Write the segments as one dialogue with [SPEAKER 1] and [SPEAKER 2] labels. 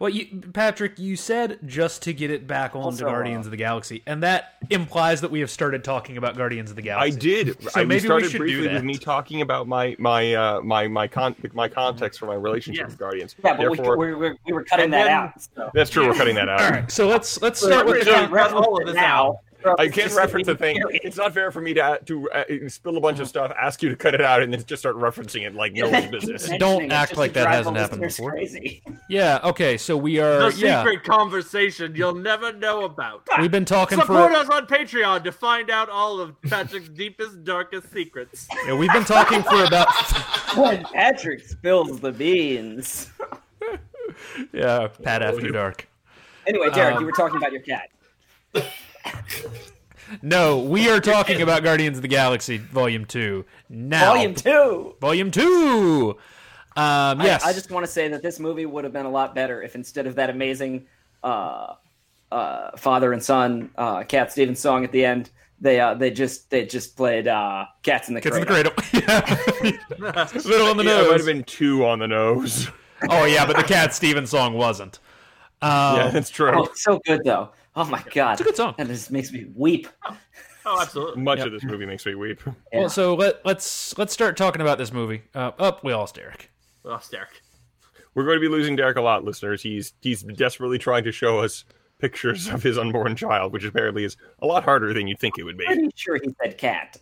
[SPEAKER 1] Well, you, Patrick, you said just to get it back on
[SPEAKER 2] uh,
[SPEAKER 3] Also,
[SPEAKER 1] to Guardians of the Galaxy, and that implies that we have started talking about Guardians of the
[SPEAKER 3] I
[SPEAKER 1] Galaxy.
[SPEAKER 3] did.
[SPEAKER 1] So
[SPEAKER 3] I
[SPEAKER 1] maybe we
[SPEAKER 3] we started
[SPEAKER 1] should do
[SPEAKER 3] briefly
[SPEAKER 1] that.
[SPEAKER 3] with me talking about my my uh, my my con- my context for my relationship
[SPEAKER 2] Yes.
[SPEAKER 3] with Guardians.
[SPEAKER 2] Yeah, but we,
[SPEAKER 3] Therefore-
[SPEAKER 2] we, we, we were cutting
[SPEAKER 3] And
[SPEAKER 2] that
[SPEAKER 3] then-
[SPEAKER 2] out. So.
[SPEAKER 3] that's true. We're cutting that out.
[SPEAKER 1] All right, so let's let's start with the
[SPEAKER 3] Sure.
[SPEAKER 1] con-
[SPEAKER 3] cut all of this
[SPEAKER 2] now.
[SPEAKER 3] I can't reference the thing. It's not fair for me to to uh, spill a
[SPEAKER 1] Uh-huh.
[SPEAKER 3] bunch of stuff, ask you to cut it out, and then just start referencing it like no one's business.
[SPEAKER 4] Don't act like that hasn't happened before.
[SPEAKER 2] Crazy.
[SPEAKER 1] yeah. Okay, so we are
[SPEAKER 4] The
[SPEAKER 1] yeah.
[SPEAKER 4] secret conversation you'll never know about.
[SPEAKER 1] We've been talking
[SPEAKER 4] Support
[SPEAKER 1] for
[SPEAKER 4] us on Patreon to find out all of Patrick's deepest, darkest secrets.
[SPEAKER 1] yeah, we've been talking for about
[SPEAKER 2] When Patrick spills the beans.
[SPEAKER 1] yeah. Pat
[SPEAKER 2] Oh,
[SPEAKER 1] after dark.
[SPEAKER 2] Anyway, Derek,
[SPEAKER 1] Um,
[SPEAKER 2] you were talking about your cat.
[SPEAKER 1] No, we are talking about Guardians of the Galaxy Volume Two now.
[SPEAKER 2] Volume two.
[SPEAKER 1] Volume Two. Um,
[SPEAKER 2] I-
[SPEAKER 1] yes,
[SPEAKER 2] I, just want to say that this movie would have been a lot better if instead of that amazing uh, uh, father and son uh, Cat Stevens song at the end, they uh, they just they just played uh, Cats in the
[SPEAKER 1] Kids in the
[SPEAKER 2] Cradle.
[SPEAKER 1] cradle. Yeah.
[SPEAKER 4] Oh,
[SPEAKER 1] Little on the
[SPEAKER 3] Yeah, it might have
[SPEAKER 1] nose.
[SPEAKER 3] been two on the nose.
[SPEAKER 1] oh yeah, but the Cat Stevens song wasn't. Um,
[SPEAKER 3] yeah, that's true.
[SPEAKER 2] Oh, it's so good though. Oh my god, it's
[SPEAKER 1] a good song.
[SPEAKER 2] and this makes me weep.
[SPEAKER 4] Oh, absolutely.
[SPEAKER 3] Much of this movie makes me weep.
[SPEAKER 2] Yeah.
[SPEAKER 1] Well, so let let's let's start talking about this movie. Uh, up we all Derek.
[SPEAKER 4] Oh, Derek.
[SPEAKER 3] We're going to be losing Derek a lot, listeners. He's he's desperately trying to show us pictures of his unborn child, which apparently is a lot harder than you'd think it would be.
[SPEAKER 2] Pretty sure he said cat.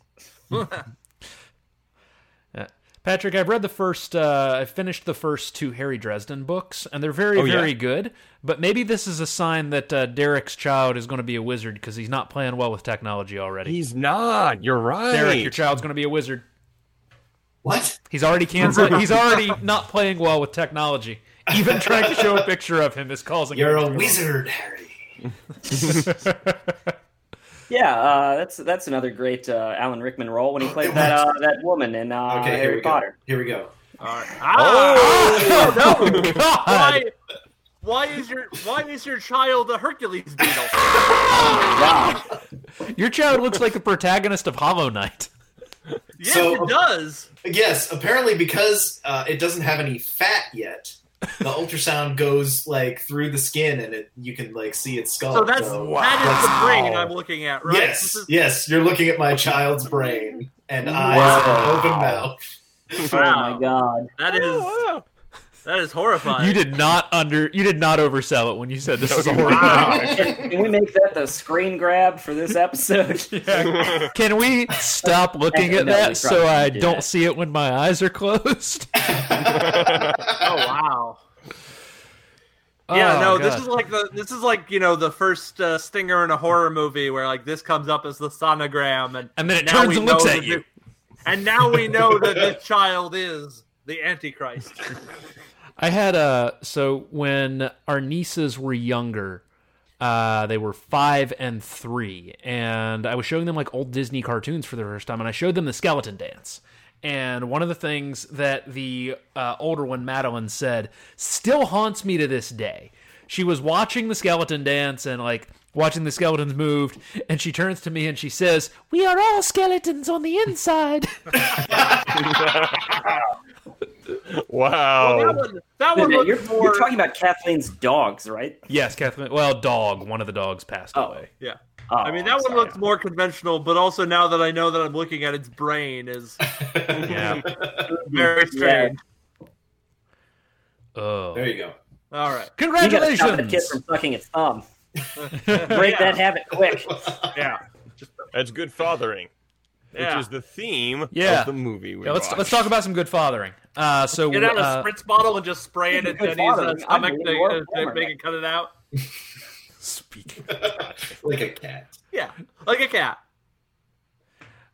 [SPEAKER 1] Yeah. Patrick, I've read the first. Uh, I finished the first two Harry Dresden books, and they're very
[SPEAKER 3] Oh, yeah.
[SPEAKER 1] very good. But maybe this is a sign that uh, Derek's child is going to be a wizard because he's not playing well with technology already.
[SPEAKER 3] He's not. You're right.
[SPEAKER 1] Derek, your child's going to be a wizard.
[SPEAKER 5] What?
[SPEAKER 1] He's already canceled. he's already not playing well with technology. Even trying to show a picture of him is causing.
[SPEAKER 5] You're
[SPEAKER 1] him
[SPEAKER 5] a
[SPEAKER 1] to-
[SPEAKER 5] wizard, Harry.
[SPEAKER 2] Yeah, uh, that's that's another great uh, Alan Rickman role when he played that uh, that woman in uh,
[SPEAKER 5] Okay, here
[SPEAKER 2] Harry
[SPEAKER 5] we
[SPEAKER 2] Potter.
[SPEAKER 5] go. Here we go.
[SPEAKER 4] All right.
[SPEAKER 2] Oh!
[SPEAKER 4] Ah, no.
[SPEAKER 1] God.
[SPEAKER 4] Why? Why is your Why is your child a Hercules beetle?
[SPEAKER 2] Wow.
[SPEAKER 1] Your child looks like the protagonist of Hollow Knight.
[SPEAKER 4] Yes,
[SPEAKER 5] So-
[SPEAKER 4] it does.
[SPEAKER 5] Yes, apparently because uh, it doesn't have any fat yet, the ultrasound goes like through the skin and it you can like see its skull.
[SPEAKER 2] Oh,
[SPEAKER 4] So that's that is the
[SPEAKER 5] that's
[SPEAKER 4] brain
[SPEAKER 5] how-
[SPEAKER 4] I'm looking at, right? This
[SPEAKER 5] Yes,
[SPEAKER 4] is-
[SPEAKER 5] yes, you're looking at my child's brain and eyes
[SPEAKER 2] Wow.
[SPEAKER 5] and open mouth.
[SPEAKER 2] Oh
[SPEAKER 4] wow.
[SPEAKER 2] my god.
[SPEAKER 4] That is
[SPEAKER 3] Oh,
[SPEAKER 4] that is horrifying.
[SPEAKER 1] You did not under. You did not oversell it when you said this is a horror.
[SPEAKER 4] Wow.
[SPEAKER 2] Can we make that the screen grab for this episode?
[SPEAKER 3] wow.
[SPEAKER 1] Can we stop looking at
[SPEAKER 2] No, we
[SPEAKER 1] that so
[SPEAKER 2] probably
[SPEAKER 1] I
[SPEAKER 2] should do
[SPEAKER 1] don't
[SPEAKER 2] that.
[SPEAKER 1] see it when my eyes are closed?
[SPEAKER 4] Oh wow. Yeah,
[SPEAKER 1] Oh,
[SPEAKER 4] no, this
[SPEAKER 1] God.
[SPEAKER 4] is like the this is like you know the first uh, stinger in a horror movie where like this comes up as the sonogram and
[SPEAKER 1] And then it
[SPEAKER 4] now
[SPEAKER 1] turns
[SPEAKER 4] we
[SPEAKER 1] and looks
[SPEAKER 4] know
[SPEAKER 1] at
[SPEAKER 4] that
[SPEAKER 1] you.
[SPEAKER 4] the- and now we know that this child is the Antichrist.
[SPEAKER 1] I had a so when our nieces were younger, uh, they were five and three, and I was showing them like old Disney cartoons for the first time, and I showed them the Skeleton Dance. And one of the things that the uh, older one, Madeline, said still haunts me to this day. She was watching the skeleton dance and like watching the skeletons moved, and she turns to me and she says, "We are all skeletons on the inside."
[SPEAKER 4] Well,
[SPEAKER 1] Oh.
[SPEAKER 4] that one, that one
[SPEAKER 2] Wait a minute,
[SPEAKER 4] looked
[SPEAKER 2] you're,
[SPEAKER 4] more.
[SPEAKER 2] you're talking about Kathleen's dogs, right?
[SPEAKER 1] yes, Kathleen. Well, dog. One of the dogs passed
[SPEAKER 2] Oh.
[SPEAKER 1] away.
[SPEAKER 4] yeah,
[SPEAKER 2] Oh,
[SPEAKER 4] I mean that
[SPEAKER 2] I'm
[SPEAKER 4] one
[SPEAKER 2] sorry.
[SPEAKER 4] looks more conventional, but also now that I know that I'm looking at its brain is
[SPEAKER 1] Yeah.
[SPEAKER 4] very strange.
[SPEAKER 1] Oh.
[SPEAKER 5] There you go.
[SPEAKER 4] All right,
[SPEAKER 2] You gotta stop that
[SPEAKER 1] Congratulations!
[SPEAKER 2] kid from sucking its thumb. Break
[SPEAKER 4] Yeah.
[SPEAKER 2] that habit quick.
[SPEAKER 4] yeah,
[SPEAKER 3] That's good fathering,
[SPEAKER 4] Yeah.
[SPEAKER 3] which is the theme
[SPEAKER 1] Yeah.
[SPEAKER 3] of the movie. We
[SPEAKER 1] Yeah, let's
[SPEAKER 3] watched.
[SPEAKER 1] let's talk about some good fathering. Uh, so
[SPEAKER 4] get out
[SPEAKER 1] uh,
[SPEAKER 4] a spritz bottle and just spray it at
[SPEAKER 2] Good
[SPEAKER 4] Denny's
[SPEAKER 2] father,
[SPEAKER 4] uh,
[SPEAKER 2] I'm
[SPEAKER 4] stomach
[SPEAKER 2] being
[SPEAKER 4] to,
[SPEAKER 2] more
[SPEAKER 4] uh, to
[SPEAKER 2] formal.
[SPEAKER 4] make it cut it out.
[SPEAKER 1] speak.
[SPEAKER 5] Like a cat.
[SPEAKER 4] Yeah, like a cat.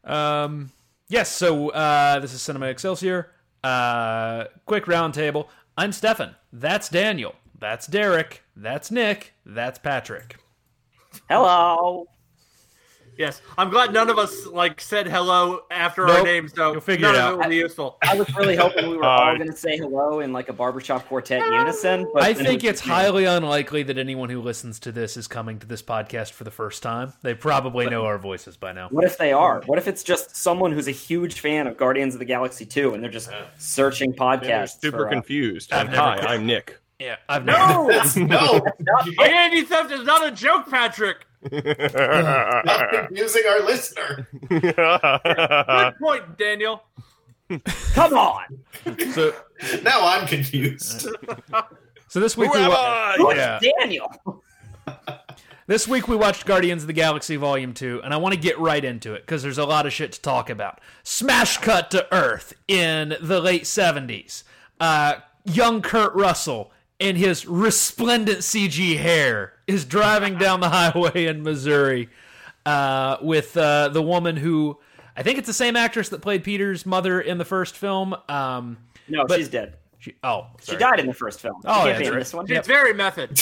[SPEAKER 1] Um, yes. So uh, this is Cinema Excelsior. Uh, quick roundtable. I'm Stefan. That's Daniel. That's Derek. That's Nick. That's Patrick.
[SPEAKER 2] Hello.
[SPEAKER 4] Yes, I'm glad none of us like said hello after our
[SPEAKER 1] Nope.
[SPEAKER 4] names. So
[SPEAKER 1] You'll figure
[SPEAKER 4] none
[SPEAKER 1] it
[SPEAKER 4] of
[SPEAKER 1] out.
[SPEAKER 4] it will be useful.
[SPEAKER 2] I was really hoping we were
[SPEAKER 3] Uh,
[SPEAKER 2] all going to say hello in like a barbershop quartet unison. But
[SPEAKER 1] Um, I
[SPEAKER 2] then
[SPEAKER 1] think
[SPEAKER 2] we-
[SPEAKER 1] it's highly unlikely that anyone who listens to this is coming to this podcast for the first time. They probably know our voices by now.
[SPEAKER 2] What if they are? What if it's just someone who's a huge fan of Guardians of the Galaxy 2 and they're just searching
[SPEAKER 3] And they're
[SPEAKER 2] podcasts?
[SPEAKER 3] super
[SPEAKER 2] for, uh,
[SPEAKER 3] confused.
[SPEAKER 1] I've
[SPEAKER 3] And
[SPEAKER 1] never
[SPEAKER 3] hi,
[SPEAKER 1] quit.
[SPEAKER 3] I'm Nick.
[SPEAKER 1] Yeah, I've never.
[SPEAKER 4] No!
[SPEAKER 2] Oh,
[SPEAKER 5] That's- no,
[SPEAKER 4] Identity theft is not a joke, Patrick.
[SPEAKER 5] not confusing our listener.
[SPEAKER 1] Uh,
[SPEAKER 4] Good point, Daniel.
[SPEAKER 2] Come on.
[SPEAKER 1] So,
[SPEAKER 5] Now I'm confused.
[SPEAKER 1] so this week we wa-
[SPEAKER 3] Whoever!
[SPEAKER 1] yeah.
[SPEAKER 2] Daniel.
[SPEAKER 1] This week we watched Guardians of the Galaxy Volume 2, and I want to get right into it because there's a lot of shit to talk about. Smash cut to Earth in the late 70s. Uh, young Kurt Russell in his resplendent CG hair is driving down the highway in Missouri uh, with uh, the woman who I think it's the same actress that played Peter's mother in the first film. Um,
[SPEAKER 2] No,
[SPEAKER 1] But-
[SPEAKER 2] she's dead.
[SPEAKER 1] she, oh,
[SPEAKER 2] She
[SPEAKER 1] sorry.
[SPEAKER 2] died in the first film. She
[SPEAKER 1] Oh,
[SPEAKER 2] can't
[SPEAKER 1] yeah,
[SPEAKER 2] be
[SPEAKER 1] that's
[SPEAKER 2] in
[SPEAKER 1] right.
[SPEAKER 2] this one.
[SPEAKER 4] It's very method.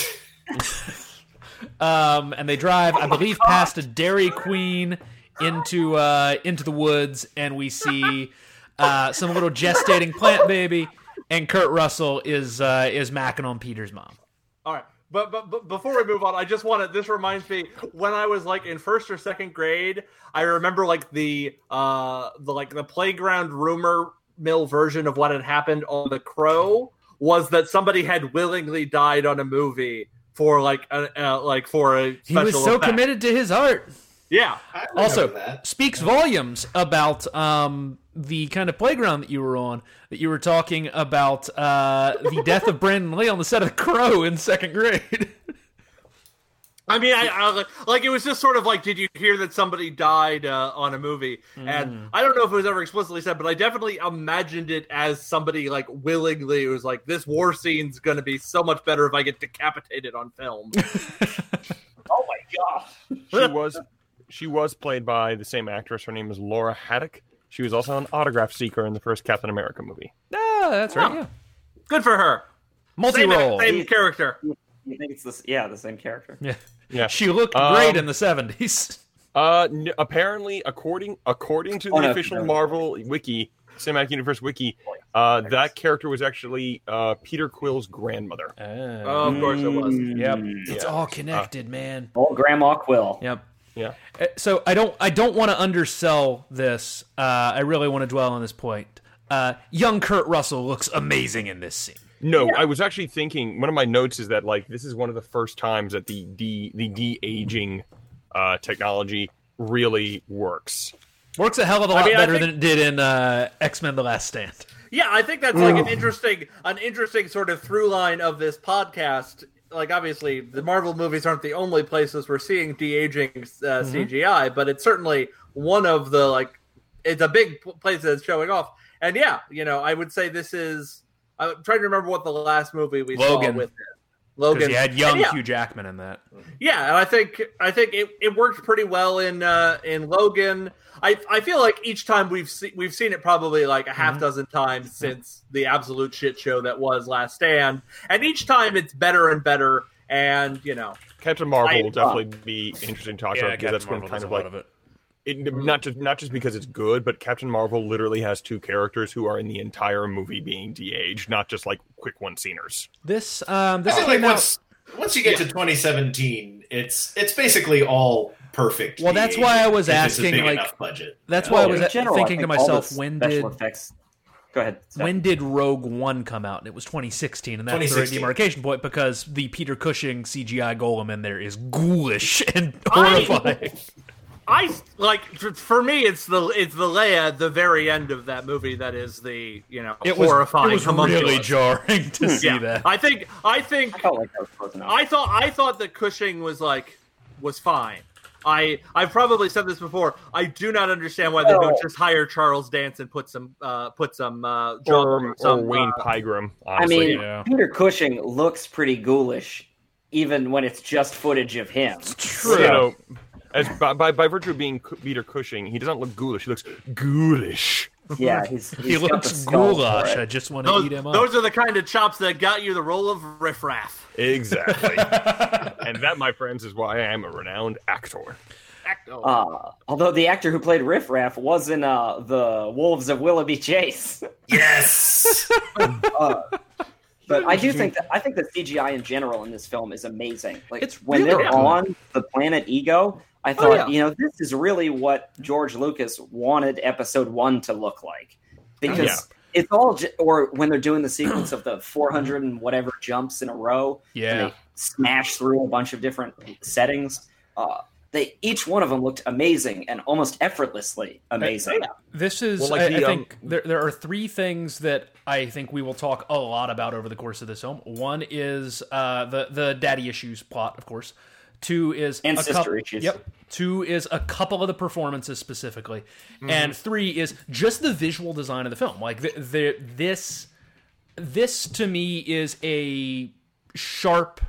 [SPEAKER 1] um, and they drive, I believe, past a Dairy Queen into uh, into the woods, and we see uh, some little gestating plant baby, and Kurt Russell is uh, is macking on Peter's mom.
[SPEAKER 4] All right. But, but but before we move on, I just want to. This reminds me when I was like in first or second grade. I remember like the uh the like the playground rumor mill version of what had happened on The Crow was that somebody had willingly died on a movie for like a, uh, like for a
[SPEAKER 1] He
[SPEAKER 4] special
[SPEAKER 1] was so
[SPEAKER 4] effect.
[SPEAKER 1] committed to his art.
[SPEAKER 4] Yeah,
[SPEAKER 5] I remember
[SPEAKER 1] Also,
[SPEAKER 5] that.
[SPEAKER 1] speaks volumes about um, the kind of playground that you were on. That you were talking about uh, the death of Brandon Lee on the set of Crow in second grade.
[SPEAKER 4] I mean, I, I like- like it was just sort of like, did you hear that somebody died uh, on a movie?
[SPEAKER 1] Hmm.
[SPEAKER 4] And I don't know if it was ever explicitly said, but I definitely imagined it as somebody like willingly was like, this war scene's going to be so much better if I get decapitated on film.
[SPEAKER 2] Oh my gosh.
[SPEAKER 3] she was she was played by the same actress. Her name is Laura Haddock. She was also an autograph seeker in the first Captain America movie.
[SPEAKER 1] ah, that's right. Yeah.
[SPEAKER 4] Good for her.
[SPEAKER 1] Multi
[SPEAKER 4] Same,
[SPEAKER 1] role.
[SPEAKER 4] same character.
[SPEAKER 2] You think it's this? Yeah, the same character.
[SPEAKER 1] Yeah.
[SPEAKER 3] Yeah.
[SPEAKER 1] She looked
[SPEAKER 3] Um,
[SPEAKER 1] great in the seventies.
[SPEAKER 3] Uh, n- apparently, according according to the
[SPEAKER 2] Oh, no,
[SPEAKER 3] official
[SPEAKER 2] no.
[SPEAKER 3] Marvel Wiki, Cinematic Universe Wiki, uh, that character was actually uh, Peter Quill's grandmother.
[SPEAKER 4] Oh, of course it was.
[SPEAKER 1] Yep. Mm. It's
[SPEAKER 3] Yeah.
[SPEAKER 1] all connected, man.
[SPEAKER 2] Old Grandma Quill.
[SPEAKER 1] Yep.
[SPEAKER 3] Yeah.
[SPEAKER 1] Uh, So I don't I don't want to undersell this. Uh, I really want to dwell on this point. Uh, young Kurt Russell looks amazing in this scene.
[SPEAKER 3] No, I was actually thinking. One of my notes is that like this is one of the first times that the de- the de aging uh, technology really works.
[SPEAKER 1] Works a hell of a lot
[SPEAKER 4] mean, I
[SPEAKER 1] better
[SPEAKER 4] think-
[SPEAKER 1] than it did in uh, X Men: The Last Stand.
[SPEAKER 4] Yeah, I think that's like an interesting, an interesting sort of through line of this podcast. Like, obviously, the Marvel movies aren't the only places we're seeing de aging uh, CGI, but it's certainly one of the like, it's a big p- place that's showing off. And yeah, you know, I would say this is. I'm trying to remember what the last movie we
[SPEAKER 1] Logan.
[SPEAKER 4] saw with it.
[SPEAKER 1] Because
[SPEAKER 4] Logan.
[SPEAKER 1] you had young
[SPEAKER 4] And yeah,
[SPEAKER 1] Hugh Jackman in that.
[SPEAKER 4] yeah, and I think I think it, it worked pretty well in uh, in Logan. I I feel like each time we've se- we've seen it probably like a
[SPEAKER 1] Mm-hmm.
[SPEAKER 4] half dozen times since the absolute shit show that was Last Stand, and each time it's better and better. And you know,
[SPEAKER 3] Captain Marvel
[SPEAKER 4] I-
[SPEAKER 3] will definitely be interesting to talk about because that's been kind of like
[SPEAKER 1] it.
[SPEAKER 3] it, not just not just because it's good, but Captain Marvel literally has two characters who are in the entire movie being de-aged, not just like quick one-sceners.
[SPEAKER 1] This um,
[SPEAKER 5] I
[SPEAKER 1] this
[SPEAKER 5] feel like
[SPEAKER 1] came out.
[SPEAKER 5] once once you get to 2017, it's it's basically all perfect.
[SPEAKER 1] Well, that's why I was
[SPEAKER 5] If it's a
[SPEAKER 1] asking,
[SPEAKER 5] big
[SPEAKER 1] like-
[SPEAKER 5] enough budget.
[SPEAKER 1] That's why I
[SPEAKER 2] Well,
[SPEAKER 1] was
[SPEAKER 2] in
[SPEAKER 1] a-
[SPEAKER 2] general, I
[SPEAKER 1] thinking to
[SPEAKER 2] think all the
[SPEAKER 1] myself, when did
[SPEAKER 2] special effects? Go ahead. Steph.
[SPEAKER 1] when did Rogue One come out? And it was 2016, and that's the
[SPEAKER 5] 2016.
[SPEAKER 1] demarcation point because the Peter Cushing CGI golem in there is ghoulish and
[SPEAKER 4] I-
[SPEAKER 1] horrifying.
[SPEAKER 4] I like for- for me it's the it's the Leia at the very end of that movie that is the you know
[SPEAKER 1] It was
[SPEAKER 4] horrifying.
[SPEAKER 1] It was
[SPEAKER 4] homunculus.
[SPEAKER 1] really jarring to see
[SPEAKER 4] yeah,
[SPEAKER 1] that.
[SPEAKER 4] I think I think
[SPEAKER 2] I felt like that was close enough.
[SPEAKER 4] I thought I thought that Cushing was like was fine. I I've probably said this before. I do not understand why they
[SPEAKER 2] No.
[SPEAKER 4] don't just hire Charles Dance and put some uh, put some uh, John,
[SPEAKER 3] Or, or
[SPEAKER 4] some,
[SPEAKER 3] Wayne
[SPEAKER 4] uh,
[SPEAKER 3] Pygram,
[SPEAKER 2] I
[SPEAKER 3] honestly.
[SPEAKER 2] mean,
[SPEAKER 1] yeah.
[SPEAKER 2] Peter Cushing looks pretty ghoulish, even when it's just footage of him.
[SPEAKER 3] You
[SPEAKER 1] True.
[SPEAKER 3] know, as by, by by virtue of being C- Peter Cushing, he doesn't look ghoulish. He looks ghoulish.
[SPEAKER 2] Yeah, he's, he's
[SPEAKER 1] he
[SPEAKER 2] got the
[SPEAKER 1] looks
[SPEAKER 2] skull for
[SPEAKER 1] ghoulish.
[SPEAKER 2] it.
[SPEAKER 1] I just want to
[SPEAKER 4] those,
[SPEAKER 1] eat him up.
[SPEAKER 4] those are the kind of chops that got you the role of riffraff.
[SPEAKER 3] Exactly. and that, my friends, is why I am a renowned actor.
[SPEAKER 4] Acto.
[SPEAKER 2] Uh, although the actor who played Riff Raff was in uh, the Wolves of Willoughby Chase, Uh,
[SPEAKER 5] Yes.
[SPEAKER 2] but I do think that I think the CGI in general in this film is amazing. Like
[SPEAKER 1] It's
[SPEAKER 2] when
[SPEAKER 1] really
[SPEAKER 2] they're
[SPEAKER 1] good. Oh,
[SPEAKER 2] on the planet Ego, I thought
[SPEAKER 4] yeah.
[SPEAKER 2] you know this is really what George Lucas wanted Episode One to look like because
[SPEAKER 3] Yeah.
[SPEAKER 2] it's all j- or when they're doing the sequence of the 400 and whatever jumps in a row and
[SPEAKER 1] Yeah.
[SPEAKER 2] they smash through a bunch of different settings uh, they each one of them looked amazing and almost effortlessly amazing
[SPEAKER 1] This is,
[SPEAKER 3] Well, like
[SPEAKER 1] I,
[SPEAKER 3] the,
[SPEAKER 1] I
[SPEAKER 3] um,
[SPEAKER 1] think, there, there are three things that I think we will talk a lot about over the course of this film. One is uh, the the daddy issues plot, of course. Two is
[SPEAKER 2] And
[SPEAKER 1] a
[SPEAKER 2] sister
[SPEAKER 1] couple-
[SPEAKER 2] issues.
[SPEAKER 1] Yep. Two is a couple of the performances specifically,
[SPEAKER 2] Mm-hmm.
[SPEAKER 1] and three is just the visual design of the film. Like the, the, this, this to me is a sharp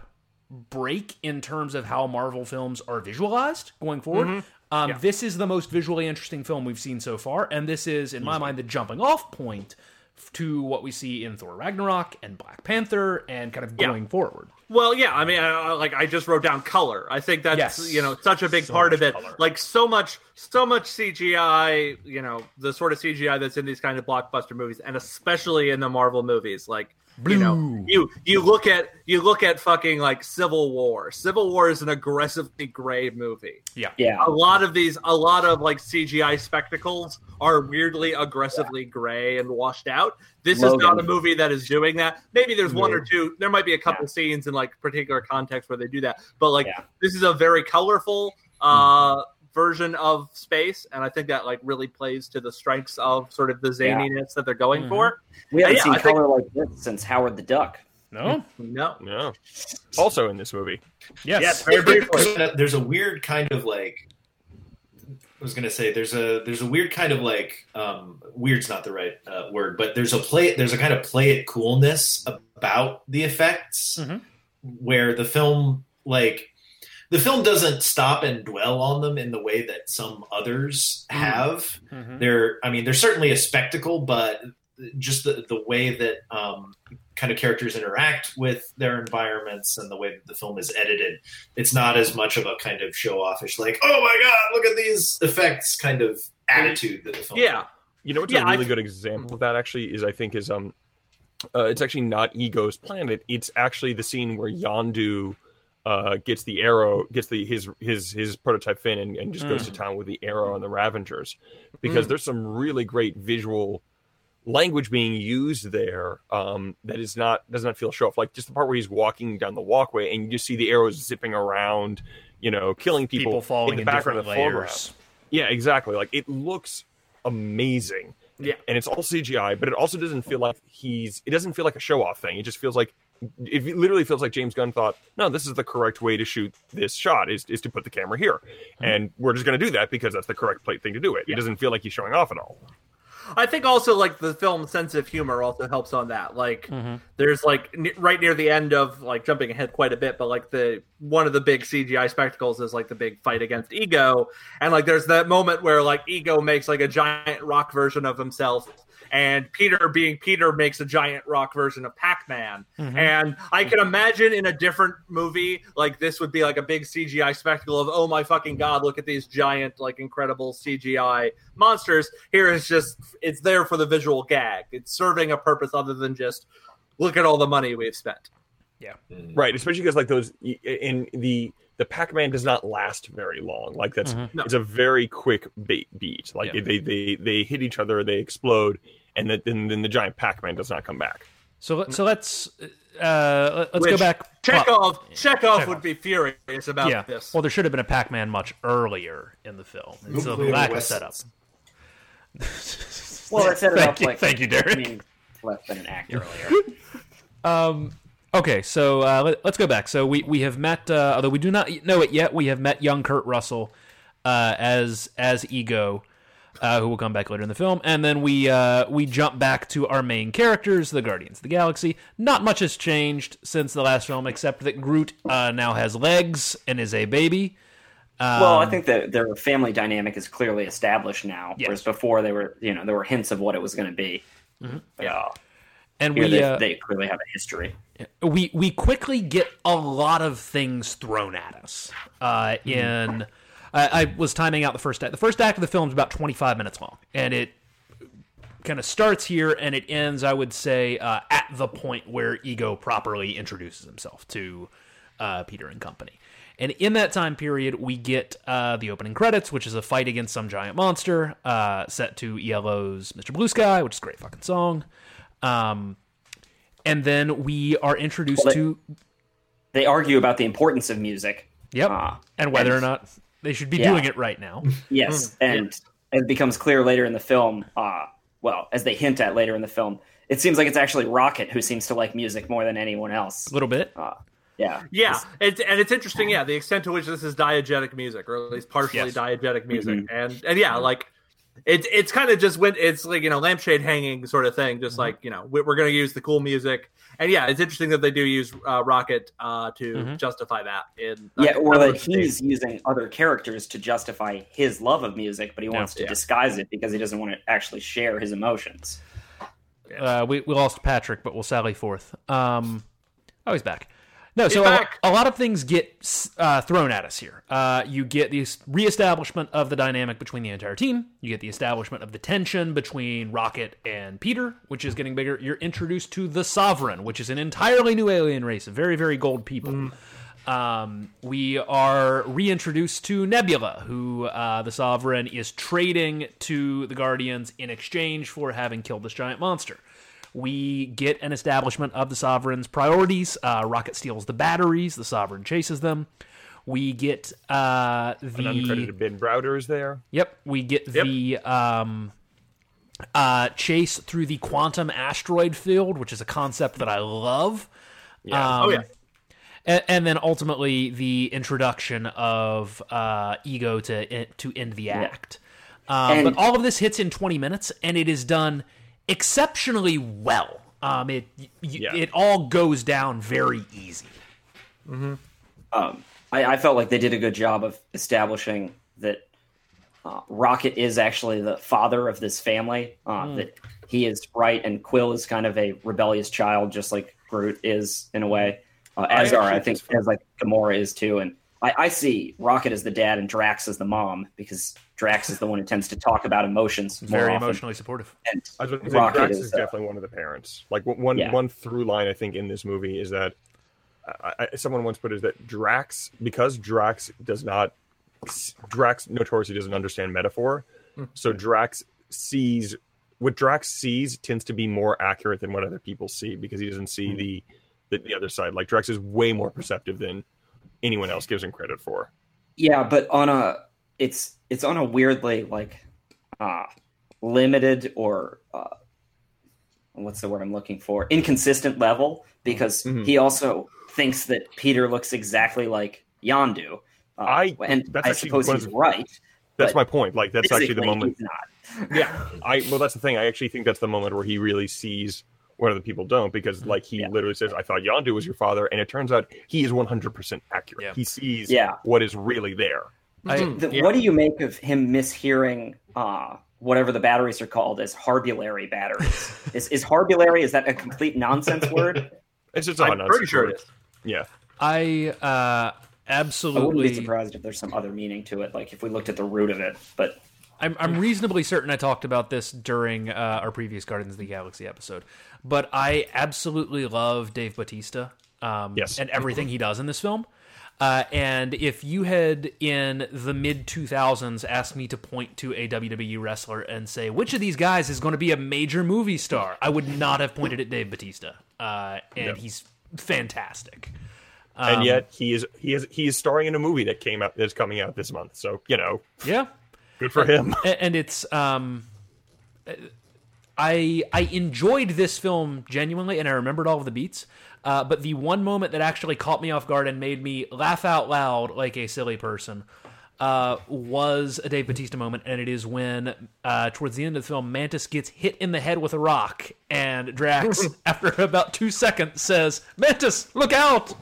[SPEAKER 1] break in terms of how Marvel films are visualized going forward.
[SPEAKER 2] Mm-hmm.
[SPEAKER 1] Um, This is the most visually interesting film we've seen so far, and this is, in my
[SPEAKER 2] Mm-hmm.
[SPEAKER 1] mind, the jumping off point f- to what we see in Thor Ragnarok and Black Panther and kind of going forward.
[SPEAKER 4] Well, yeah, I mean, I, I- like I just wrote down color. I think that's
[SPEAKER 1] Yes.
[SPEAKER 4] you know such a big
[SPEAKER 1] So
[SPEAKER 4] part
[SPEAKER 1] much
[SPEAKER 4] of it.
[SPEAKER 1] color.
[SPEAKER 4] Like so much, so much CGI. You know, the sort of CGI that's in these kind of blockbuster movies, and especially in the Marvel movies. Like you know,
[SPEAKER 1] Blue.
[SPEAKER 4] you you look at you look at fucking like Civil War. Civil War is an aggressively gray movie.
[SPEAKER 2] yeah
[SPEAKER 4] A
[SPEAKER 1] Oh,
[SPEAKER 4] lot of these, a lot of like CGI spectacles are weirdly aggressively gray and washed out. This
[SPEAKER 2] Logan.
[SPEAKER 4] is not a movie that is doing that. Maybe there's one
[SPEAKER 2] Yeah.
[SPEAKER 4] or two. There might be a couple scenes in like particular context where they do that, but like
[SPEAKER 2] Yeah. Mm-hmm.
[SPEAKER 4] this is a very colorful uh, version of space, and I think that like really plays to the strengths of sort of the
[SPEAKER 2] Yeah.
[SPEAKER 4] zaniness that they're going
[SPEAKER 1] Mhm.
[SPEAKER 4] for.
[SPEAKER 2] we haven't
[SPEAKER 4] Yeah,
[SPEAKER 2] seen
[SPEAKER 4] I think-
[SPEAKER 2] color like this since howard the duck
[SPEAKER 1] No?
[SPEAKER 2] Mm-hmm.
[SPEAKER 4] No,
[SPEAKER 3] No. Also in this movie.
[SPEAKER 1] Yes.
[SPEAKER 4] yes, very briefly.
[SPEAKER 5] There's a- there's a weird kind of like I was gonna say there's a there's a weird kind of like um, weird's not the right uh, word, but there's a play there's a kind of play it coolness about the effects
[SPEAKER 1] Mhm.
[SPEAKER 5] where the film like the film doesn't stop and dwell on them in the way that some others
[SPEAKER 1] Mm.
[SPEAKER 5] have.
[SPEAKER 1] Mhm.
[SPEAKER 5] They're I mean they're certainly a spectacle, but just the the way that um, kind of characters interact with their environments and the way that the film is edited it's not as much of a kind of show offish like oh my god look at these effects kind of attitude that the film
[SPEAKER 4] yeah,
[SPEAKER 3] You know what's
[SPEAKER 4] Yeah,
[SPEAKER 3] a
[SPEAKER 4] I
[SPEAKER 3] really good example of that actually is I think is um uh, it's actually not Ego's planet. It's actually the scene where Yondu uh, gets the arrow, gets the his his his prototype fin, and, and just
[SPEAKER 1] Mm.
[SPEAKER 3] goes to town with the arrow and the Ravengers, because there's some really great visual language being used there um, that is not does not feel show off. Like just the part where he's walking down the walkway and you just see the arrows zipping around, you know, killing people,
[SPEAKER 1] People falling
[SPEAKER 3] in
[SPEAKER 1] in,
[SPEAKER 3] the background,
[SPEAKER 1] different
[SPEAKER 3] and the foreground.
[SPEAKER 1] layers.
[SPEAKER 3] Yeah, exactly. Like it looks amazing.
[SPEAKER 4] Yeah.
[SPEAKER 3] And it's all CGI, but it also doesn't feel like he's it doesn't feel like a show off thing. It just feels like it literally feels like James Gunn thought, no, this is the correct way to shoot this shot is, is to put the camera here. And we're just gonna do that because that's the correct plate thing to do it. It doesn't feel like he's showing off at all.
[SPEAKER 4] I think also like the film's sense of humor also helps on that. Like
[SPEAKER 1] Mm-hmm.
[SPEAKER 4] there's like n- right near the end of like jumping ahead quite a bit, but like the one of the big CGI spectacles is like the big fight against Ego, and like there's that moment where like Ego makes like a giant rock version of himself. And Peter, being Peter, makes a giant rock version of Pac-Man,
[SPEAKER 1] Mm-hmm.
[SPEAKER 4] and I can imagine in a different movie like this would be like a big CGI spectacle of oh my
[SPEAKER 1] Mm-hmm.
[SPEAKER 4] fucking god, look at these giant like incredible CGI monsters. Here is just it's there for the visual gag. It's serving a purpose other than just look at all the money we've spent.
[SPEAKER 5] Mm-hmm.
[SPEAKER 3] Right, especially because like those in the the Pac Man does not last very long. Like that's
[SPEAKER 4] No.
[SPEAKER 3] it's a very quick bait beat. Like
[SPEAKER 1] Mm-hmm. Yeah.
[SPEAKER 3] they, they they hit each other, they explode, and that then then the giant Pac Man does not come back.
[SPEAKER 1] So, let- so let's, uh, let's go
[SPEAKER 4] Which
[SPEAKER 1] back.
[SPEAKER 4] Chekhov, Chekhov
[SPEAKER 1] Chekhov.
[SPEAKER 4] would be furious about
[SPEAKER 1] yeah.
[SPEAKER 4] this.
[SPEAKER 1] Well, there should have been a Pac-Man much earlier in the film. And so the
[SPEAKER 5] Nuclear
[SPEAKER 1] lack of
[SPEAKER 5] weapons.
[SPEAKER 1] setup.
[SPEAKER 2] well they set it
[SPEAKER 1] Thank
[SPEAKER 2] up
[SPEAKER 1] you-
[SPEAKER 2] like
[SPEAKER 1] thank you, Derek.
[SPEAKER 2] I mean, less than an act earlier
[SPEAKER 1] Um, okay, so uh, let, us go back. So we we have met, uh, although we do not know it yet. We have met young Kurt Russell uh, as as Ego, uh, who will come back later in the film, and then we uh, we jump back to our main characters, the Guardians of the Galaxy. Not much has changed since the last film, except that Groot uh, now has legs and is a baby.
[SPEAKER 2] Well, I think that their family dynamic is clearly established now,
[SPEAKER 1] Um, Yes.
[SPEAKER 2] whereas before they were, you know, there were hints of what it was going to be. Yeah,
[SPEAKER 1] And
[SPEAKER 2] here
[SPEAKER 1] Mm-hmm. we
[SPEAKER 2] they,
[SPEAKER 1] uh,
[SPEAKER 2] they clearly have a history.
[SPEAKER 1] we we quickly get a lot of things thrown at us. Uh, in I, I was timing out the first act. The first act of the film is about twenty five minutes long, and it kind of starts here and it ends. I would say uh, at the point where Ego properly introduces himself to uh, Peter and company, And in that time period, we get uh, the opening credits, which is a fight against some giant monster uh, set to ELO's Mr. Blue Sky, which is a great fucking song. Um, and then we are introduced
[SPEAKER 2] Well, they-
[SPEAKER 1] to
[SPEAKER 2] They argue about the importance of music.
[SPEAKER 1] yep,
[SPEAKER 2] Ah.
[SPEAKER 1] and whether or not they should be
[SPEAKER 2] Yeah.
[SPEAKER 1] doing it right now.
[SPEAKER 2] Yes, and it becomes clear later in the film. Uh, well, as they hint at later in the film, it seems like it's actually Rocket who seems to like music more than anyone else.
[SPEAKER 1] A little bit.
[SPEAKER 2] Yeah,
[SPEAKER 4] Yeah, it's, and it's interesting. Yeah, the extent to which this is diegetic music, or at least partially
[SPEAKER 1] Yes. Mm-hmm.
[SPEAKER 4] diegetic music, and and yeah, like it's it's kind of just when it's like you know lampshade hanging sort of thing.
[SPEAKER 1] Mm-hmm.
[SPEAKER 4] Just like you know we- we're going to use the cool music, and yeah, it's interesting that they do use uh, Rocket uh, to
[SPEAKER 1] Mhm.
[SPEAKER 4] justify that. In
[SPEAKER 2] yeah, or
[SPEAKER 4] another
[SPEAKER 2] that he's using other characters to justify his love of music, but he
[SPEAKER 1] Yeah.
[SPEAKER 2] wants to
[SPEAKER 4] Yeah.
[SPEAKER 2] disguise it because he doesn't want to actually share his emotions.
[SPEAKER 1] Uh, we, we lost Patrick, but we'll sally forth. Um, oh, he's back. No, so
[SPEAKER 4] He's back.
[SPEAKER 1] A, a lot of things get s- uh, thrown at us here. Uh, you get the s- reestablishment of the dynamic between the entire team. You get the establishment of the tension between Rocket and Peter, which is getting bigger. You're introduced to the Sovereign, which is an entirely new alien race of very, very gold people.
[SPEAKER 4] Mm.
[SPEAKER 1] Um, we are reintroduced to Nebula, who uh, the Sovereign is trading to the Guardians in exchange for having killed this giant monster. We get an establishment of the Sovereign's priorities. Uh, Rocket steals the batteries, the Sovereign chases them. We get uh, the.
[SPEAKER 3] An uncredited Ben Browder is there.
[SPEAKER 1] Yep, we get the um, uh, chase through the quantum asteroid field, which is a concept that I love.
[SPEAKER 3] Yeah.
[SPEAKER 1] Um,
[SPEAKER 4] Oh, yeah.
[SPEAKER 1] And, and then ultimately the introduction of uh, ego to to end the act. Um,
[SPEAKER 2] And-
[SPEAKER 1] but all of this hits in 20 minutes, and it is done exceptionally well. Um, it y- y-
[SPEAKER 3] Yeah.
[SPEAKER 1] it all goes down very easy.
[SPEAKER 2] um, I, I felt like they did a good job of establishing that uh, Rocket is actually the father of this family. Uh, That he is right, and Quill is kind of a rebellious child, just like Groot is in a way. Uh, as are I
[SPEAKER 3] actually-
[SPEAKER 2] think as like Gamora is too, and I, I see Rocket as the dad and Drax as the mom because Drax is the one who tends to talk about emotions more
[SPEAKER 1] Very
[SPEAKER 2] often.
[SPEAKER 1] emotionally supportive.
[SPEAKER 2] And
[SPEAKER 3] I was going to
[SPEAKER 2] Rocket
[SPEAKER 3] say, Drax
[SPEAKER 2] is,
[SPEAKER 3] is,
[SPEAKER 2] uh,
[SPEAKER 3] definitely one of the parents. Like w- one
[SPEAKER 2] Yeah.
[SPEAKER 3] one through line I think in this movie is that I, I, someone once put it is that Drax because Drax does not Drax notoriously doesn't understand metaphor, so Drax sees what Drax sees tends to be more accurate than what other people see because he doesn't see the the, the other side. Like Drax is way more perceptive than anyone else gives him credit for.
[SPEAKER 2] Yeah, but on a it's it's on a weirdly like uh limited or uh what's the word I'm looking for? Inconsistent level because
[SPEAKER 3] Mhm.
[SPEAKER 2] he also thinks that Peter looks exactly like Yondu. Uh,
[SPEAKER 3] I-
[SPEAKER 2] and
[SPEAKER 3] that's
[SPEAKER 2] I
[SPEAKER 3] actually
[SPEAKER 2] suppose
[SPEAKER 3] one
[SPEAKER 2] he's
[SPEAKER 3] of the-
[SPEAKER 2] right.
[SPEAKER 3] That's
[SPEAKER 2] But
[SPEAKER 3] my point. Like that's actually the
[SPEAKER 2] Physically,
[SPEAKER 3] moment.
[SPEAKER 2] he's not.
[SPEAKER 3] Yeah, I well, that's the thing. I actually think that's the moment where he really sees where other people don't,
[SPEAKER 4] Mm-hmm.
[SPEAKER 3] because like he
[SPEAKER 2] Yeah.
[SPEAKER 3] literally says, "I thought Yondu was your father," and it turns out he is one hundred percent accurate.
[SPEAKER 1] Yeah.
[SPEAKER 3] He sees
[SPEAKER 2] Yeah.
[SPEAKER 3] what is really there.
[SPEAKER 1] I,
[SPEAKER 2] The-
[SPEAKER 4] Yeah.
[SPEAKER 2] What do you make of him mishearing uh whatever the batteries are called as harbulary batteries? is is harbulary is that a complete nonsense word?
[SPEAKER 3] It's just
[SPEAKER 4] I'm pretty sure it is.
[SPEAKER 3] Yeah,
[SPEAKER 1] I uh, absolutely.
[SPEAKER 2] I wouldn't be surprised if there's some other meaning to it, like if we looked at the root of it. But
[SPEAKER 1] I'm, I'm reasonably certain I talked about this during uh, our previous Guardians of the Galaxy episode, but I absolutely love Dave Bautista um,
[SPEAKER 3] Yes.
[SPEAKER 1] and everything he does in this film. Uh, and if you had in the mid 2000s asked me to point to a WWE wrestler and say, which of these guys is going to be a major movie star, I would not have pointed at Dave Bautista. Uh, and
[SPEAKER 3] Yep.
[SPEAKER 1] he's fantastic.
[SPEAKER 4] Um,
[SPEAKER 3] and yet he is he is he is starring in a movie that came out that's coming out this month. So you know,
[SPEAKER 1] Yeah.
[SPEAKER 3] good for him.
[SPEAKER 1] A- and it's um i i enjoyed this film genuinely and i remembered all of the beats uh, but the one moment that actually caught me off guard and made me laugh out loud like a silly person uh, was a Dave Batista moment, and it is when uh, towards the end of the film, Mantis gets hit in the head with a rock, and Drax, after about two seconds, says, "Mantis, look out!"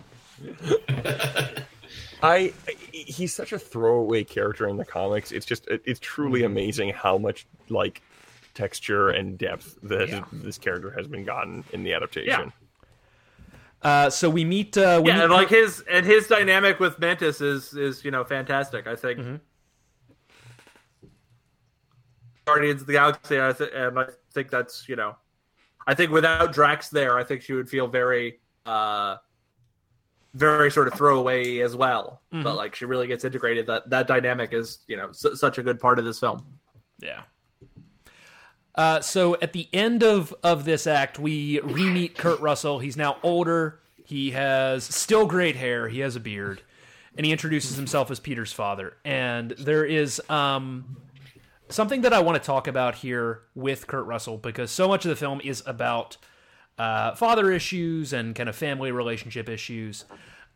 [SPEAKER 3] I he's such a throwaway character in the comics. It's just it, it's truly
[SPEAKER 4] Mm-hmm.
[SPEAKER 3] amazing how much like texture and depth that
[SPEAKER 1] Yeah.
[SPEAKER 3] this character has been gotten in the adaptation.
[SPEAKER 1] Uh, so we meet. Uh, we
[SPEAKER 4] Yeah, and
[SPEAKER 1] meet-
[SPEAKER 4] like his and his dynamic with Mantis is is you know fantastic. I think Guardians of the Galaxy, I th- and I think that's you know, I think without Drax there, I think she would feel very uh very sort of throwaway as well. But like she really gets integrated. That that dynamic is you know su- such a good part of this film.
[SPEAKER 1] Yeah. Uh, so at the end of of this act, we re meet Kurt Russell. He's now older. He has still great hair. He has a beard, and he introduces himself as Peter's father. And there is um, something that I want to talk about here with Kurt Russell because so much of the film is about uh, father issues and kind of family relationship issues.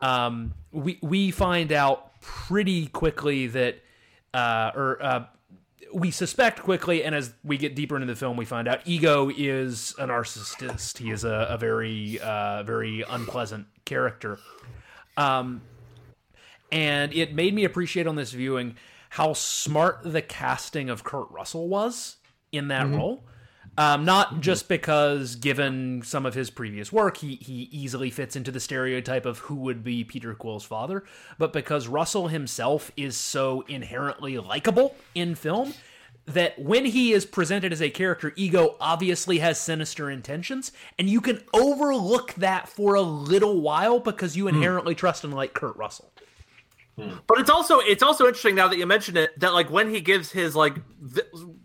[SPEAKER 1] Um, we we find out pretty quickly that, uh, or uh, we suspect quickly, and as we get deeper into the film, we find out Ego is a narcissist. He is a, a very uh, very unpleasant character. Um, and it made me appreciate on this viewing how smart the casting of Kurt Russell was in that role. Um, not just because, given some of his previous work, he he easily fits into the stereotype of who would be Peter Quill's father, but because Russell himself is so inherently likable in film that when he is presented as a character, Ego obviously has sinister intentions, and you can overlook that for a little while because you inherently trust and like Kurt Russell.
[SPEAKER 4] But it's also it's also interesting now that you mention it that like when he gives his like vi-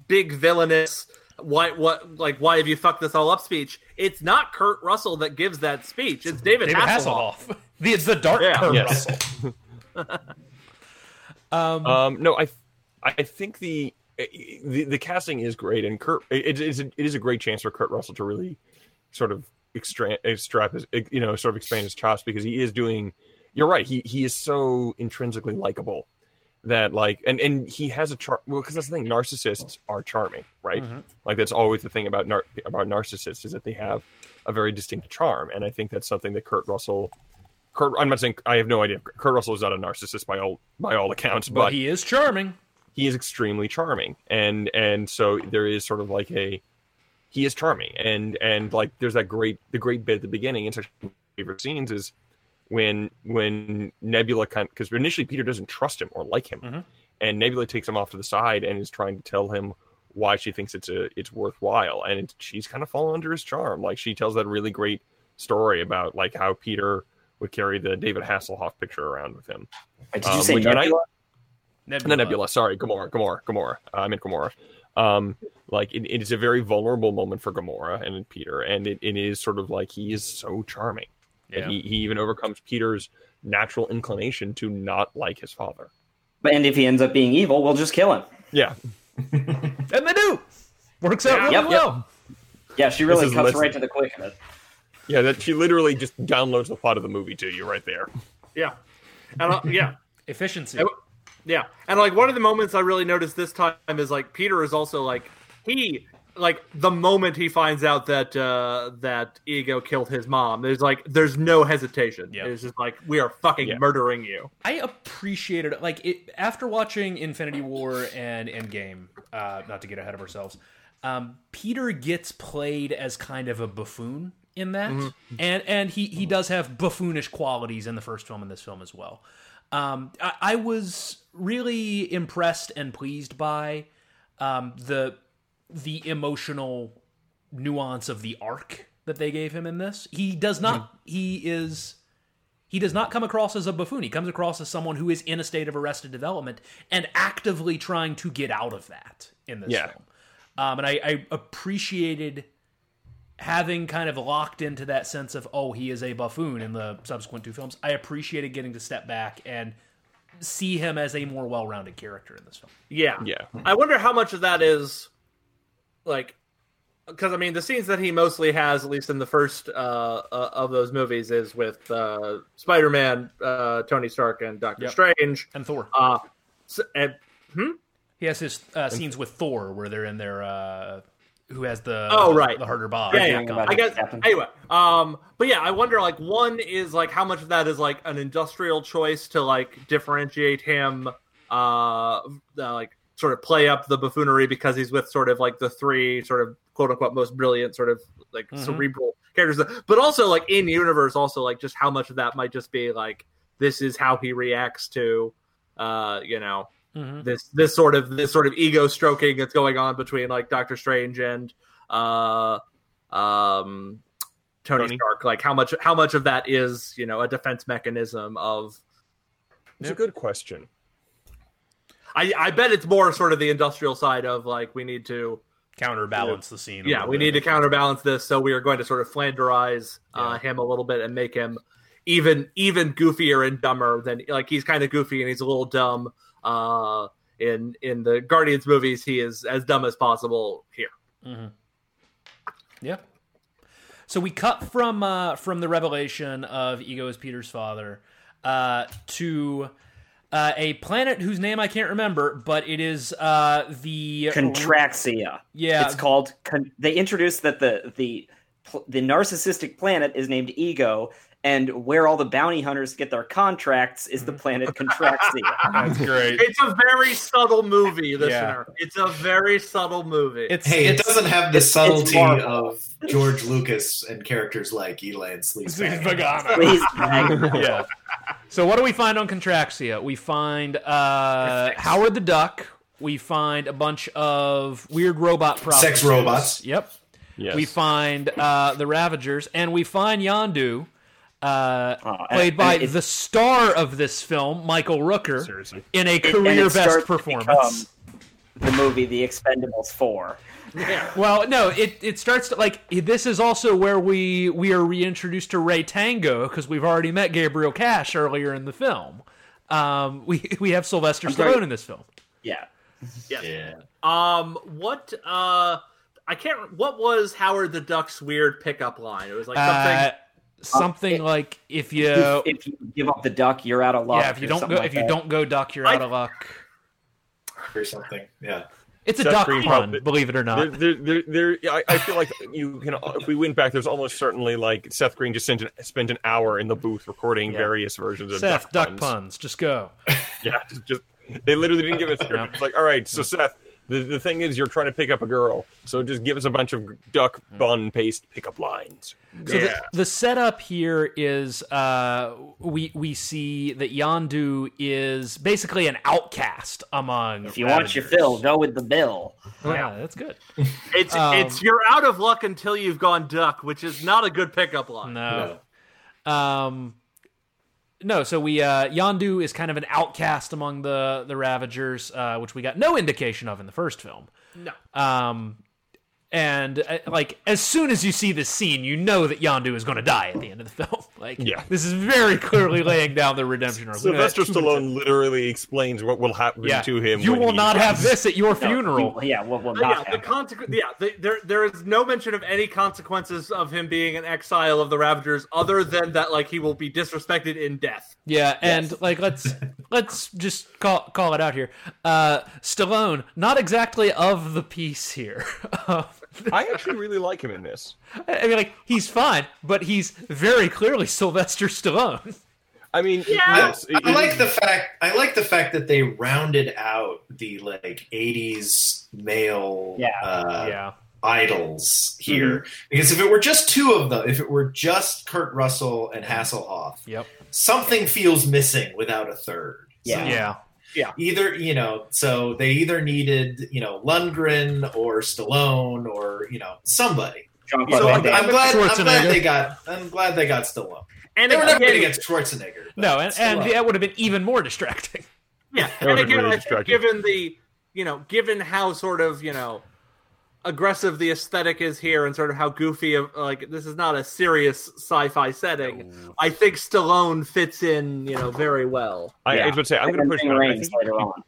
[SPEAKER 4] big villainous why what like why have you fucked this all up speech, it's not Kurt Russell that gives that speech. It's David,
[SPEAKER 1] David
[SPEAKER 4] Hasselhoff.
[SPEAKER 1] Hasselhoff. The, it's the dark
[SPEAKER 4] Yeah.
[SPEAKER 1] Kurt
[SPEAKER 3] Yes.
[SPEAKER 1] Russell.
[SPEAKER 3] Um, no, I, I think the, the the casting is great, and Kurt, it, it's a, it is a great chance for Kurt Russell to really sort of extra, strap his, you know, sort of expand his chops because he is doing. You're right. He he is so intrinsically likable that like, and and he has a char. Well, because that's the thing. Narcissists are charming, right? Like that's always the thing about nar- about narcissists is that they have a very distinct charm, and I think that's something that Kurt Russell. Kurt, I'm not saying I have no idea. Kurt Russell is not a narcissist by all by all accounts,
[SPEAKER 1] But
[SPEAKER 3] but
[SPEAKER 1] he is charming.
[SPEAKER 3] he is extremely charming and and so there is sort of like a he is charming and and like there's that great the great bit at the beginning and such favorite scenes is when when nebula kind because initially peter doesn't trust him or like him
[SPEAKER 1] Mhm.
[SPEAKER 3] and nebula takes him off to the side and is trying to tell him why she thinks it's a it's worthwhile and it, she's kind of fallen under his charm like she tells that really great story about like how peter would carry the david hasselhoff picture around with him
[SPEAKER 2] Did
[SPEAKER 3] Um,
[SPEAKER 2] you say
[SPEAKER 3] which- and I-
[SPEAKER 2] Nebula?
[SPEAKER 1] Nebula.
[SPEAKER 3] no, Nebula. Sorry, Gamora. Gamora. Gamora. Uh, I meant Gamora. Um, like it, it is a very vulnerable moment for Gamora and Peter, and it, it is sort of like he is so charming. that
[SPEAKER 1] Yeah.
[SPEAKER 3] he, he even overcomes Peter's natural inclination to not like his father.
[SPEAKER 2] And if he ends up being evil, we'll just kill him.
[SPEAKER 3] Yeah,
[SPEAKER 1] And they do. Works out really
[SPEAKER 2] Yep, yep.
[SPEAKER 1] well.
[SPEAKER 2] Yeah, she really
[SPEAKER 3] is
[SPEAKER 2] cuts
[SPEAKER 3] listen-
[SPEAKER 2] right to the quick. of it.
[SPEAKER 3] yeah. That she literally just downloads the plot of the movie to you right there.
[SPEAKER 4] Yeah, and uh, yeah.
[SPEAKER 1] Efficiency.
[SPEAKER 4] And- Yeah, and like one of the moments I really noticed this time is like Peter is also like he like the moment he finds out that uh that Ego killed his mom, there's like there's no hesitation.
[SPEAKER 1] Yeah.
[SPEAKER 4] It's just like we are fucking
[SPEAKER 3] Yeah.
[SPEAKER 4] murdering you.
[SPEAKER 1] I appreciated it. Like it after watching Infinity War and Endgame. Uh, not to get ahead of ourselves, um, Peter gets played as kind of a buffoon in that, and and he he does have buffoonish qualities in the first film and this film as well. Um, I, I was really impressed and pleased by um, the the emotional nuance of the arc that they gave him in this. He does not. He is he does not come across as a buffoon. He comes across as someone who is in a state of arrested development and actively trying to get out of that in this
[SPEAKER 3] Yeah.
[SPEAKER 1] film. Um, and I, I appreciated having kind of locked into that sense of oh he is a buffoon in the subsequent two films. I appreciated getting to step back and see him as a more well-rounded character in this film.
[SPEAKER 4] Yeah,
[SPEAKER 3] Yeah,
[SPEAKER 4] I wonder how much of that is like because I mean the scenes that he mostly has, at least in the first uh, uh of those movies, is with uh Spider-Man, uh Tony Stark, and Doctor
[SPEAKER 1] Yep.
[SPEAKER 4] Strange.
[SPEAKER 1] And Thor,
[SPEAKER 4] Uh, s and
[SPEAKER 1] he has his uh, scenes with Thor where they're in their uh, who has the
[SPEAKER 4] Oh, right.
[SPEAKER 1] the harder bod.
[SPEAKER 4] Yeah, yeah.
[SPEAKER 2] Arguing about
[SPEAKER 4] I
[SPEAKER 2] it
[SPEAKER 4] guess
[SPEAKER 2] happened.
[SPEAKER 4] anyway. Um, but yeah, I wonder like one is like how much of that is like an industrial choice to like differentiate him, uh, uh like sort of play up the buffoonery because he's with sort of like the three sort of quote unquote most brilliant sort of like
[SPEAKER 2] Mm-hmm.
[SPEAKER 1] Mhm.
[SPEAKER 4] cerebral characters, but also like in universe, also like just how much of that might just be like this is how he reacts to, uh, you know,
[SPEAKER 1] Mhm.
[SPEAKER 4] this this sort of this sort of ego stroking that's going on between like Doctor Strange and uh um Tony,
[SPEAKER 3] Tony.
[SPEAKER 4] Stark. Like how much how much of that is you know a defense mechanism of
[SPEAKER 3] It's a good question.
[SPEAKER 4] I I bet it's more sort of the industrial side of like we need to
[SPEAKER 6] counterbalance the scene. a
[SPEAKER 4] yeah
[SPEAKER 6] little
[SPEAKER 4] we
[SPEAKER 6] bit.
[SPEAKER 4] need to counterbalance this so we are going to sort of flanderize uh, him a little bit and make him even even goofier and dumber than like he's kind of goofy and he's a little dumb uh in in the guardians movies he is as dumb as possible here
[SPEAKER 1] Yeah. So we cut from uh, from the revelation of Ego as Peter's father uh, to uh, a planet whose name I can't remember, but it is uh, the
[SPEAKER 2] Contraxia.
[SPEAKER 1] Yeah,
[SPEAKER 2] It's called. Con- they introduced that the the pl- the narcissistic planet is named Ego, and where all the bounty hunters get their contracts is the planet Contraxia.
[SPEAKER 6] That's great.
[SPEAKER 4] it's a very subtle movie listener
[SPEAKER 6] listener.
[SPEAKER 4] it's a very subtle movie
[SPEAKER 1] it's,
[SPEAKER 5] Hey, it
[SPEAKER 1] it's-
[SPEAKER 5] doesn't have the
[SPEAKER 2] it's- it's
[SPEAKER 5] subtlety
[SPEAKER 2] Marvel.
[SPEAKER 5] of George Lucas and characters like Elaine
[SPEAKER 6] It's
[SPEAKER 5] Sleazebag.
[SPEAKER 6] Vagana.
[SPEAKER 2] Please, thank you.
[SPEAKER 6] Yeah.
[SPEAKER 1] So what do we find on Contraxia? We find uh, Howard the Duck. We find a bunch of weird robot prostitutes.
[SPEAKER 5] Sex robots.
[SPEAKER 1] Yep.
[SPEAKER 3] Yes.
[SPEAKER 1] We find uh, the Ravagers, and we find Yondu, uh,
[SPEAKER 2] Oh, and-
[SPEAKER 1] played by
[SPEAKER 2] and it-
[SPEAKER 1] the star of this film, Michael Rooker,
[SPEAKER 6] Seriously.
[SPEAKER 1] in a
[SPEAKER 2] and it
[SPEAKER 1] career
[SPEAKER 2] starts
[SPEAKER 1] best
[SPEAKER 2] to
[SPEAKER 1] performance.
[SPEAKER 2] become The movie The Expendables Four.
[SPEAKER 1] Well, no, it, it starts to like this is also where we we are reintroduced to Ray Tango because we've already met Gabriel Cash earlier in the film. Um, we we have Sylvester
[SPEAKER 2] sorry.
[SPEAKER 1] Stallone in this film.
[SPEAKER 2] Yeah,
[SPEAKER 5] Yeah.
[SPEAKER 4] um what uh i can't what was howard the duck's weird pickup line it was like something
[SPEAKER 1] Uh, something
[SPEAKER 2] Uh, it-
[SPEAKER 1] like if you
[SPEAKER 2] if, if you give up the duck, you're out of luck.
[SPEAKER 1] yeah if you
[SPEAKER 2] or
[SPEAKER 1] don't go
[SPEAKER 2] something like
[SPEAKER 1] if you
[SPEAKER 2] that.
[SPEAKER 1] don't go duck you're
[SPEAKER 4] I-
[SPEAKER 1] out of luck.
[SPEAKER 5] Or something. Yeah.
[SPEAKER 1] It's a
[SPEAKER 3] Seth
[SPEAKER 1] duck
[SPEAKER 3] Green
[SPEAKER 1] pun,
[SPEAKER 3] helped.
[SPEAKER 1] believe it or
[SPEAKER 3] there,
[SPEAKER 1] not.
[SPEAKER 3] there, there, there, I, I feel like you can. If we went back, there's almost certainly like Seth Green just spent an, spent an hour in the booth recording various versions of
[SPEAKER 1] Seth, duck
[SPEAKER 3] puns.
[SPEAKER 1] puns, just go.
[SPEAKER 3] Yeah, just, just they literally didn't give us. It's like, all right, so Seth, the, the thing is, you're trying to pick up a girl, so just give us a bunch of duck bun paste pickup lines.
[SPEAKER 1] So the, the setup here is uh, we we see that Yandu is basically an outcast among.
[SPEAKER 2] If you want your fill, go with the bill.
[SPEAKER 1] yeah, that's good.
[SPEAKER 4] It's
[SPEAKER 1] Um,
[SPEAKER 4] it's you're out of luck until you've gone duck, which is not a good pickup line.
[SPEAKER 1] No, um, no. So we uh, Yandu is kind of an outcast among the the Ravagers, uh, which we got no indication of in the first film.
[SPEAKER 4] No.
[SPEAKER 1] Um, and uh, like as soon as you see this scene, you know that Yandu is going to die at the end of the film. Like,
[SPEAKER 3] Yeah.
[SPEAKER 1] this is very clearly laying down the redemption. arc. Look at that.
[SPEAKER 3] Sylvester Stallone literally explains what will happen to him.
[SPEAKER 1] You
[SPEAKER 3] when
[SPEAKER 1] will
[SPEAKER 3] he
[SPEAKER 1] not have
[SPEAKER 3] dies.
[SPEAKER 1] this at your
[SPEAKER 2] No,
[SPEAKER 1] funeral.
[SPEAKER 2] you- yeah, well, well,
[SPEAKER 4] But
[SPEAKER 2] not
[SPEAKER 4] Oh, yeah, the
[SPEAKER 2] happen.
[SPEAKER 4] consequ- yeah the, there there is no mention of any consequences of him being an exile of the Ravagers, other than that like he will be disrespected in death.
[SPEAKER 1] Yeah, and like let's let's just call call it out here. Uh Stallone, not exactly of the piece here. I
[SPEAKER 3] I actually really like him in this.
[SPEAKER 1] I mean, like he's fine, but he's very clearly Sylvester Stallone.
[SPEAKER 3] I mean,
[SPEAKER 5] I,
[SPEAKER 3] yes, it-
[SPEAKER 5] I like the fact I like the fact that they rounded out the like 80s male
[SPEAKER 2] Yeah.
[SPEAKER 5] uh,
[SPEAKER 1] yeah,
[SPEAKER 5] idols here because if it were just two of them if it were just Kurt Russell and Hasselhoff
[SPEAKER 1] Yep.
[SPEAKER 5] something feels missing without a third
[SPEAKER 2] Yeah.
[SPEAKER 1] yeah,
[SPEAKER 5] either you know so they either needed you know Lundgren or Stallone or you know somebody
[SPEAKER 2] Jean-Claude
[SPEAKER 5] so
[SPEAKER 2] Van
[SPEAKER 5] I'm,
[SPEAKER 2] Damme.
[SPEAKER 5] I'm glad I'm glad
[SPEAKER 1] Schwarzenegger.
[SPEAKER 5] they got I'm glad they got Stallone
[SPEAKER 4] And
[SPEAKER 5] they were never
[SPEAKER 4] again-
[SPEAKER 5] going to get Schwarzenegger but
[SPEAKER 1] no, and, and
[SPEAKER 5] Stallone.
[SPEAKER 1] that would have been even more distracting.
[SPEAKER 4] Yeah,
[SPEAKER 3] That
[SPEAKER 4] and
[SPEAKER 3] would've
[SPEAKER 4] again,
[SPEAKER 3] really
[SPEAKER 4] I think
[SPEAKER 3] distracted.
[SPEAKER 4] given the you know, given how sort of you know aggressive the aesthetic is here, and sort of how goofy of like this is not a serious sci-fi setting. I think Stallone fits in you know very well.
[SPEAKER 3] I, I
[SPEAKER 2] Yeah.
[SPEAKER 3] was about to say I'm
[SPEAKER 2] And
[SPEAKER 3] going to
[SPEAKER 2] then Ving
[SPEAKER 3] push. back. I
[SPEAKER 2] Rhames
[SPEAKER 3] think
[SPEAKER 2] later on.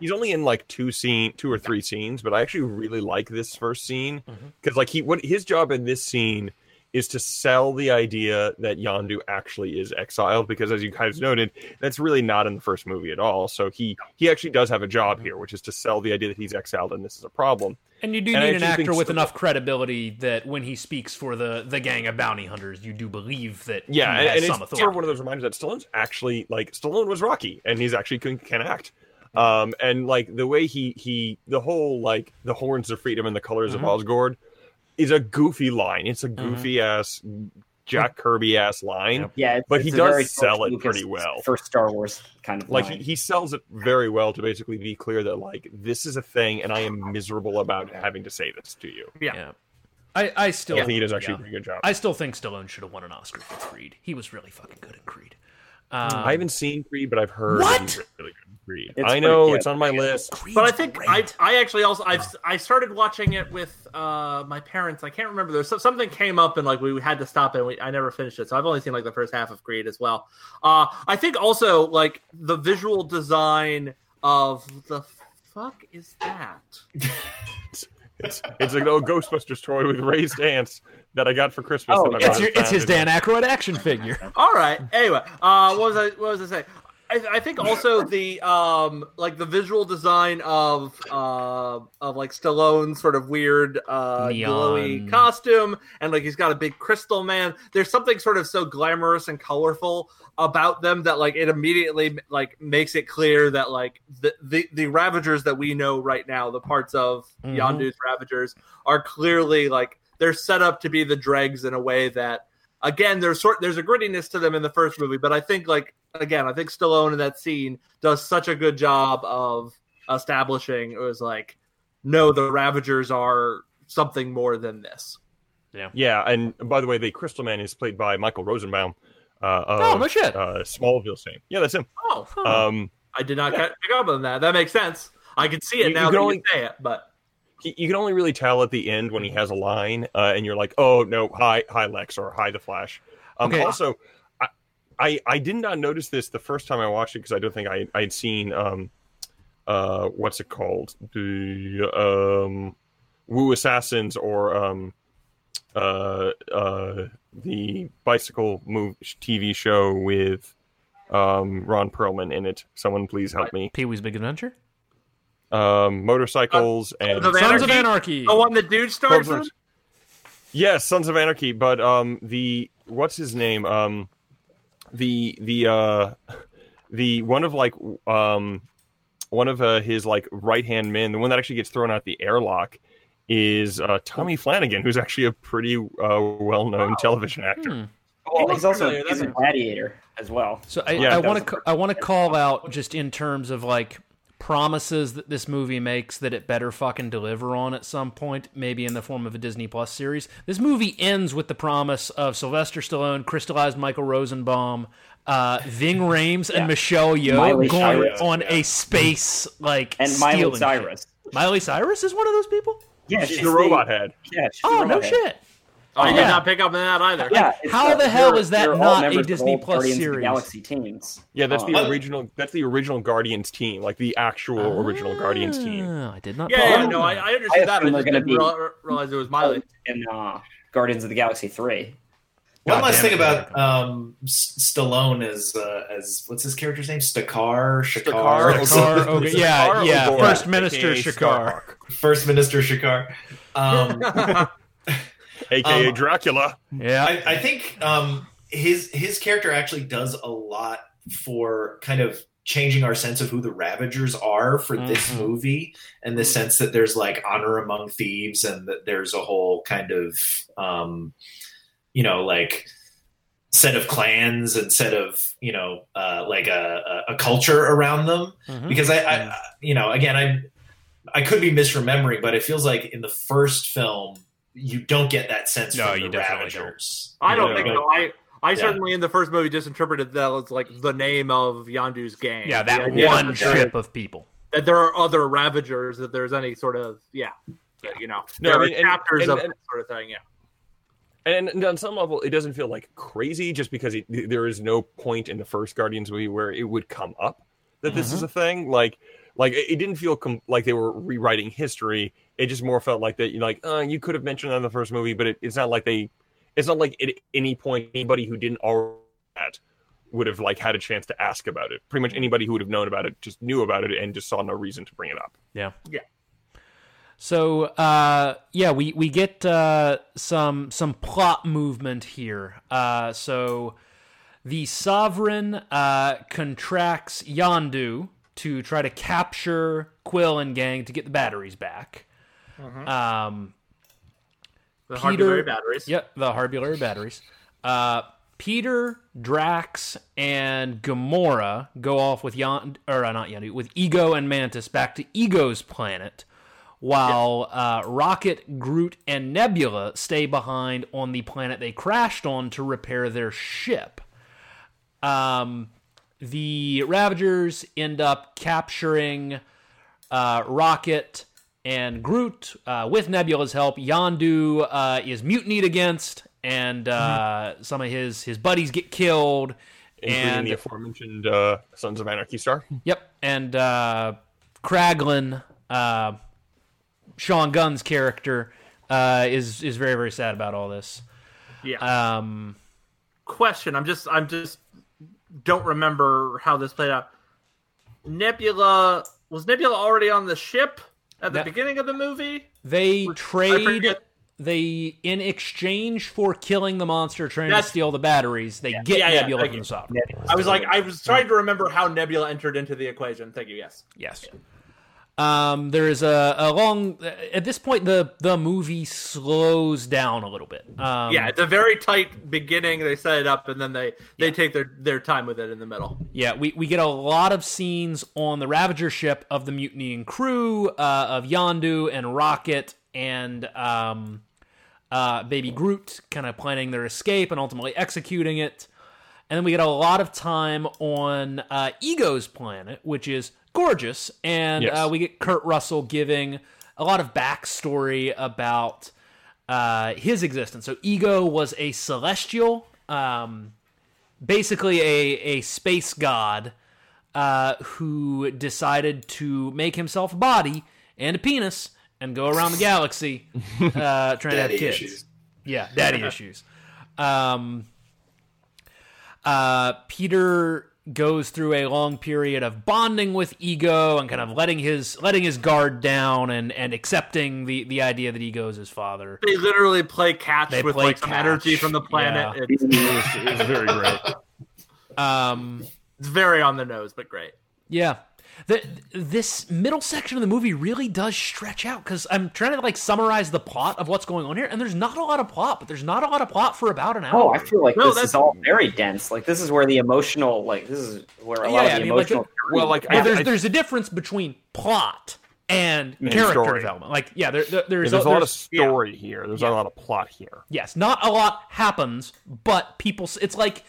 [SPEAKER 3] he's only in like two scene, two or three scenes, but I actually really like this first scene because like he what his job in this scene is to sell the idea that Yandu actually is exiled because as you guys noted, that's really not in the first movie at all. So he he actually does have a job here, which is to sell the idea that he's exiled and this is a problem.
[SPEAKER 1] And you do
[SPEAKER 3] And I
[SPEAKER 1] need an
[SPEAKER 3] actually think
[SPEAKER 1] actor with
[SPEAKER 3] Stallone-
[SPEAKER 1] enough credibility that when he speaks for the the gang of bounty hunters, you do believe that
[SPEAKER 3] Yeah,
[SPEAKER 1] he
[SPEAKER 3] and,
[SPEAKER 1] has
[SPEAKER 3] and
[SPEAKER 1] some
[SPEAKER 3] it's
[SPEAKER 1] authority.
[SPEAKER 3] sort of one of those reminders that Stallone's actually like Stallone was Rocky, and he's actually can, can act. Um, and like the way he he the whole like the horns of freedom and the colors of
[SPEAKER 1] Mm-hmm.
[SPEAKER 3] Osgord is a goofy line. It's a goofy ass Jack Kirby ass line.
[SPEAKER 2] Yeah, it's,
[SPEAKER 3] But he
[SPEAKER 2] it's a
[SPEAKER 3] does
[SPEAKER 2] very
[SPEAKER 3] sell
[SPEAKER 2] George
[SPEAKER 3] it pretty
[SPEAKER 2] Lucas
[SPEAKER 3] well.
[SPEAKER 2] First Star Wars kind of
[SPEAKER 3] Like
[SPEAKER 2] line.
[SPEAKER 3] he, he sells it very well to basically be clear that like this is a thing, and I am miserable about having to say this to you.
[SPEAKER 1] yeah. I, I still
[SPEAKER 3] I think he does actually a pretty good job.
[SPEAKER 1] I still think Stallone should have won an Oscar for Creed. He was really fucking good at Creed. Um,
[SPEAKER 3] Mm, I haven't seen Creed, but I've heard
[SPEAKER 1] What?
[SPEAKER 3] he's really good at Creed.
[SPEAKER 2] It's
[SPEAKER 3] I know
[SPEAKER 2] pretty-
[SPEAKER 3] it's on my list.
[SPEAKER 1] Creed's
[SPEAKER 4] But I think
[SPEAKER 1] great.
[SPEAKER 4] I, I actually also I've, I started watching it with uh, my parents. I can't remember. There's so- something came up and like we had to stop and we, I never finished it. So I've only seen like the first half of Creed as well. Uh, I think also like the visual design of the fuck is that?
[SPEAKER 3] It's, it's an old Ghostbusters toy with raised ants that I got for Christmas.
[SPEAKER 2] Oh,
[SPEAKER 3] that my
[SPEAKER 1] it's,
[SPEAKER 3] mom
[SPEAKER 1] your, it's
[SPEAKER 3] found
[SPEAKER 1] his
[SPEAKER 3] in-
[SPEAKER 1] Dan Aykroyd action figure.
[SPEAKER 4] All right. Anyway, uh, what was I what was I saying? I, I think also the um like the visual design of uh, of like Stallone's sort of weird uh
[SPEAKER 1] Neon.
[SPEAKER 4] glowy costume and like he's got a big crystal man. There's something sort of so glamorous and colorful about them that like it immediately like makes it clear that like the the, the Ravagers that we know right now, the parts of
[SPEAKER 1] Mhm.
[SPEAKER 4] Yondu's Ravagers are clearly like they're set up to be the dregs in a way that again there's sort there's a grittiness to them in the first movie but i think like again i think stallone in that scene does such a good job of establishing it was like no the ravagers are something more than this
[SPEAKER 3] Yeah, and by the way, the Crystal Man is played by Michael Rosenbaum. Uh, of,
[SPEAKER 1] Oh, no shit.
[SPEAKER 3] Uh, Smallville same. Yeah, that's him.
[SPEAKER 4] oh
[SPEAKER 3] Um,
[SPEAKER 4] i did not ca- pick up on that that makes sense i can see it
[SPEAKER 3] You-
[SPEAKER 4] now
[SPEAKER 3] you can
[SPEAKER 4] that
[SPEAKER 3] only-
[SPEAKER 4] you say it but
[SPEAKER 3] he, you can only really tell at the end when he has a line, uh, and you're like, oh no, hi, hi Lex or hi the Flash. Um,
[SPEAKER 1] Okay.
[SPEAKER 3] Also, I, I I did not notice this the first time I watched it because I don't think I I'd seen um, uh, what's it called the um, Woo Assassins or um, uh, uh, the bicycle move TV show with um Ron Perlman in it. Someone please help me.
[SPEAKER 1] Pee Wee's Big Adventure.
[SPEAKER 3] Um, motorcycles and
[SPEAKER 4] the
[SPEAKER 1] Sons of Anarchy.
[SPEAKER 4] Anarchy? the Oh, one the dude stars in?
[SPEAKER 3] Yes, Sons of Anarchy, but um the what's his name? Um the the uh the one of like um one of uh, his like right hand men, the one that actually gets thrown out the airlock is uh Tommy Flanagan, who's actually a pretty uh, well known television actor.
[SPEAKER 1] Hmm.
[SPEAKER 2] Well,
[SPEAKER 4] looks
[SPEAKER 2] he's also
[SPEAKER 4] familiar,
[SPEAKER 2] he's a
[SPEAKER 4] doesn't
[SPEAKER 2] gladiator as well.
[SPEAKER 1] So I,
[SPEAKER 3] Yeah,
[SPEAKER 1] I
[SPEAKER 3] it
[SPEAKER 1] want
[SPEAKER 2] does.
[SPEAKER 1] to I want to call out just in terms of like promises that this movie makes that it better fucking deliver on at some point, maybe in the form of a Disney Plus series. This movie ends with the promise of Sylvester Stallone, crystallized Michael Rosenbaum, uh, Ving Rhames, and Michelle Yeoh
[SPEAKER 2] Miley
[SPEAKER 1] going
[SPEAKER 2] Cyrus,
[SPEAKER 1] on a space like
[SPEAKER 2] And Miley
[SPEAKER 1] stealing
[SPEAKER 2] Cyrus.
[SPEAKER 1] shit. Miley Cyrus is one of those people.
[SPEAKER 2] Yeah,
[SPEAKER 3] She's the robot head.
[SPEAKER 2] Yeah, she's
[SPEAKER 1] Oh
[SPEAKER 2] the
[SPEAKER 1] no
[SPEAKER 2] robot head.
[SPEAKER 1] shit!
[SPEAKER 4] i did
[SPEAKER 1] yeah.
[SPEAKER 4] not pick up on that either
[SPEAKER 2] Yeah, it's,
[SPEAKER 1] How the hell
[SPEAKER 2] they're-
[SPEAKER 1] is that
[SPEAKER 2] they're all
[SPEAKER 1] not a
[SPEAKER 2] members of
[SPEAKER 1] Disney
[SPEAKER 2] old
[SPEAKER 1] Plus
[SPEAKER 2] Guardians of the
[SPEAKER 1] series?
[SPEAKER 2] Galaxy teams.
[SPEAKER 3] Yeah, that's
[SPEAKER 2] Uh,
[SPEAKER 3] the original that's the original Guardians team, like the actual original Guardians team.
[SPEAKER 1] Ah, I did not.
[SPEAKER 4] yeah, yeah
[SPEAKER 1] follow
[SPEAKER 4] no
[SPEAKER 1] that.
[SPEAKER 4] i, I understand that i
[SPEAKER 2] assume
[SPEAKER 4] just
[SPEAKER 2] they're gonna
[SPEAKER 4] didn't
[SPEAKER 2] be-
[SPEAKER 4] real- realize it was miley
[SPEAKER 2] and uh, Guardians of the Galaxy three.
[SPEAKER 1] God
[SPEAKER 5] One last
[SPEAKER 1] damn
[SPEAKER 5] thing
[SPEAKER 1] it,
[SPEAKER 5] about um, S- Stallone is uh, as what's his character's name? Stakar,
[SPEAKER 4] Stakar,
[SPEAKER 5] Shakar,
[SPEAKER 1] Shakar, okay, yeah,
[SPEAKER 3] Shakar
[SPEAKER 1] yeah,
[SPEAKER 3] O'Gore,
[SPEAKER 1] First Minister
[SPEAKER 3] aka
[SPEAKER 1] Shakar.
[SPEAKER 3] Starhawk,
[SPEAKER 5] First Minister Shakar. Um,
[SPEAKER 3] aka
[SPEAKER 5] Um,
[SPEAKER 3] Dracula.
[SPEAKER 1] Yeah,
[SPEAKER 5] I, I think um, his his character actually does a lot for kind of changing our sense of who the Ravagers are for this
[SPEAKER 1] Mhm.
[SPEAKER 5] movie, and the sense that there's like honor among thieves, and that there's a whole kind of um, you know like set of clans and set of you know uh, like a, a a culture around them
[SPEAKER 6] Hmm,
[SPEAKER 1] Mhm.
[SPEAKER 5] because I, I I- you know again I I could be misremembering but it feels like in the first film you don't get that sense
[SPEAKER 6] No,
[SPEAKER 5] from
[SPEAKER 6] you
[SPEAKER 5] the
[SPEAKER 6] definitely
[SPEAKER 5] Ravagers.
[SPEAKER 4] I don't
[SPEAKER 5] Yeah.
[SPEAKER 4] think
[SPEAKER 5] Like,
[SPEAKER 4] so. I I
[SPEAKER 5] Yeah.
[SPEAKER 4] certainly in the first movie misinterpreted that as like the name of Yandu's gang.
[SPEAKER 1] yeah, that
[SPEAKER 4] idea
[SPEAKER 1] one
[SPEAKER 4] that there-
[SPEAKER 1] ship of people.
[SPEAKER 4] that there are other Ravagers. That there's any sort of yeah, that, you know,
[SPEAKER 3] No,
[SPEAKER 4] there
[SPEAKER 3] I mean,
[SPEAKER 4] are
[SPEAKER 3] and-
[SPEAKER 4] chapters
[SPEAKER 3] and-
[SPEAKER 4] of
[SPEAKER 3] and-
[SPEAKER 4] that sort of thing. Yeah,
[SPEAKER 3] And and on some level, it doesn't feel like crazy just because it, there is no point in the first Guardians movie where it would come up that this is a thing. Like, like it it didn't feel com- like they were rewriting history. It just more felt like that. You like, uh, you could have mentioned that in the first movie, but it, it's not like they. It's not like at any point anybody who didn't already that would have like had a chance to ask about it. Pretty much anybody who would have known about it just knew about it and just saw no reason to bring it up.
[SPEAKER 1] So uh, yeah, we we get uh, some some plot movement here. Uh, so the sovereign uh, contracts Yandu to try to capture Quill and gang to get the batteries back. Um,
[SPEAKER 4] the
[SPEAKER 1] Peter-
[SPEAKER 4] Hardyberry batteries.
[SPEAKER 1] Yep, the Harbulary batteries. Uh, Peter, Drax, and Gamora go off with Yon or uh, not Yondu with Ego and Mantis back to Ego's planet, while uh, Rocket, Groot, and Nebula stay behind on the planet they crashed on to repair their ship. Um, the Ravagers end up capturing uh, Rocket and Groot uh, with Nebula's help. Yondu uh, is mutinied against, and uh, some of his his buddies get killed.
[SPEAKER 3] including
[SPEAKER 1] and
[SPEAKER 3] the aforementioned uh, Sons of Anarchy star.
[SPEAKER 1] Yep, and uh, Kraglin, uh, Sean Gunn's character, uh, is is very very sad about all this.
[SPEAKER 4] Yeah.
[SPEAKER 3] Uh,
[SPEAKER 1] Um,
[SPEAKER 4] question. I'm just I'm just don't remember how this played out. Nebula was Nebula already on the ship at the
[SPEAKER 1] Ne-
[SPEAKER 4] beginning of the movie?
[SPEAKER 1] they trade.
[SPEAKER 4] forget.
[SPEAKER 1] They, in exchange for killing the monster trying
[SPEAKER 4] That's-
[SPEAKER 1] to steal the batteries, they get
[SPEAKER 4] yeah, yeah,
[SPEAKER 1] Nebula
[SPEAKER 4] thank
[SPEAKER 1] from
[SPEAKER 4] you.
[SPEAKER 1] the sovereign.
[SPEAKER 4] I was like I was trying to remember how Nebula entered into the equation. Thank you. Yes.
[SPEAKER 1] Yes. Um, there is a, a long. At this point, the the movie slows down a little bit. Um,
[SPEAKER 4] yeah, it's a very tight beginning. They set it up and then they they take their their time with it in the middle.
[SPEAKER 1] yeah. We, we get a lot of scenes on the Ravager ship of the mutinying crew uh, of Yondu and Rocket and um, uh, Baby Groot, kind of planning their escape and ultimately executing it. And then we get a lot of time on uh, Ego's planet, which is gorgeous. And
[SPEAKER 3] Yes.
[SPEAKER 1] uh, we get Kurt Russell giving a lot of backstory about uh, his existence. So, Ego was a celestial, um, basically a, a space god uh, who decided to make himself a body and a penis and go around the galaxy uh, trying to have
[SPEAKER 5] Daddy
[SPEAKER 1] kids.
[SPEAKER 5] issues.
[SPEAKER 1] Yeah, daddy issues. Um, uh, Peter goes through a long period of bonding with Ego and kind of letting his letting his guard down and and accepting the the idea that Ego is his father.
[SPEAKER 4] They literally play catch
[SPEAKER 1] They
[SPEAKER 4] with
[SPEAKER 1] play
[SPEAKER 4] like some
[SPEAKER 1] catch.
[SPEAKER 4] energy from the planet. It's,
[SPEAKER 3] It's very great.
[SPEAKER 1] Um,
[SPEAKER 4] it's very on the nose, but great.
[SPEAKER 1] yeah. The, this middle section of the movie really does stretch out because I'm trying to like summarize the plot of what's going on here, and there's not a lot of plot, but there's not a lot of plot for about an hour.
[SPEAKER 2] Oh, I feel like
[SPEAKER 4] No,
[SPEAKER 2] this
[SPEAKER 4] that's-
[SPEAKER 2] is all very dense. Like this is where the emotional, like this is where a lot
[SPEAKER 1] Yeah,
[SPEAKER 2] of the
[SPEAKER 1] I mean, like,
[SPEAKER 2] emotional.
[SPEAKER 3] Well, like
[SPEAKER 1] Well,
[SPEAKER 3] I,
[SPEAKER 1] there's
[SPEAKER 3] I-
[SPEAKER 1] there's a difference between plot and
[SPEAKER 3] And
[SPEAKER 1] character
[SPEAKER 3] story.
[SPEAKER 1] development. Like, yeah, there, there- there's,
[SPEAKER 3] there's, a lot of
[SPEAKER 1] there's- yeah.
[SPEAKER 3] story here. There's a lot of plot here.
[SPEAKER 1] Yes, not a lot happens, but people. s- It's like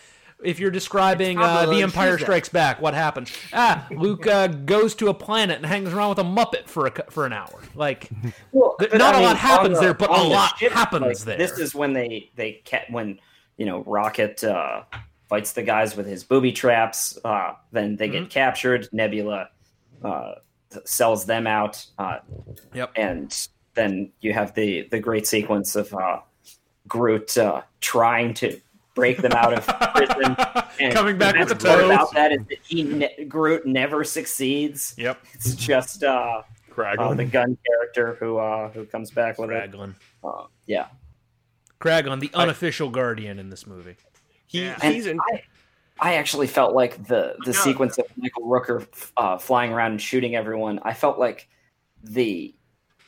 [SPEAKER 1] if you're describing
[SPEAKER 4] It's
[SPEAKER 1] uh,
[SPEAKER 4] Pablo
[SPEAKER 1] The Empire
[SPEAKER 4] Escobar.
[SPEAKER 1] Strikes Back, what happens? Ah, Luke uh, goes to a planet and hangs around with a Muppet for a cou- for an hour. Like,
[SPEAKER 2] Well,
[SPEAKER 1] Th-
[SPEAKER 2] but
[SPEAKER 1] not a
[SPEAKER 2] I
[SPEAKER 1] lot
[SPEAKER 2] mean,
[SPEAKER 1] happens
[SPEAKER 2] on
[SPEAKER 1] there, but a
[SPEAKER 2] on the
[SPEAKER 1] lot happens there.
[SPEAKER 2] like, This is when they they kept when you know Rocket uh, fights the guys with his booby traps. Uh, then they
[SPEAKER 1] Mm-hmm.
[SPEAKER 2] get captured. Nebula uh, th- sells them out, uh,
[SPEAKER 1] yep,
[SPEAKER 2] and then you have the the great sequence of uh, Groot uh, trying to break them out of prison. And
[SPEAKER 1] Coming back
[SPEAKER 2] the
[SPEAKER 1] with
[SPEAKER 2] best
[SPEAKER 1] the
[SPEAKER 2] part
[SPEAKER 1] toes.
[SPEAKER 2] about that is that he ne- Groot never succeeds.
[SPEAKER 1] Yep.
[SPEAKER 2] It's just uh, uh,
[SPEAKER 3] Um,
[SPEAKER 2] the gun character who uh, who comes back with it.
[SPEAKER 1] Kraglin,
[SPEAKER 2] Uh, yeah,
[SPEAKER 1] Kraglin, the unofficial guardian in this movie.
[SPEAKER 3] He,
[SPEAKER 4] Yeah.
[SPEAKER 3] He's in.
[SPEAKER 2] I, I actually felt like the the
[SPEAKER 4] Yeah.
[SPEAKER 2] sequence of Michael Rooker uh, flying around and shooting everyone. I felt like the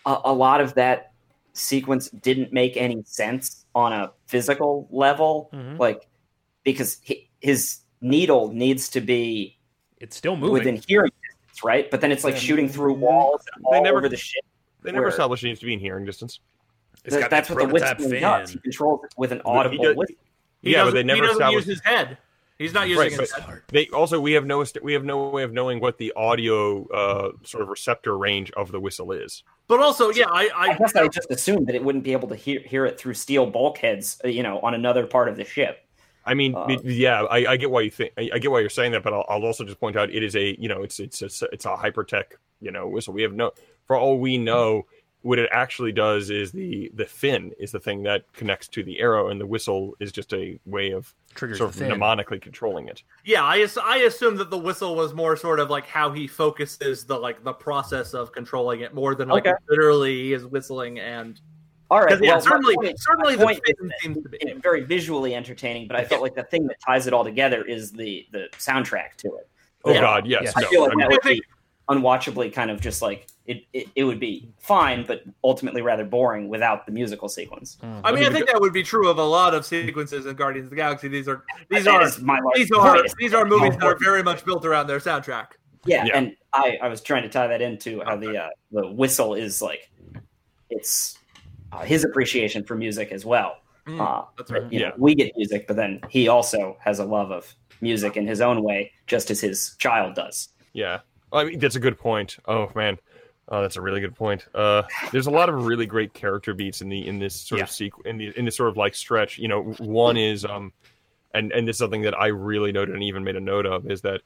[SPEAKER 2] a, a lot of that sequence didn't make any sense on a physical level,
[SPEAKER 1] Mhm.
[SPEAKER 2] like because he, his needle needs to be
[SPEAKER 1] It's still moving.
[SPEAKER 2] within hearing distance, right? But then it's like
[SPEAKER 1] Yeah.
[SPEAKER 2] shooting through walls and all
[SPEAKER 3] They never-
[SPEAKER 2] over the ship.
[SPEAKER 3] They never
[SPEAKER 2] where-
[SPEAKER 3] established he needs to be in hearing distance.
[SPEAKER 6] It's
[SPEAKER 2] That-
[SPEAKER 6] got
[SPEAKER 2] that's
[SPEAKER 6] that
[SPEAKER 2] what the
[SPEAKER 6] prototype
[SPEAKER 2] whistle does. He
[SPEAKER 6] fan.
[SPEAKER 2] controls it with an
[SPEAKER 3] he
[SPEAKER 2] audible
[SPEAKER 3] does-
[SPEAKER 2] whistle.
[SPEAKER 4] He
[SPEAKER 3] yeah, but
[SPEAKER 4] doesn't-
[SPEAKER 3] they never
[SPEAKER 4] he doesn't
[SPEAKER 3] established.
[SPEAKER 4] use his head. He's not using
[SPEAKER 3] Right,
[SPEAKER 4] his
[SPEAKER 3] but-
[SPEAKER 4] head.
[SPEAKER 3] They also we have no est- we have no way of knowing what the audio uh, sort of receptor range of the whistle is.
[SPEAKER 4] But also, yeah, I,
[SPEAKER 2] I
[SPEAKER 4] I
[SPEAKER 2] guess I just assumed that it wouldn't be able to hear, hear it through steel bulkheads, uh, you know, on another part of the ship.
[SPEAKER 3] I mean,
[SPEAKER 2] Uh,
[SPEAKER 3] it- yeah, I, I get why you think I, I get why you're saying that, but I'll, I'll also just point out it is a you know it's it's it's, it's a hypertech you know whistle. We have no for all we know what it actually does is the the fin is the thing that connects to the arrow, and the whistle is just a way of
[SPEAKER 1] Triggers
[SPEAKER 3] sort
[SPEAKER 1] the
[SPEAKER 3] of
[SPEAKER 1] fin.
[SPEAKER 3] mnemonically controlling it.
[SPEAKER 4] yeah, I, ass- I assume that the whistle was more sort of like how he focuses the like the process of controlling it more than like
[SPEAKER 2] Okay.
[SPEAKER 4] literally he is whistling and
[SPEAKER 2] All right.
[SPEAKER 4] because yeah,
[SPEAKER 2] well, my
[SPEAKER 4] certainly
[SPEAKER 2] point-
[SPEAKER 4] certainly
[SPEAKER 2] my
[SPEAKER 4] the
[SPEAKER 2] point
[SPEAKER 4] fin
[SPEAKER 2] is
[SPEAKER 4] seems to be
[SPEAKER 2] that it's very visually entertaining, but I felt like the thing that ties it all together is the the soundtrack to it.
[SPEAKER 3] Oh
[SPEAKER 4] Yeah.
[SPEAKER 3] God, yes,
[SPEAKER 1] Yes.
[SPEAKER 2] I feel
[SPEAKER 3] no,
[SPEAKER 2] like
[SPEAKER 3] I mean,
[SPEAKER 2] that would be unwatchably kind of just like it, it, it would be fine, but ultimately rather boring without the musical sequence.
[SPEAKER 4] I mean I think that would be true of a lot of sequences in Guardians of the Galaxy. These are these
[SPEAKER 2] That
[SPEAKER 4] are
[SPEAKER 2] is my large
[SPEAKER 4] these are
[SPEAKER 2] point.
[SPEAKER 4] these are movies that are very much built around their soundtrack.
[SPEAKER 2] Yeah,
[SPEAKER 3] Yeah.
[SPEAKER 2] and I, I was trying to tie that into how the uh, the whistle is like it's uh, his appreciation for music as well.
[SPEAKER 4] Mm,
[SPEAKER 2] Uh,
[SPEAKER 4] that's right.
[SPEAKER 2] you know,
[SPEAKER 3] Yeah.
[SPEAKER 2] we get music, but then he also has a love of music in his own way, just as his child does.
[SPEAKER 3] Yeah, I mean that's a good point. Oh man, oh that's a really good point. Uh, there's a lot of really great character beats in the in this sort of sequ- in the in this sort of like stretch. You know, one is um, and and this is something that I really noted and even made a note of is that.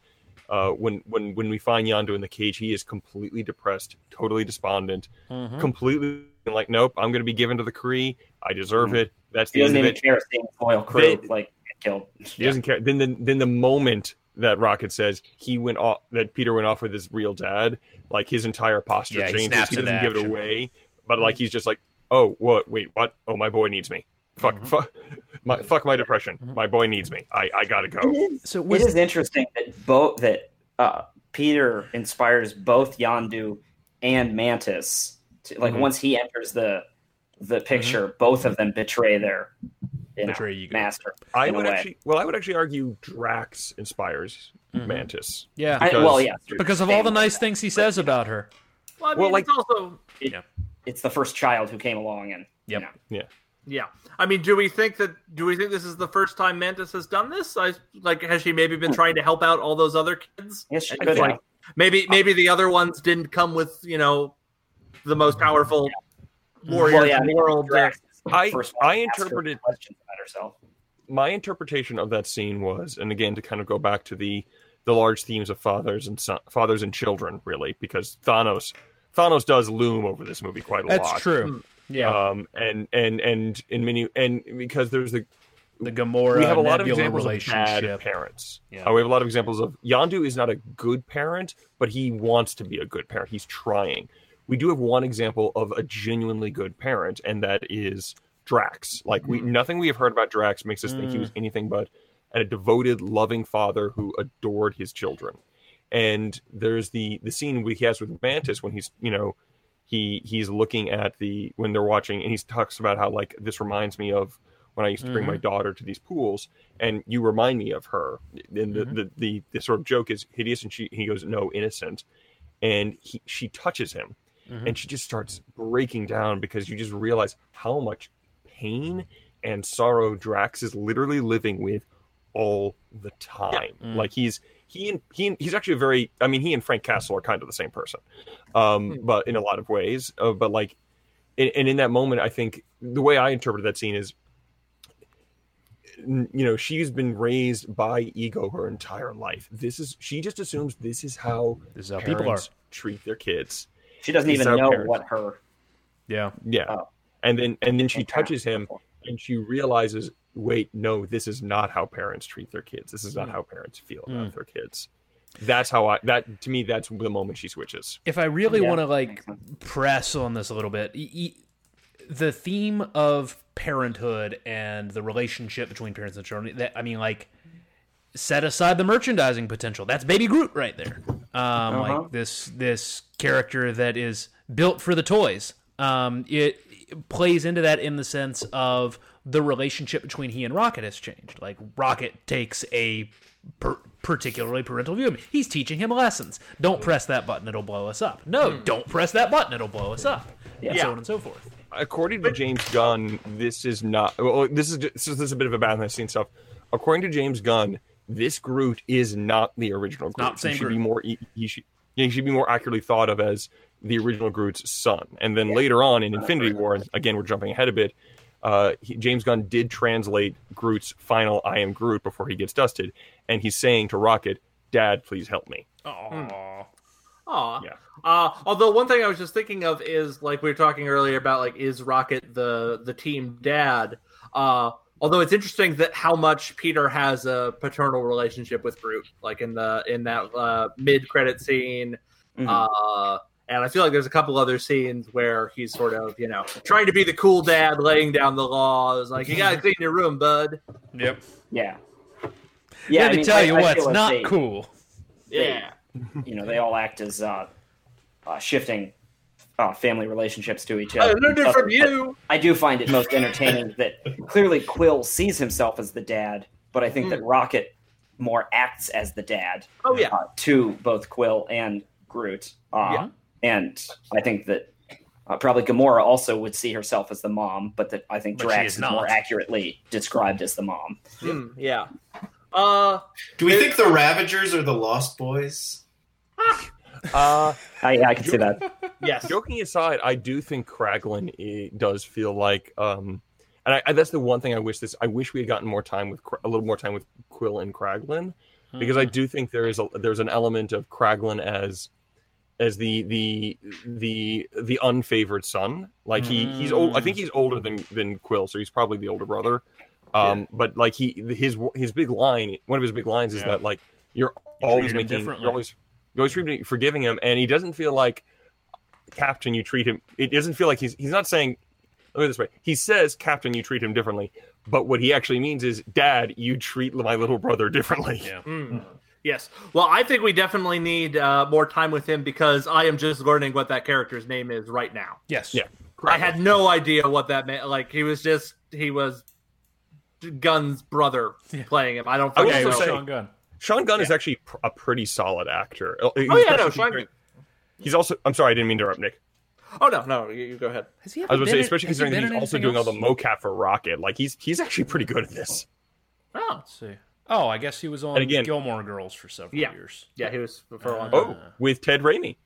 [SPEAKER 3] Uh, when when when we find Yondu in the cage, he is completely depressed, totally despondent,
[SPEAKER 1] Mm-hmm.
[SPEAKER 2] Hmm.
[SPEAKER 3] completely like, nope, I'm going to be given to the Kree. I deserve it. That's
[SPEAKER 2] Hmm. He
[SPEAKER 3] the end
[SPEAKER 2] doesn't
[SPEAKER 3] of
[SPEAKER 2] even
[SPEAKER 3] it.
[SPEAKER 2] care if seeing loyal crew
[SPEAKER 3] They-
[SPEAKER 2] like get killed.
[SPEAKER 3] He doesn't care. Then the then the moment that Rocket says he went off that Peter went off with his real dad, like his entire posture
[SPEAKER 6] Yeah, he
[SPEAKER 3] changes.
[SPEAKER 6] snaps
[SPEAKER 3] He
[SPEAKER 6] into
[SPEAKER 3] doesn't give it
[SPEAKER 6] action. Mm-hmm.
[SPEAKER 3] away, but like he's just like, oh, what? Wait, what? Oh, my boy needs me. Fuck,
[SPEAKER 6] Mm-hmm.
[SPEAKER 3] fuck, my fuck my depression. My boy needs me. I I gotta go.
[SPEAKER 2] It is,
[SPEAKER 1] So
[SPEAKER 2] it
[SPEAKER 1] was-
[SPEAKER 2] is interesting that both that uh, Peter inspires both Yandu and Mantis. To, like
[SPEAKER 3] Mhm.
[SPEAKER 1] Mm-hmm.
[SPEAKER 2] once he enters the the picture, both of them betray their you know,
[SPEAKER 1] Betray Ego.
[SPEAKER 2] master.
[SPEAKER 3] I
[SPEAKER 2] in a
[SPEAKER 3] would
[SPEAKER 2] way.
[SPEAKER 3] actually, well, I would actually argue Drax inspires
[SPEAKER 6] Mm-hmm.
[SPEAKER 1] Mhm.
[SPEAKER 3] Mantis.
[SPEAKER 1] Yeah.
[SPEAKER 2] I- well, yeah,
[SPEAKER 1] because of all the nice things he says about her.
[SPEAKER 4] Well, I mean,
[SPEAKER 3] Well, like-
[SPEAKER 4] it's also
[SPEAKER 2] it's the first child who came along, and you
[SPEAKER 1] Yep.
[SPEAKER 2] know,
[SPEAKER 4] yeah. I mean, do we think that? Do we think this is the first time Mantis has done this? I like, has she maybe
[SPEAKER 2] Hmm.
[SPEAKER 4] been trying to help out all those other kids?
[SPEAKER 2] yes, she
[SPEAKER 4] I
[SPEAKER 2] could
[SPEAKER 4] think-
[SPEAKER 2] have. Uh,
[SPEAKER 4] Maybe, maybe the other ones didn't come with you know the most powerful warrior
[SPEAKER 2] Well, Mm-hmm. yeah,
[SPEAKER 4] in the world.
[SPEAKER 2] Drax is the
[SPEAKER 3] uh, I-
[SPEAKER 2] first
[SPEAKER 3] I
[SPEAKER 2] to ask her
[SPEAKER 3] interpreted-
[SPEAKER 2] questions about herself.
[SPEAKER 3] my interpretation of that scene was, and again to kind of go back to the the large themes of fathers and son, fathers and children, really, because Thanos Thanos does loom over this movie quite a lot.
[SPEAKER 1] That's true. Yeah.
[SPEAKER 3] Um, and and and in many and because there's the
[SPEAKER 1] the Gamora
[SPEAKER 3] we have a lot of
[SPEAKER 1] Nebula
[SPEAKER 3] examples of
[SPEAKER 1] relationship.
[SPEAKER 3] bad parents.
[SPEAKER 1] Yeah.
[SPEAKER 3] Uh, we have a lot of examples of Yandu is not a good parent, but he wants to be a good parent. He's trying. We do have one example of a genuinely good parent, and that is Drax. Like we, nothing we have heard about Drax makes us think he was anything but a devoted, loving father who adored his children. And there's the the scene we- he has with Mantis when he's you know he he's looking at the when they're watching and he talks about how like this reminds me of when I used to bring my daughter to these pools and you remind me of her. And the, the, the, the sort of joke is hideous and she he goes, No, innocent. And he she touches him
[SPEAKER 1] Mm-hmm.
[SPEAKER 3] and she just starts breaking down because you just realize how much pain and sorrow Drax is literally living with all the time.
[SPEAKER 1] Mm.
[SPEAKER 3] Like he's he and he and, he's actually a very I mean he and Frank Castle are kind of the same person, um,
[SPEAKER 1] Hmm.
[SPEAKER 3] but in a lot of ways. Uh, but like, and, and in that moment, I think the way I interpreted that scene is, n- you know, she's been raised by ego her entire life. This is she just assumes this is how
[SPEAKER 1] This is how people are.
[SPEAKER 3] parents treat their kids.
[SPEAKER 2] She doesn't
[SPEAKER 3] He's
[SPEAKER 2] even
[SPEAKER 3] our
[SPEAKER 2] know
[SPEAKER 3] parents.
[SPEAKER 2] what her
[SPEAKER 1] Yeah.
[SPEAKER 3] Yeah.
[SPEAKER 2] Oh.
[SPEAKER 3] And then and then she
[SPEAKER 2] Okay.
[SPEAKER 3] touches him and she realizes, wait, no, this is not how parents treat their kids. This is not how parents feel about their kids. That's how I that to me that's the moment she switches.
[SPEAKER 1] If I really
[SPEAKER 2] Yeah,
[SPEAKER 1] want to like
[SPEAKER 2] makes sense.
[SPEAKER 1] press on this a little bit, e- e- the theme of parenthood and the relationship between parents and children. That I mean, like set aside the merchandising potential. That's Baby Groot right there. Um,
[SPEAKER 2] Uh-huh.
[SPEAKER 1] Like this this character that is built for the toys. Um, it, it plays into that in the sense of the relationship between he and Rocket has changed. Like Rocket takes a per- particularly parental view. of him. He's teaching him lessons. Don't press that button; it'll blow us up. No,
[SPEAKER 2] Hmm.
[SPEAKER 1] don't press that button; it'll blow us up. And so
[SPEAKER 4] Yeah.
[SPEAKER 1] on and so forth.
[SPEAKER 3] According to James Gunn, this is not well, this is just, this is a bit of a behind the scenes stuff. According to James Gunn, this Groot is not the original Groot.
[SPEAKER 1] Not same
[SPEAKER 3] he should be
[SPEAKER 1] Groot.
[SPEAKER 3] more he, he should yeah, he should be more accurately thought of as the original Groot's son. And then later on in Infinity War, and again we're jumping ahead a bit, uh, he, James Gunn did translate Groot's final "I am Groot" before he gets dusted, and he's saying to Rocket, "Dad, please help me."
[SPEAKER 2] Hmm.
[SPEAKER 1] Aww.
[SPEAKER 4] Aw.
[SPEAKER 3] Yeah.
[SPEAKER 4] Uh, although one thing I was just thinking of is like we were talking earlier about like is Rocket the the team dad? Uh, although it's interesting that how much Peter has a paternal relationship with Groot, like in the in that uh, mid credit scene.
[SPEAKER 2] Mhm.
[SPEAKER 4] Uh, and I feel like there's a couple other scenes where he's sort of you know trying to be the cool dad, laying down the laws, like you
[SPEAKER 2] Mm-hmm.
[SPEAKER 4] gotta clean your room, bud.
[SPEAKER 1] Yep.
[SPEAKER 2] yeah.
[SPEAKER 1] Let
[SPEAKER 2] I
[SPEAKER 1] me
[SPEAKER 2] mean,
[SPEAKER 1] tell
[SPEAKER 2] I-
[SPEAKER 1] you
[SPEAKER 2] I
[SPEAKER 1] what's
[SPEAKER 2] feel like
[SPEAKER 1] not
[SPEAKER 2] they-
[SPEAKER 1] cool.
[SPEAKER 4] Yeah.
[SPEAKER 2] you know, they all act as uh, uh, shifting uh, family relationships to each
[SPEAKER 4] I
[SPEAKER 2] other.
[SPEAKER 4] learned it from you.
[SPEAKER 2] I do find it most entertaining that clearly Quill sees himself as the dad, but I think
[SPEAKER 4] Hmm.
[SPEAKER 2] that Rocket more acts as the dad
[SPEAKER 4] Oh yeah.
[SPEAKER 2] uh, to both Quill and Groot. Uh,
[SPEAKER 4] Yeah.
[SPEAKER 2] And I think that uh, probably Gamora also would see herself as the mom, but that I think
[SPEAKER 6] But she
[SPEAKER 2] Drax
[SPEAKER 6] is
[SPEAKER 2] is more
[SPEAKER 6] not.
[SPEAKER 2] accurately described as the mom.
[SPEAKER 4] Hmm, yeah. Uh,
[SPEAKER 5] Do we think the Ravagers are the Lost Boys?
[SPEAKER 3] Uh,
[SPEAKER 2] I, I can see that.
[SPEAKER 4] yes.
[SPEAKER 3] joking aside, I do think Kraglin i does feel like, um, and I, I, that's the one thing I wish this. I wish we had gotten more time with Kra- a little more time with Quill and Kraglin because
[SPEAKER 6] Mm-hmm.
[SPEAKER 3] I do think there is a there's an element of Kraglin as as the the the the unfavored son. Like he he's old. I think
[SPEAKER 6] Mm.
[SPEAKER 3] he's older than than Quill, so he's probably the older brother. Um, but like he his his big line, one of his big lines is
[SPEAKER 6] Yeah.
[SPEAKER 3] that like you're
[SPEAKER 6] You
[SPEAKER 3] always
[SPEAKER 6] treated him
[SPEAKER 3] making
[SPEAKER 6] differently.
[SPEAKER 3] you're always you're always treating- forgiving him, and he doesn't feel like Captain. You treat him. It doesn't feel like he's he's not saying. Let me put it this way. He says, "Captain, you treat him differently," but what he actually means is, "Dad, you treat my little brother differently."
[SPEAKER 6] Yeah.
[SPEAKER 4] Hmm. Yes. Well, I think we definitely need uh, more time with him because I am just learning what that character's name is right now.
[SPEAKER 1] Yes.
[SPEAKER 3] Yeah.
[SPEAKER 4] I had no idea what that meant. Like he was just he was Gunn's brother
[SPEAKER 1] Yeah.
[SPEAKER 4] playing him. I don't.
[SPEAKER 3] I would
[SPEAKER 4] fucking
[SPEAKER 1] Okay,
[SPEAKER 3] also
[SPEAKER 1] well, Sean
[SPEAKER 3] say-
[SPEAKER 4] know.
[SPEAKER 1] Gunn.
[SPEAKER 3] Sean Gunn is actually pr- a pretty solid actor. Oh
[SPEAKER 4] yeah, no, Sean Gunn.
[SPEAKER 3] He's also. I'm sorry, I didn't mean to interrupt, Nick.
[SPEAKER 4] Oh no, no, you, you go ahead.
[SPEAKER 1] Has he
[SPEAKER 3] I was going to say, especially considering he's also doing all the mocap for Rocket. Like he's he's actually pretty good at this.
[SPEAKER 4] Oh,
[SPEAKER 1] Let's see. Oh, I guess he was on
[SPEAKER 3] And again-
[SPEAKER 1] Gilmore Girls for several
[SPEAKER 4] Yeah.
[SPEAKER 1] years.
[SPEAKER 4] yeah, he was for a long time.
[SPEAKER 3] Oh, with Ted Raimi.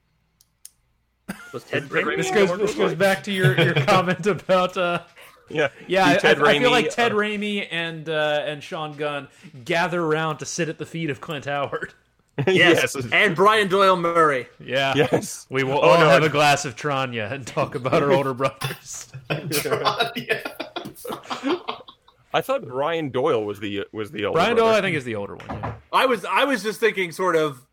[SPEAKER 4] Was Ted
[SPEAKER 3] Raimi?
[SPEAKER 1] This
[SPEAKER 4] Raimi?
[SPEAKER 1] goes, this goes back to your, your comment about uh,
[SPEAKER 3] Yeah,
[SPEAKER 1] yeah. I,
[SPEAKER 3] Do Ted
[SPEAKER 1] I- I feel
[SPEAKER 3] Raimi,
[SPEAKER 1] like Ted
[SPEAKER 3] uh,
[SPEAKER 1] Raimi and uh, and Sean Gunn gather around to sit at the feet of Clint Howard.
[SPEAKER 3] yes,
[SPEAKER 4] And uh, Brian Doyle Murray.
[SPEAKER 1] Yeah,
[SPEAKER 3] yes.
[SPEAKER 1] we will
[SPEAKER 3] Oh,
[SPEAKER 1] all
[SPEAKER 3] no,
[SPEAKER 1] have
[SPEAKER 3] I-
[SPEAKER 1] a glass of Tranya and talk about our older brothers.
[SPEAKER 5] yeah.
[SPEAKER 3] I thought Brian Doyle was the was the older
[SPEAKER 1] Brian Doyle, I
[SPEAKER 3] brother.
[SPEAKER 1] think, is the older one. Yeah.
[SPEAKER 4] I was I was just thinking sort of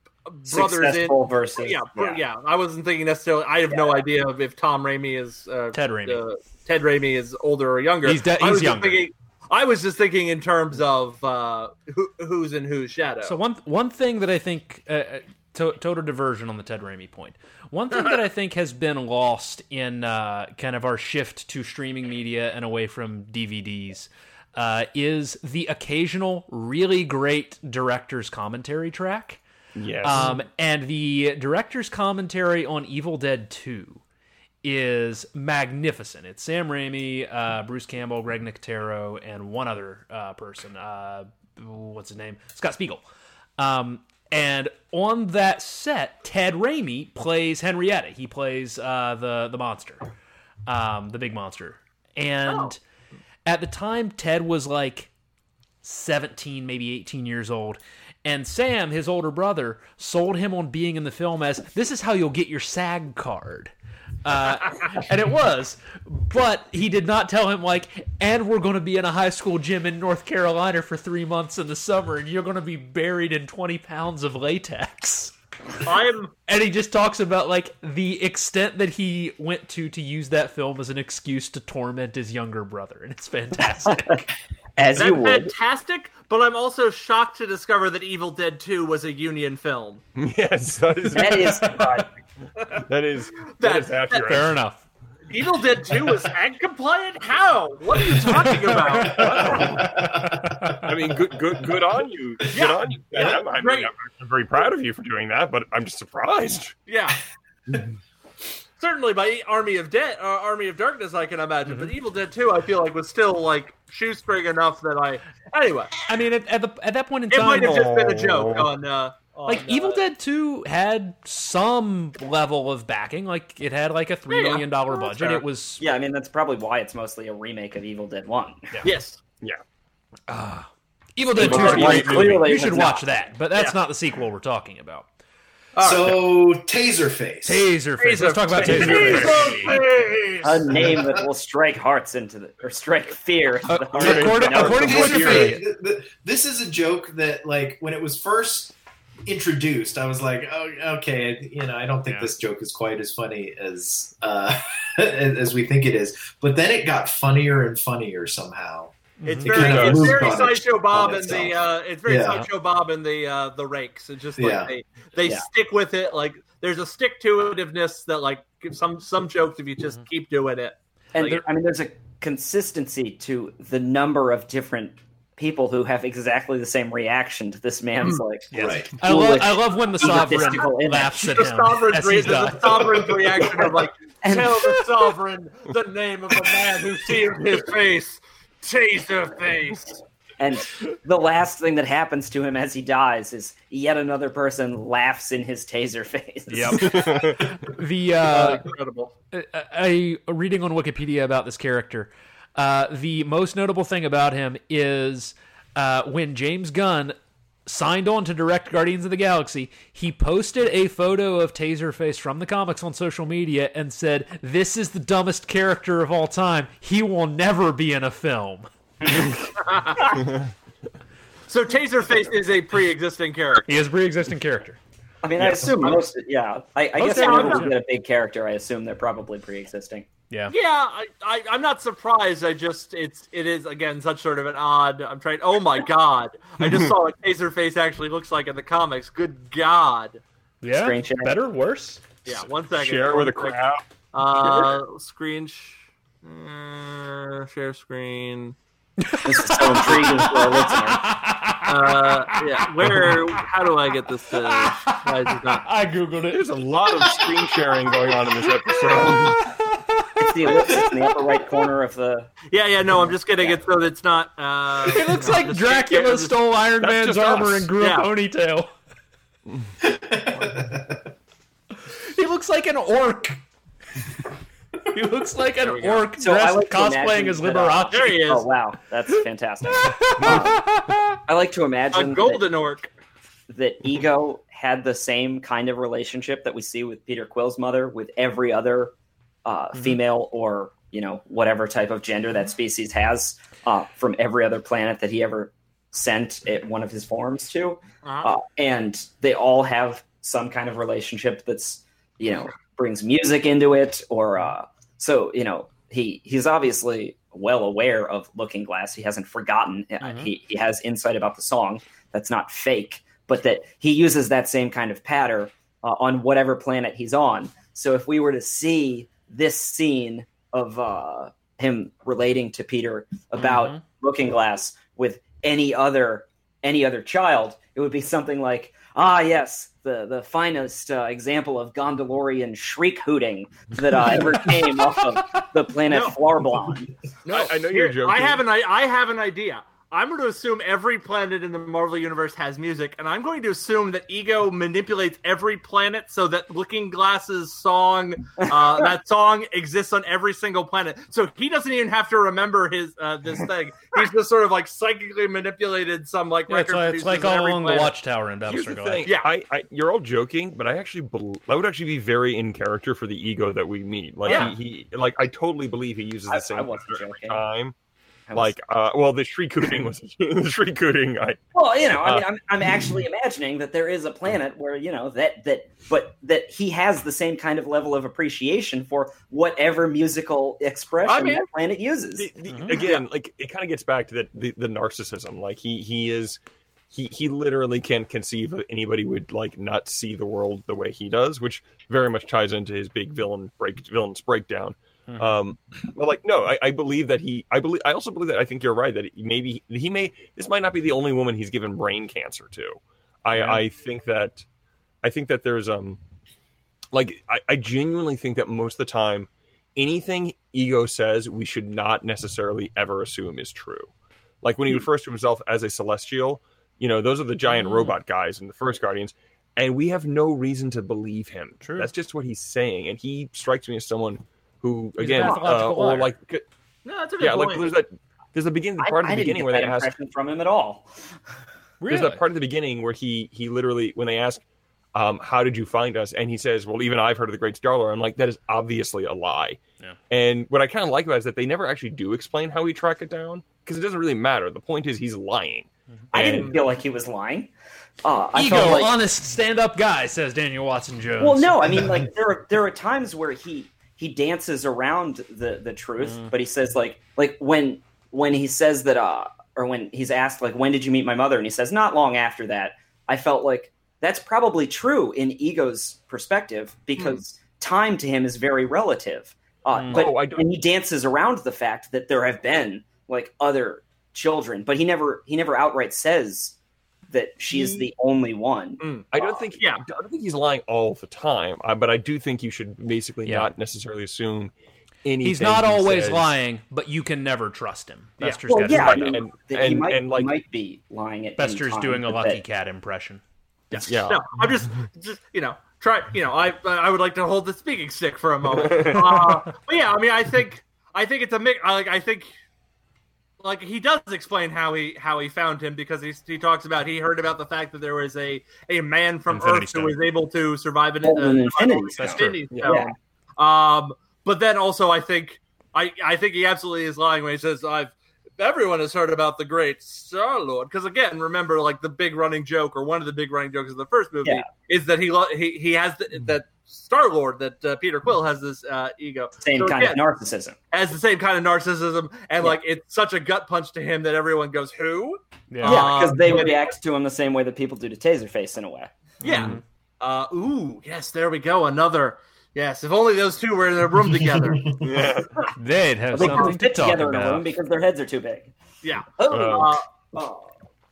[SPEAKER 4] brothers in.
[SPEAKER 2] Successful versus
[SPEAKER 4] Yeah, br- yeah, I wasn't thinking necessarily. I have no idea of if Tom Raimi is uh,
[SPEAKER 1] Ted Raimi.
[SPEAKER 4] uh, Ted Raimi is older or younger.
[SPEAKER 1] He's de-
[SPEAKER 4] I
[SPEAKER 1] he's
[SPEAKER 4] was just
[SPEAKER 1] younger.
[SPEAKER 4] Thinking, I was just thinking in terms of uh, who, who's in whose shadow.
[SPEAKER 1] So one one thing that I think uh, uh, to, total diversion on the Ted Raimi point. One thing that I think has been lost in uh, kind of our shift to streaming media and away from DVDs uh, is the occasional really great director's commentary track.
[SPEAKER 3] Yes.
[SPEAKER 1] Um, and the director's commentary on Evil Dead 2 is magnificent. It's Sam Raimi, uh, Bruce Campbell, Greg Nicotero, and one other uh, person. Uh, what's his name? Scott Spiegel. Um, and on that set, Ted Raimi plays Henrietta. He plays uh, the the monster, um, the big monster. And at the time, Ted was like 17, maybe 18 years old. And Sam, his older brother, sold him on being in the film as this is how you'll get your SAG card. Uh, and it was, but he did not tell him, like, and we're going to be in a high school gym in North Carolina for three months in the summer, and you're going to be buried in 20 pounds of latex.
[SPEAKER 4] I'm
[SPEAKER 1] And he just talks about, like, the extent that he went to to use that film as an excuse to torment his younger brother. And it's fantastic.
[SPEAKER 2] as you
[SPEAKER 4] that's
[SPEAKER 2] would.
[SPEAKER 4] fantastic, but I'm also shocked to discover that Evil Dead 2 was a union film.
[SPEAKER 3] yes, that is
[SPEAKER 2] That is
[SPEAKER 3] that is that
[SPEAKER 4] That-
[SPEAKER 3] is accurate.
[SPEAKER 1] Fair enof
[SPEAKER 4] Evil Dead 2 was ag compliant? How? What are you talking about?
[SPEAKER 3] I mean, good good good on you. Good
[SPEAKER 4] Yeah.
[SPEAKER 3] on you.
[SPEAKER 4] Yeah,
[SPEAKER 3] I'm, I'm,
[SPEAKER 4] great.
[SPEAKER 3] I'm very proud of you for doing that, but I'm just surprised.
[SPEAKER 4] Yeah. Certainly by Army of Dead, uh, Army of Darkness, I can imagine. But Evil Dead 2, I feel like was still like shoestring enough that I. Anyway,
[SPEAKER 1] I mean, at, at, the, at that point in
[SPEAKER 4] it
[SPEAKER 1] time,
[SPEAKER 4] might have just been a
[SPEAKER 3] Oh.
[SPEAKER 4] joke on. Uh, on,
[SPEAKER 1] like Evil
[SPEAKER 4] uh,
[SPEAKER 1] Dead Two had some level of backing. Like it had like a three
[SPEAKER 4] Yeah, yeah.
[SPEAKER 1] million dollar
[SPEAKER 4] That's
[SPEAKER 1] budget.
[SPEAKER 4] fair.
[SPEAKER 1] It was
[SPEAKER 2] Yeah, I mean that's probably why it's mostly a remake of Evil Dead One.
[SPEAKER 4] Yes.
[SPEAKER 1] ah, Evil Dead Two.
[SPEAKER 3] Dead
[SPEAKER 1] is a
[SPEAKER 3] One
[SPEAKER 1] great
[SPEAKER 3] clearly
[SPEAKER 1] movie. You should
[SPEAKER 2] was
[SPEAKER 1] watch
[SPEAKER 2] not.
[SPEAKER 1] that, but that's
[SPEAKER 4] Yeah.
[SPEAKER 1] not the sequel we're talking about.
[SPEAKER 4] All right.
[SPEAKER 5] So Taserface.
[SPEAKER 1] Taserface. Let's talk about
[SPEAKER 3] Taserface.
[SPEAKER 1] Taserface.
[SPEAKER 2] A name that will strike hearts into the or strike fear. into the heart of
[SPEAKER 1] According,
[SPEAKER 2] the
[SPEAKER 1] according to
[SPEAKER 5] Taser Face.
[SPEAKER 1] Wikipedia,
[SPEAKER 5] Th- th- This is a joke that, like, when it was first introduced, I was like, "Oh, okay." You know, I don't think
[SPEAKER 6] Yeah.
[SPEAKER 5] this joke is quite as funny as uh, as we think it is. But then it got funnier and funnier somehow.
[SPEAKER 1] Mm-hmm.
[SPEAKER 4] It's
[SPEAKER 5] It
[SPEAKER 4] very,
[SPEAKER 5] kinda
[SPEAKER 4] it's
[SPEAKER 5] moved
[SPEAKER 4] very
[SPEAKER 5] on
[SPEAKER 4] sideshow
[SPEAKER 5] it-
[SPEAKER 4] Bob
[SPEAKER 5] on
[SPEAKER 4] and the
[SPEAKER 5] itself.
[SPEAKER 4] uh, it's very
[SPEAKER 5] Yeah.
[SPEAKER 4] sideshow Bob and the uh, the rakes. It's just like
[SPEAKER 5] Yeah.
[SPEAKER 4] they they
[SPEAKER 2] Yeah.
[SPEAKER 4] stick with it. Like there's a stick to itiveness that like some some jokes if you just keep doing it.
[SPEAKER 2] And
[SPEAKER 4] Like-
[SPEAKER 2] there, I mean, there's a consistency to the number of different people who have exactly the same reaction to this man's like.
[SPEAKER 5] Right.
[SPEAKER 1] I love
[SPEAKER 2] foolish-
[SPEAKER 1] I love when the
[SPEAKER 2] Egotistical
[SPEAKER 1] sovereign
[SPEAKER 2] image.
[SPEAKER 1] laughs at
[SPEAKER 4] The
[SPEAKER 1] him
[SPEAKER 4] sovereign
[SPEAKER 1] as
[SPEAKER 4] re-
[SPEAKER 1] he's
[SPEAKER 4] the
[SPEAKER 1] dying.
[SPEAKER 4] sovereign reaction of like Tell the sovereign the name of the man who sealed his face. Taser face.
[SPEAKER 2] And the last thing that happens to him as he dies is yet another person laughs in his taser face.
[SPEAKER 1] Yep. the uh, incredible. I, I reading on Wikipedia about this character. Uh, the most notable thing about him is uh, when James Gunn signed on to direct Guardians of the Galaxy, he posted a photo of Taserface from the comics on social media and said, "This is the dumbest character of all time. He will never be in a film."
[SPEAKER 4] so Taserface is a pre-existing character.
[SPEAKER 1] He is a pre-existing character.
[SPEAKER 2] I mean, I assume most. Yeah, I, I guess everyone who's got a big character, I assume they're probably pre-existing.
[SPEAKER 1] Yeah,
[SPEAKER 4] yeah. I, I, I'm not surprised. I just it's it is again such sort of an odd. I'm trying. Oh my god! I just saw what Taserface actually looks like in the comics. Good god!
[SPEAKER 1] Yeah,
[SPEAKER 2] Screen share.
[SPEAKER 1] better, worse.
[SPEAKER 4] Yeah, one second.
[SPEAKER 3] Share with a crowd.
[SPEAKER 4] Uh, screen sh- uh, share screen.
[SPEAKER 2] This is so intriguing for our listener.
[SPEAKER 4] Uh, yeah, where? How do I get this? To, why is it not?
[SPEAKER 1] I googled it.
[SPEAKER 3] There's a lot of screen sharing going on in this episode.
[SPEAKER 2] It's the ellipsis in the upper right corner of the.
[SPEAKER 4] Yeah, yeah. No, I'm just getting it so that it's not. Uh,
[SPEAKER 1] It looks
[SPEAKER 4] you know,
[SPEAKER 1] like
[SPEAKER 4] just-
[SPEAKER 1] Dracula
[SPEAKER 4] just-
[SPEAKER 1] stole Iron
[SPEAKER 3] that's
[SPEAKER 1] Man's
[SPEAKER 3] just us.
[SPEAKER 1] armor and grew
[SPEAKER 4] Yeah.
[SPEAKER 1] a ponytail. he looks like an orc. he looks like an
[SPEAKER 4] we go.
[SPEAKER 1] orc
[SPEAKER 2] So I
[SPEAKER 1] dressed
[SPEAKER 2] like to
[SPEAKER 1] cosplaying
[SPEAKER 2] imagine
[SPEAKER 1] as
[SPEAKER 2] that, uh,
[SPEAKER 1] Liberace.
[SPEAKER 4] There he
[SPEAKER 2] Oh
[SPEAKER 4] is,
[SPEAKER 2] wow, that's fantastic. Um, I like to
[SPEAKER 4] a
[SPEAKER 2] imagine that-
[SPEAKER 4] golden orc.
[SPEAKER 2] that Ego had the same kind of relationship that we see with Peter Quill's mother with every other uh,
[SPEAKER 4] Mm-hmm.
[SPEAKER 2] female or you know whatever type of gender that species has uh, from every other planet that he ever sent it, one of his forms to,
[SPEAKER 4] Uh-huh.
[SPEAKER 2] uh, and they all have some kind of relationship that's you know brings music into it or uh, so you know he he's obviously well aware of Looking Glass. He hasn't forgotten. Uh,
[SPEAKER 1] Mhm.
[SPEAKER 2] He he has insight about the song that's not fake but that he uses that same kind of patter uh, on whatever planet he's on. So if we were to see this scene of uh, him relating to Peter about
[SPEAKER 1] Mhm.
[SPEAKER 2] Looking Glass with any other any other child, it would be something like, "Ah, yes, the the finest uh, example of Gondorian shriek hooting that uh, ever came off of the planet
[SPEAKER 4] No.
[SPEAKER 2] Flarblon."
[SPEAKER 3] I, I know you're
[SPEAKER 4] Here,
[SPEAKER 3] joking.
[SPEAKER 4] I have an I, I have an idea. I'm going to assume every planet in the Marvel universe has music, and I'm going to assume that Ego manipulates every planet so that Looking Glass's song, uh, that song exists on every single planet. So he doesn't even have to remember his uh, this thing. He's just sort of like psychically manipulated some like
[SPEAKER 1] Yeah, it's
[SPEAKER 4] record.
[SPEAKER 1] like, it's like
[SPEAKER 4] producers on
[SPEAKER 1] all
[SPEAKER 4] every
[SPEAKER 1] along the
[SPEAKER 4] planet.
[SPEAKER 1] Watchtower in Battlestar
[SPEAKER 3] Here's the
[SPEAKER 1] Galactica.
[SPEAKER 3] thing.
[SPEAKER 4] Yeah.
[SPEAKER 3] I, I, you're all joking, but I actually, bel I would actually be very in character for the ego that we meet. Like
[SPEAKER 4] Yeah.
[SPEAKER 3] he, he, like I totally believe he uses the
[SPEAKER 2] I-
[SPEAKER 3] same
[SPEAKER 2] I wasn't
[SPEAKER 3] pattern every
[SPEAKER 2] joking.
[SPEAKER 3] time.
[SPEAKER 2] I was-
[SPEAKER 3] Like, uh, well, the shriekooting was the shriekooting. I,
[SPEAKER 2] Well, you know, I
[SPEAKER 3] Uh,
[SPEAKER 2] mean, I'm, I'm actually imagining that there is a planet where you know that that, but that he has the same kind of level of appreciation for whatever musical expression
[SPEAKER 4] I mean-
[SPEAKER 2] that planet uses.
[SPEAKER 3] the- the-
[SPEAKER 1] Mhm.
[SPEAKER 3] again like it kind of gets back to that the, the narcissism like he he is he he literally can't conceive that anybody would like not see the world the way he does which very much ties into his big villain break villain's breakdown
[SPEAKER 1] Mhm.
[SPEAKER 3] um but like no I, I believe that he i believe i also believe that i think you're right that maybe he may this might not be the only woman he's given brain cancer to i
[SPEAKER 1] Yeah.
[SPEAKER 3] i think that i think that there's um like I, I genuinely think that most of the time anything ego says we should not necessarily ever assume is true like
[SPEAKER 1] Hmm.
[SPEAKER 3] when he refers to himself as a celestial you know those are the giant
[SPEAKER 1] Mm.
[SPEAKER 3] robot guys in the first guardians and we have no reason to believe him
[SPEAKER 1] True.
[SPEAKER 3] that's just what he's saying and he strikes me as someone who
[SPEAKER 1] He's a
[SPEAKER 3] again uh,
[SPEAKER 1] pathological
[SPEAKER 3] or
[SPEAKER 1] liar.
[SPEAKER 3] like
[SPEAKER 4] No, that's a good
[SPEAKER 3] yeah
[SPEAKER 4] point.
[SPEAKER 3] like there's that there's the beginning
[SPEAKER 2] I,
[SPEAKER 3] part of
[SPEAKER 2] I didn't
[SPEAKER 3] the beginning
[SPEAKER 2] get
[SPEAKER 3] where
[SPEAKER 2] that
[SPEAKER 3] they ask
[SPEAKER 2] impression from him at all.
[SPEAKER 1] Really?
[SPEAKER 3] there's that part at the beginning where he he literally when they ask um, how did you find us and he says well even i've heard of the great star Lord." i'm like that is obviously a lie
[SPEAKER 1] Yeah.
[SPEAKER 3] and what i kind of like about it is that they never actually do explain how he tracked it down because it doesn't really matter the point is he's lying
[SPEAKER 2] I
[SPEAKER 3] And-
[SPEAKER 2] didn't feel like he was lying. Uh, I
[SPEAKER 1] Ego,
[SPEAKER 2] felt like,
[SPEAKER 1] honest, stand-up guy, says Daniel Watson Jones.
[SPEAKER 2] Well, no, I mean, like there are there are times where he he dances around the the truth,
[SPEAKER 1] Mm.
[SPEAKER 2] but he says like like when when he says that uh or when he's asked like when did you meet my mother and he says not long after that. I felt like that's probably true in ego's perspective because time to him is very relative. Uh,
[SPEAKER 1] Mm.
[SPEAKER 2] But
[SPEAKER 3] Oh, I don't-
[SPEAKER 2] and he dances around the fact that there have been like other children, but he never he never outright says that she's the only one.
[SPEAKER 4] Hmm.
[SPEAKER 3] Mm, I
[SPEAKER 1] Uh,
[SPEAKER 3] don't think. Yeah, I don't think he's lying all the time. I, but I do think you should basically
[SPEAKER 1] Yeah.
[SPEAKER 3] not necessarily assume anything.
[SPEAKER 1] He's not
[SPEAKER 3] he
[SPEAKER 1] always
[SPEAKER 3] says.
[SPEAKER 1] lying, but you can never trust him.
[SPEAKER 6] Yeah.
[SPEAKER 1] Bester's
[SPEAKER 2] Well,
[SPEAKER 1] got
[SPEAKER 2] yeah,
[SPEAKER 1] his-
[SPEAKER 3] Right,
[SPEAKER 2] I mean,
[SPEAKER 3] and-
[SPEAKER 2] that he
[SPEAKER 3] and-
[SPEAKER 2] might,
[SPEAKER 3] and, like-
[SPEAKER 2] he might be lying at any
[SPEAKER 1] Bester's
[SPEAKER 2] time,
[SPEAKER 1] doing a
[SPEAKER 2] but
[SPEAKER 1] lucky
[SPEAKER 2] that-
[SPEAKER 1] cat impression.
[SPEAKER 3] Yeah.
[SPEAKER 4] No, I'm just, just you know, try. You know, I I would like to hold the speaking stick for a moment. uh, but yeah, I mean, I think I think it's a mix. Like I think, like he does explain how he how he found him because he he talks about he heard about the fact that there was a a man from
[SPEAKER 6] Infinity
[SPEAKER 4] Earth
[SPEAKER 6] Stone.
[SPEAKER 4] who was able to survive uh, an,
[SPEAKER 2] Oh, an Infinity
[SPEAKER 4] survive
[SPEAKER 2] Stone.
[SPEAKER 4] an Infinity
[SPEAKER 3] That's
[SPEAKER 4] Stone. Um, but then also, I think I I think he absolutely is lying when he says I've everyone has heard about the great Star Lord. Because again, remember, like the big running joke, or one of the big running jokes of the first movie,
[SPEAKER 2] Yeah.
[SPEAKER 4] is that he lo- he he has the, that Star Lord that uh, Peter Quill has this uh, ego,
[SPEAKER 2] Same
[SPEAKER 4] So
[SPEAKER 2] kind
[SPEAKER 4] again,
[SPEAKER 2] of narcissism.
[SPEAKER 4] has the same kind of narcissism, and
[SPEAKER 2] Yeah.
[SPEAKER 4] like it's such a gut punch to him that everyone goes, "Who?"
[SPEAKER 1] Yeah.
[SPEAKER 4] Uh,
[SPEAKER 2] yeah, because they
[SPEAKER 4] but-
[SPEAKER 2] react to him the same way that people do to Taserface in a way.
[SPEAKER 4] Yeah.
[SPEAKER 1] Mhm.
[SPEAKER 4] Uh, ooh, yes, there we go. Another. Yes, if only those two were in a room together.
[SPEAKER 3] Yeah.
[SPEAKER 1] They'd have
[SPEAKER 2] They
[SPEAKER 1] something
[SPEAKER 2] can't
[SPEAKER 1] to
[SPEAKER 2] fit
[SPEAKER 1] talk
[SPEAKER 2] together in a room
[SPEAKER 1] about.
[SPEAKER 2] because their heads are too big.
[SPEAKER 4] yeah.
[SPEAKER 2] Oh,
[SPEAKER 4] Uh,
[SPEAKER 2] oh.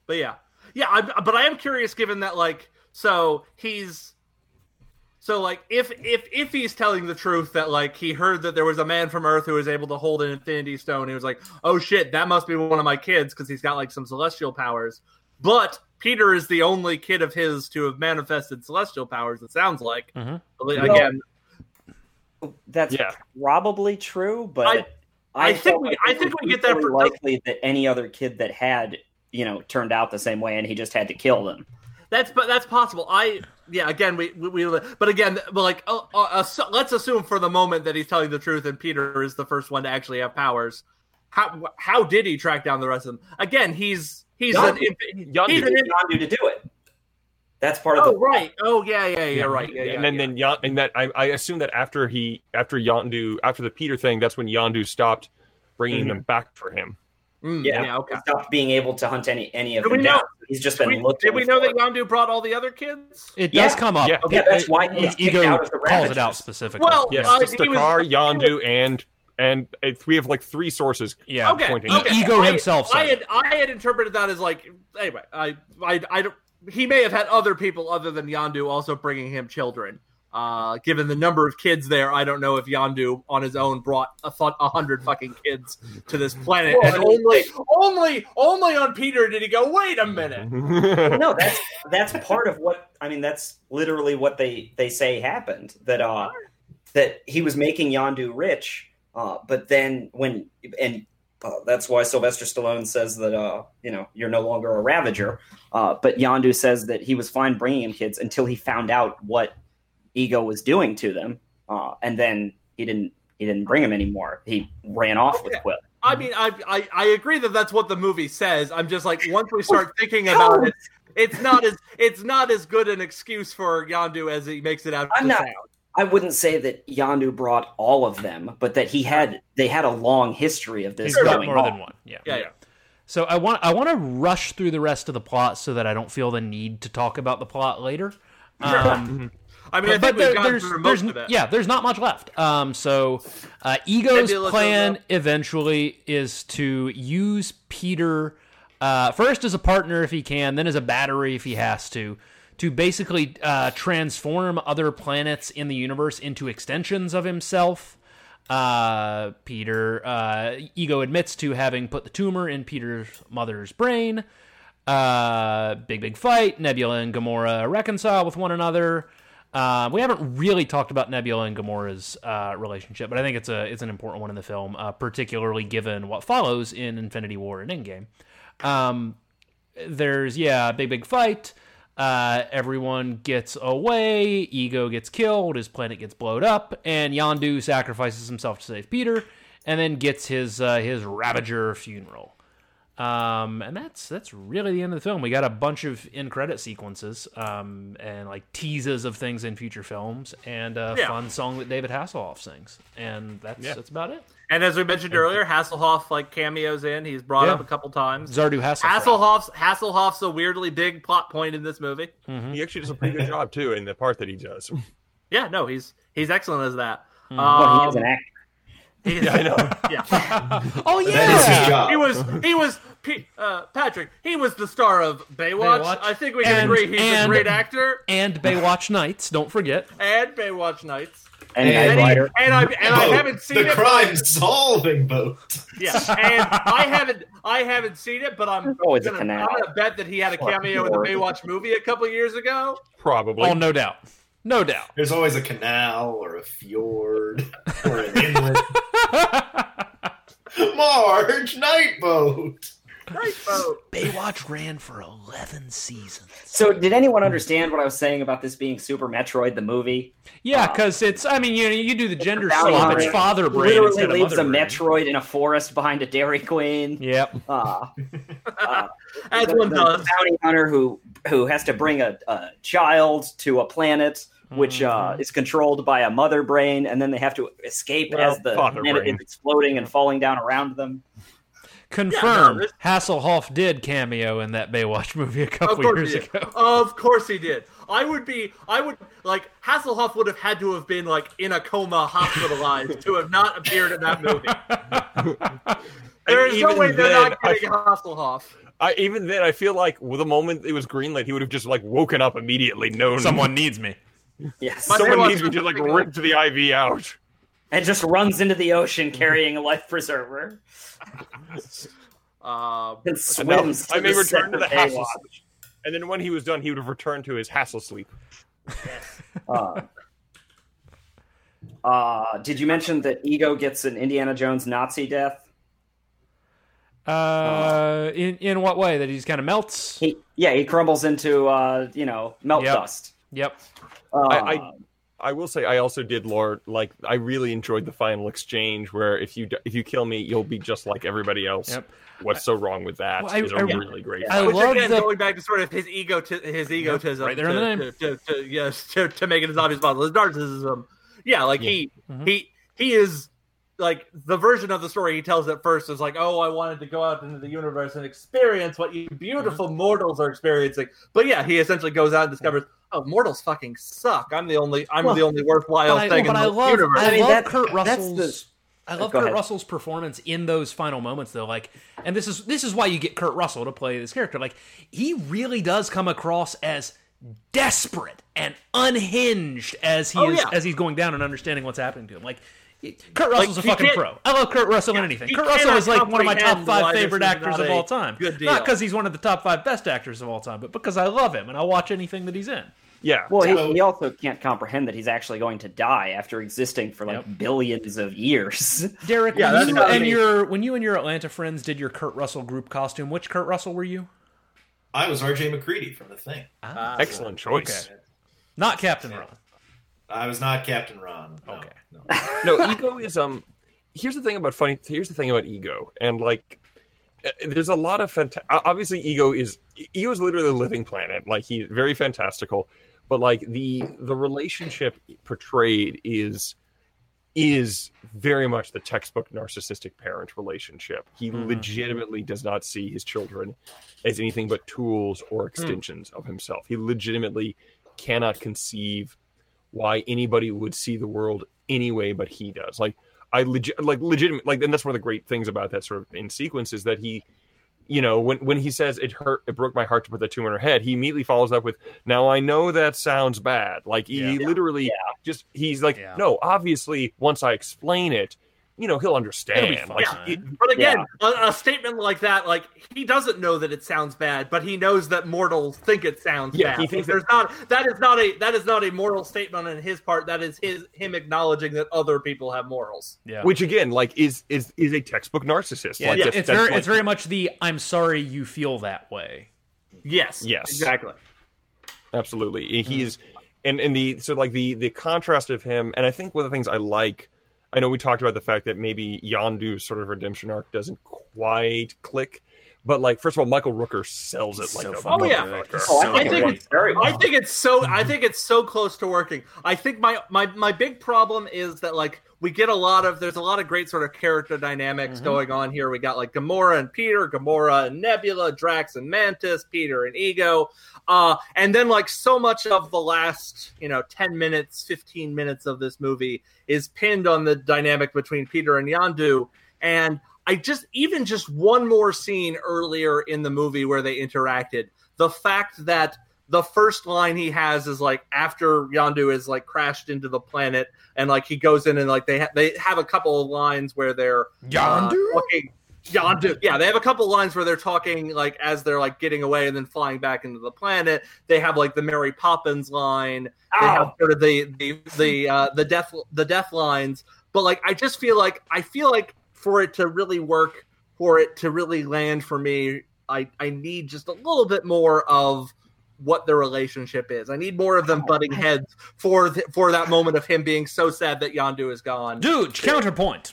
[SPEAKER 4] But yeah, yeah. I, but I am curious, given that like, so he's, so like, if if if he's telling the truth that like he heard that there was a man from Earth who was able to hold an Infinity Stone, he was like, oh shit, that must be one of my kids because he's got like some celestial powers. But Peter is the only kid of his to have manifested celestial powers. It sounds like
[SPEAKER 1] Mhm.
[SPEAKER 4] But
[SPEAKER 2] Well,
[SPEAKER 4] again.
[SPEAKER 2] oh, That's
[SPEAKER 3] Yeah.
[SPEAKER 2] probably true, but
[SPEAKER 4] I- I think
[SPEAKER 2] felt
[SPEAKER 4] we-
[SPEAKER 2] like
[SPEAKER 4] I
[SPEAKER 2] it
[SPEAKER 4] think
[SPEAKER 2] was
[SPEAKER 4] we get that
[SPEAKER 2] equally
[SPEAKER 4] for-
[SPEAKER 2] likely that any other kid that had you know turned out the same way, and he just had to kill them.
[SPEAKER 4] That's but that's possible. I yeah. Again, we we, we but again, but like uh, uh, assu- let's assume for the moment that he's telling the truth and Peter is the first one to actually have powers. How how did he track down the rest of them? Again, he's he's an
[SPEAKER 2] Yondu.
[SPEAKER 4] he's
[SPEAKER 3] Yondu.
[SPEAKER 4] an
[SPEAKER 2] Did not do to do it. That's part of
[SPEAKER 4] oh
[SPEAKER 2] the
[SPEAKER 4] right oh yeah yeah yeah, right yeah, yeah,
[SPEAKER 3] and then
[SPEAKER 4] yeah.
[SPEAKER 3] then Yon, and that I, I assume that after he after Yondu after the Peter thing, that's when Yondu stopped bringing
[SPEAKER 2] Mhm.
[SPEAKER 3] them back for him.
[SPEAKER 4] Mm, yeah.
[SPEAKER 2] yeah.
[SPEAKER 4] okay.
[SPEAKER 2] stopped being able to hunt any any of
[SPEAKER 4] Did
[SPEAKER 2] them
[SPEAKER 4] we
[SPEAKER 2] down.
[SPEAKER 4] know-
[SPEAKER 2] He's just
[SPEAKER 4] Did
[SPEAKER 2] been
[SPEAKER 4] we,
[SPEAKER 2] looking.
[SPEAKER 4] did we know
[SPEAKER 2] for
[SPEAKER 4] that
[SPEAKER 2] them.
[SPEAKER 4] Yondu brought all the other kids?
[SPEAKER 1] It
[SPEAKER 2] Yeah.
[SPEAKER 1] does come up.
[SPEAKER 3] Yeah.
[SPEAKER 1] It-
[SPEAKER 2] Yeah, that's why he's
[SPEAKER 1] it-
[SPEAKER 2] kicked
[SPEAKER 1] Ego
[SPEAKER 2] out of the
[SPEAKER 1] calls
[SPEAKER 2] Ravages.
[SPEAKER 1] it out specifically.
[SPEAKER 4] Well,
[SPEAKER 3] Yes,
[SPEAKER 4] Uh,
[SPEAKER 3] just
[SPEAKER 4] he was-
[SPEAKER 3] Dakar, Yondu, and and uh, we have like three sources.
[SPEAKER 1] yeah.
[SPEAKER 4] okay,
[SPEAKER 3] pointing
[SPEAKER 4] okay.
[SPEAKER 1] Ego
[SPEAKER 4] I-
[SPEAKER 1] himself
[SPEAKER 4] I
[SPEAKER 2] Oh,
[SPEAKER 1] said
[SPEAKER 4] had I had interpreted that as like anyway. I I I don't. He may have had other people other than Yandu also bringing him children. Uh, given the number of kids there, I don't know if Yandu on his own brought a, fu- a hundred fucking kids to this planet,
[SPEAKER 2] Well,
[SPEAKER 4] and
[SPEAKER 2] I mean,
[SPEAKER 4] only, only, only on Peter did he go. Wait a minute.
[SPEAKER 2] Mhm. Well,
[SPEAKER 1] Mm-hmm.
[SPEAKER 2] no, that's that's part of what I mean. That's literally what they they say happened. That uh, that he was making Yondu rich, uh, but then when and uh, that's why Sylvester Stallone says that uh, you know, you're no longer a Ravager. Uh, but Yondu says that he was fine bringing him kids until he found out what Ego was doing to them, uh, and then he didn't he didn't bring him anymore. He ran off with
[SPEAKER 4] Yeah.
[SPEAKER 2] Quill.
[SPEAKER 4] I mean, I, I I agree that that's what the movie says. I'm just like once we start thinking about it, it's not as it's not as good an excuse for Yandu as he makes it out.
[SPEAKER 2] I'm
[SPEAKER 4] to
[SPEAKER 2] not-
[SPEAKER 4] sound.
[SPEAKER 2] I wouldn't say that Yandu brought all of them, but that he had they had a long history of this
[SPEAKER 1] He's got
[SPEAKER 2] going
[SPEAKER 1] more
[SPEAKER 2] on.
[SPEAKER 1] than one. Yeah.
[SPEAKER 4] Yeah, yeah.
[SPEAKER 1] So I want I want to rush through the rest of the plot so that I don't feel the need to talk about the plot later. Um,
[SPEAKER 4] I mean, I think
[SPEAKER 1] but
[SPEAKER 4] we've
[SPEAKER 1] there-
[SPEAKER 4] gotten
[SPEAKER 1] there's,
[SPEAKER 4] through
[SPEAKER 1] there's
[SPEAKER 4] most of it.
[SPEAKER 1] yeah, there's not much left. Um, so uh, Ego's
[SPEAKER 4] Nebula
[SPEAKER 1] plan
[SPEAKER 4] shows
[SPEAKER 1] eventually is to use Peter uh, first as a partner if he can, then as a battery if he has to, to basically uh, transform other planets in the universe into extensions of himself. Uh, Peter uh, Ego admits to having put the tumor in Peter's mother's brain. Uh, big big fight. Nebula and Gamora reconcile with one another. Uh, we haven't really talked about Nebula and Gamora's uh, relationship, but I think it's a it's an important one in the film, uh, particularly given what follows in Infinity War and Endgame. Um, there's yeah, big big fight. Uh, everyone gets away. Ego gets killed. His planet gets blown up, and Yondu sacrifices himself to save Peter, and then gets his uh, his Ravager funeral. Um, and that's that's really the end of the film. We got a bunch of in credit sequences, um, and like teases of things in future films, and a
[SPEAKER 4] Yeah.
[SPEAKER 1] fun song that David Hasselhoff sings, and that's
[SPEAKER 3] Yeah.
[SPEAKER 1] that's about it.
[SPEAKER 4] And as we mentioned earlier, Hasselhoff like cameos in. He's brought
[SPEAKER 1] Yeah.
[SPEAKER 4] up a couple times.
[SPEAKER 1] Zardu Hasselhoff.
[SPEAKER 4] Hasselhoff's Hasselhoff's a weirdly big plot point in this movie.
[SPEAKER 3] he actually does a pretty good job too in the part that he does.
[SPEAKER 4] Yeah, no, he's he's excellent as that.
[SPEAKER 2] Well, he
[SPEAKER 4] Um,
[SPEAKER 2] is an actor.
[SPEAKER 4] he's-
[SPEAKER 3] I know.
[SPEAKER 4] yeah.
[SPEAKER 1] Oh
[SPEAKER 5] That is his
[SPEAKER 1] yeah,
[SPEAKER 5] job.
[SPEAKER 4] he was he was P- uh, Patrick, he was the star of Baywatch.
[SPEAKER 6] Baywatch.
[SPEAKER 4] I think we can
[SPEAKER 1] And-
[SPEAKER 4] agree he's a
[SPEAKER 1] and-
[SPEAKER 4] great actor.
[SPEAKER 1] and Baywatch Nights. Don't forget.
[SPEAKER 4] And Baywatch Nights.
[SPEAKER 2] And
[SPEAKER 5] And-
[SPEAKER 2] Knight
[SPEAKER 4] And, he-
[SPEAKER 2] Rider.
[SPEAKER 4] and I and I
[SPEAKER 5] Boat.
[SPEAKER 4] haven't seen
[SPEAKER 5] the
[SPEAKER 4] it.
[SPEAKER 5] crime solving boat.
[SPEAKER 4] Yeah, and I haven't I haven't seen it, but I'm
[SPEAKER 2] Oh, it's a
[SPEAKER 4] gonna,
[SPEAKER 2] canal.
[SPEAKER 4] I'm gonna bet that he had a
[SPEAKER 2] Fuck
[SPEAKER 4] cameo in the
[SPEAKER 2] Lord.
[SPEAKER 4] Baywatch movie a couple years ago.
[SPEAKER 3] Probably.
[SPEAKER 1] Oh, no doubt, no doubt.
[SPEAKER 5] There's always a canal or a fjord or an inlet. Marge, night boat.
[SPEAKER 4] Right, boat.
[SPEAKER 1] Baywatch ran for eleven seasons.
[SPEAKER 2] So, did anyone understand what I was saying about this being Super Metroid, the movie?
[SPEAKER 1] Yeah, because it's. I mean, you know, you do the gender
[SPEAKER 2] about
[SPEAKER 1] swap. It's
[SPEAKER 2] Mario.
[SPEAKER 1] father brain
[SPEAKER 2] Literally
[SPEAKER 1] instead of
[SPEAKER 2] leaves
[SPEAKER 1] mother
[SPEAKER 2] a
[SPEAKER 1] brain.
[SPEAKER 2] Metroid in a forest behind a Dairy Queen.
[SPEAKER 1] Yep.
[SPEAKER 2] Ah. Ah.
[SPEAKER 4] As
[SPEAKER 2] the,
[SPEAKER 4] one
[SPEAKER 2] the
[SPEAKER 4] does.
[SPEAKER 2] bounty hunter who who has to bring a, a child to a planet which uh,
[SPEAKER 1] Mm-hmm.
[SPEAKER 2] is controlled by a mother brain, and then they have to escape
[SPEAKER 3] Well,
[SPEAKER 2] as the
[SPEAKER 3] father
[SPEAKER 2] planet
[SPEAKER 3] brain.
[SPEAKER 2] is exploding and falling down around them.
[SPEAKER 4] no,
[SPEAKER 1] Confirmed.
[SPEAKER 4] this-
[SPEAKER 1] Hasselhoff did cameo in that Baywatch movie a
[SPEAKER 4] Of
[SPEAKER 1] couple
[SPEAKER 4] course
[SPEAKER 1] years
[SPEAKER 4] he did.
[SPEAKER 1] ago.
[SPEAKER 4] Of course he did. I would be. I would like Hasselhoff would have had to have been like in a coma, hospitalized to have not appeared in that movie. There
[SPEAKER 3] And
[SPEAKER 4] is no
[SPEAKER 3] even
[SPEAKER 4] way they're
[SPEAKER 3] then,
[SPEAKER 4] not
[SPEAKER 3] I-
[SPEAKER 4] getting Hasselhoff.
[SPEAKER 3] I, even then, I feel like well, the moment it was greenlit, he would have just like woken up immediately, known
[SPEAKER 6] Someone needs me.
[SPEAKER 2] Yes,
[SPEAKER 4] But-
[SPEAKER 3] someone
[SPEAKER 4] Baywatch
[SPEAKER 3] needs me
[SPEAKER 4] was
[SPEAKER 3] to like
[SPEAKER 4] pretty
[SPEAKER 3] rip the IV out.
[SPEAKER 2] and just runs into the ocean carrying a life preserver
[SPEAKER 4] Um,
[SPEAKER 2] and
[SPEAKER 3] And now
[SPEAKER 2] swims.
[SPEAKER 3] I may return to the
[SPEAKER 2] Hasselhoff.
[SPEAKER 3] Hasselhoff. And then when he was done, he would have returned to his Hassel sleep.
[SPEAKER 2] Uh, uh, did you mention that Ego gets an Indiana Jones Nazi death?
[SPEAKER 4] Uh-huh.
[SPEAKER 1] Uh, in in what way? That he just kind of melts.
[SPEAKER 2] He, yeah, he crumbles into uh, you know melt
[SPEAKER 1] Yep.
[SPEAKER 2] dust.
[SPEAKER 1] Yep.
[SPEAKER 2] Uh,
[SPEAKER 3] I- I- I will say, I also did lore. Like, I really enjoyed the final exchange where if you d- if you kill me, you'll be just like everybody else.
[SPEAKER 1] Yep.
[SPEAKER 3] What's so wrong with that?
[SPEAKER 1] Well,
[SPEAKER 3] Is
[SPEAKER 1] I-
[SPEAKER 3] a
[SPEAKER 1] I-
[SPEAKER 3] really great.
[SPEAKER 1] I
[SPEAKER 4] which
[SPEAKER 1] love
[SPEAKER 4] again,
[SPEAKER 1] the
[SPEAKER 4] going back to sort of his ego, his egotism,
[SPEAKER 1] right there in
[SPEAKER 4] to,
[SPEAKER 1] the name.
[SPEAKER 4] To, to, to- yes, to, to make it his obvious model, his narcissism. Yeah, like he
[SPEAKER 1] Mhm.
[SPEAKER 4] he he is like the version of the story he tells at first is like, oh, I wanted to go out into the universe and experience what you beautiful
[SPEAKER 1] Mm-hmm.
[SPEAKER 4] mortals are experiencing. But yeah, he essentially goes out and discovers, oh, mortals fucking suck. I'm the only I'm
[SPEAKER 1] Well,
[SPEAKER 4] the only worthwhile
[SPEAKER 1] but I,
[SPEAKER 4] thing
[SPEAKER 1] but
[SPEAKER 4] in
[SPEAKER 1] I
[SPEAKER 4] the
[SPEAKER 1] love,
[SPEAKER 4] universe.
[SPEAKER 1] I,
[SPEAKER 2] I mean,
[SPEAKER 1] love
[SPEAKER 2] that-
[SPEAKER 1] Kurt
[SPEAKER 2] that's
[SPEAKER 1] Russell's.
[SPEAKER 2] the-
[SPEAKER 1] I
[SPEAKER 2] uh,
[SPEAKER 1] love
[SPEAKER 2] Go
[SPEAKER 1] Kurt
[SPEAKER 2] ahead.
[SPEAKER 1] Russell's performance in those final moments, though. Like, and this is this is why you get Kurt Russell to play this character. Like, he really does come across as desperate and unhinged as he
[SPEAKER 4] Oh,
[SPEAKER 1] is
[SPEAKER 4] yeah.
[SPEAKER 1] as he's going down and understanding what's happening to him. Like, he- Kurt Russell's
[SPEAKER 4] he
[SPEAKER 1] a fucking
[SPEAKER 4] can't-
[SPEAKER 1] pro. I love Kurt Russell in anything.
[SPEAKER 4] he
[SPEAKER 1] Kurt Russell
[SPEAKER 4] cannot
[SPEAKER 1] is like one of my top
[SPEAKER 4] comprehend why
[SPEAKER 1] five
[SPEAKER 4] this
[SPEAKER 1] favorite
[SPEAKER 4] is
[SPEAKER 1] actors
[SPEAKER 4] not
[SPEAKER 1] of
[SPEAKER 4] a
[SPEAKER 1] all time.
[SPEAKER 4] good deal.
[SPEAKER 1] Not because he's one of the top five best actors of all time, but because I love him and I watch anything that he's in.
[SPEAKER 3] Yeah.
[SPEAKER 2] well,
[SPEAKER 5] So-
[SPEAKER 2] he, he also can't comprehend that he's actually going to die after existing for like
[SPEAKER 1] Yep.
[SPEAKER 2] billions of years.
[SPEAKER 1] Derek,
[SPEAKER 4] Yeah,
[SPEAKER 1] when
[SPEAKER 4] that's
[SPEAKER 1] you
[SPEAKER 4] not
[SPEAKER 1] and
[SPEAKER 4] me.
[SPEAKER 1] your when you and your Atlanta friends did your Kurt Russell group costume, which Kurt Russell were you?
[SPEAKER 5] I was R.J. McCready from the thing.
[SPEAKER 3] Excellent choice.
[SPEAKER 1] Not Captain Merlin.
[SPEAKER 5] I was not Captain Ron. No,
[SPEAKER 1] Okay.
[SPEAKER 5] no.
[SPEAKER 3] no ego is um here's the thing about funny here's the thing about ego and like uh, there's a lot of fanta- o- obviously ego is e, ego is literally a living planet like he's very fantastical but like the the relationship portrayed is is very much the textbook narcissistic parent relationship he legitimately does not see his children as anything but tools
[SPEAKER 6] Hmm.
[SPEAKER 3] or extensions of himself he legitimately cannot conceive why anybody would see the world any way but he does. Like I legit, like legitimate, like, and that's one of the great things about that sort of in sequence is that he, you know, when when he says it hurt, it broke my heart to put that tumor in her head, he immediately follows up with, "Now I know that sounds bad." Like he
[SPEAKER 6] Yeah.
[SPEAKER 3] literally just he's like,
[SPEAKER 6] Yeah.
[SPEAKER 3] "No, obviously, once I explain it, you know, he'll understand." Like
[SPEAKER 6] fine.
[SPEAKER 3] it-
[SPEAKER 4] But again, a, a statement like that, like he doesn't know that it sounds bad, but he knows that mortals think it sounds
[SPEAKER 3] Yeah,
[SPEAKER 4] bad.
[SPEAKER 3] he thinks
[SPEAKER 4] there's not that is not a that is not a moral statement on his part. That is his him acknowledging that other people have morals.
[SPEAKER 6] Yeah.
[SPEAKER 3] which again, like, is is is a textbook narcissist. like,
[SPEAKER 1] it's,
[SPEAKER 3] that's-
[SPEAKER 1] it's
[SPEAKER 3] that's,
[SPEAKER 1] very
[SPEAKER 3] like-
[SPEAKER 1] it's very much the I'm sorry you feel that way.
[SPEAKER 4] Yes.
[SPEAKER 3] Yes.
[SPEAKER 4] Exactly.
[SPEAKER 3] absolutely he is and and the so like the the contrast of him and i think one of the things i like i know we talked about the fact that maybe yandu's sort of redemption arc doesn't quite click but like first of all michael rooker sells it like
[SPEAKER 6] so
[SPEAKER 3] a
[SPEAKER 6] fucking
[SPEAKER 4] Oh, yeah.
[SPEAKER 3] motherfucker.
[SPEAKER 2] Oh, I
[SPEAKER 6] So
[SPEAKER 2] think
[SPEAKER 4] good.
[SPEAKER 2] it works very well.
[SPEAKER 4] I think it's so. I think it's so close to working. I think my my my big problem is that like we get a lot of there's a lot of great sort of character dynamics going on here. We got like Gamora and Peter, Gamora and Nebula, Drax and Mantis, Peter and Ego, uh, and then like so much of the last you know ten minutes, fifteen minutes of this movie is pinned on the dynamic between Peter and Yandu, and. I just even just one more scene earlier in the movie where they interacted. The fact that the first line he has is like after Yandu is like crashed into the planet and like he goes in and like they ha- they have a couple of lines where they're uh, looking- Yondu. Yeah, they have a couple lines where they're talking like as they're like getting away and then flying back into the planet. They have like the Mary Poppins line. They have sort of the the the uh, the death the death lines. But like, I just feel like I feel like for it to really work, for it to really land for me, I I need just a little bit more of what their relationship is. I need more of
[SPEAKER 2] Oh,
[SPEAKER 4] them butting heads for th- for that moment of him being so sad that Yondu is gone.
[SPEAKER 1] Dude, counterpoint.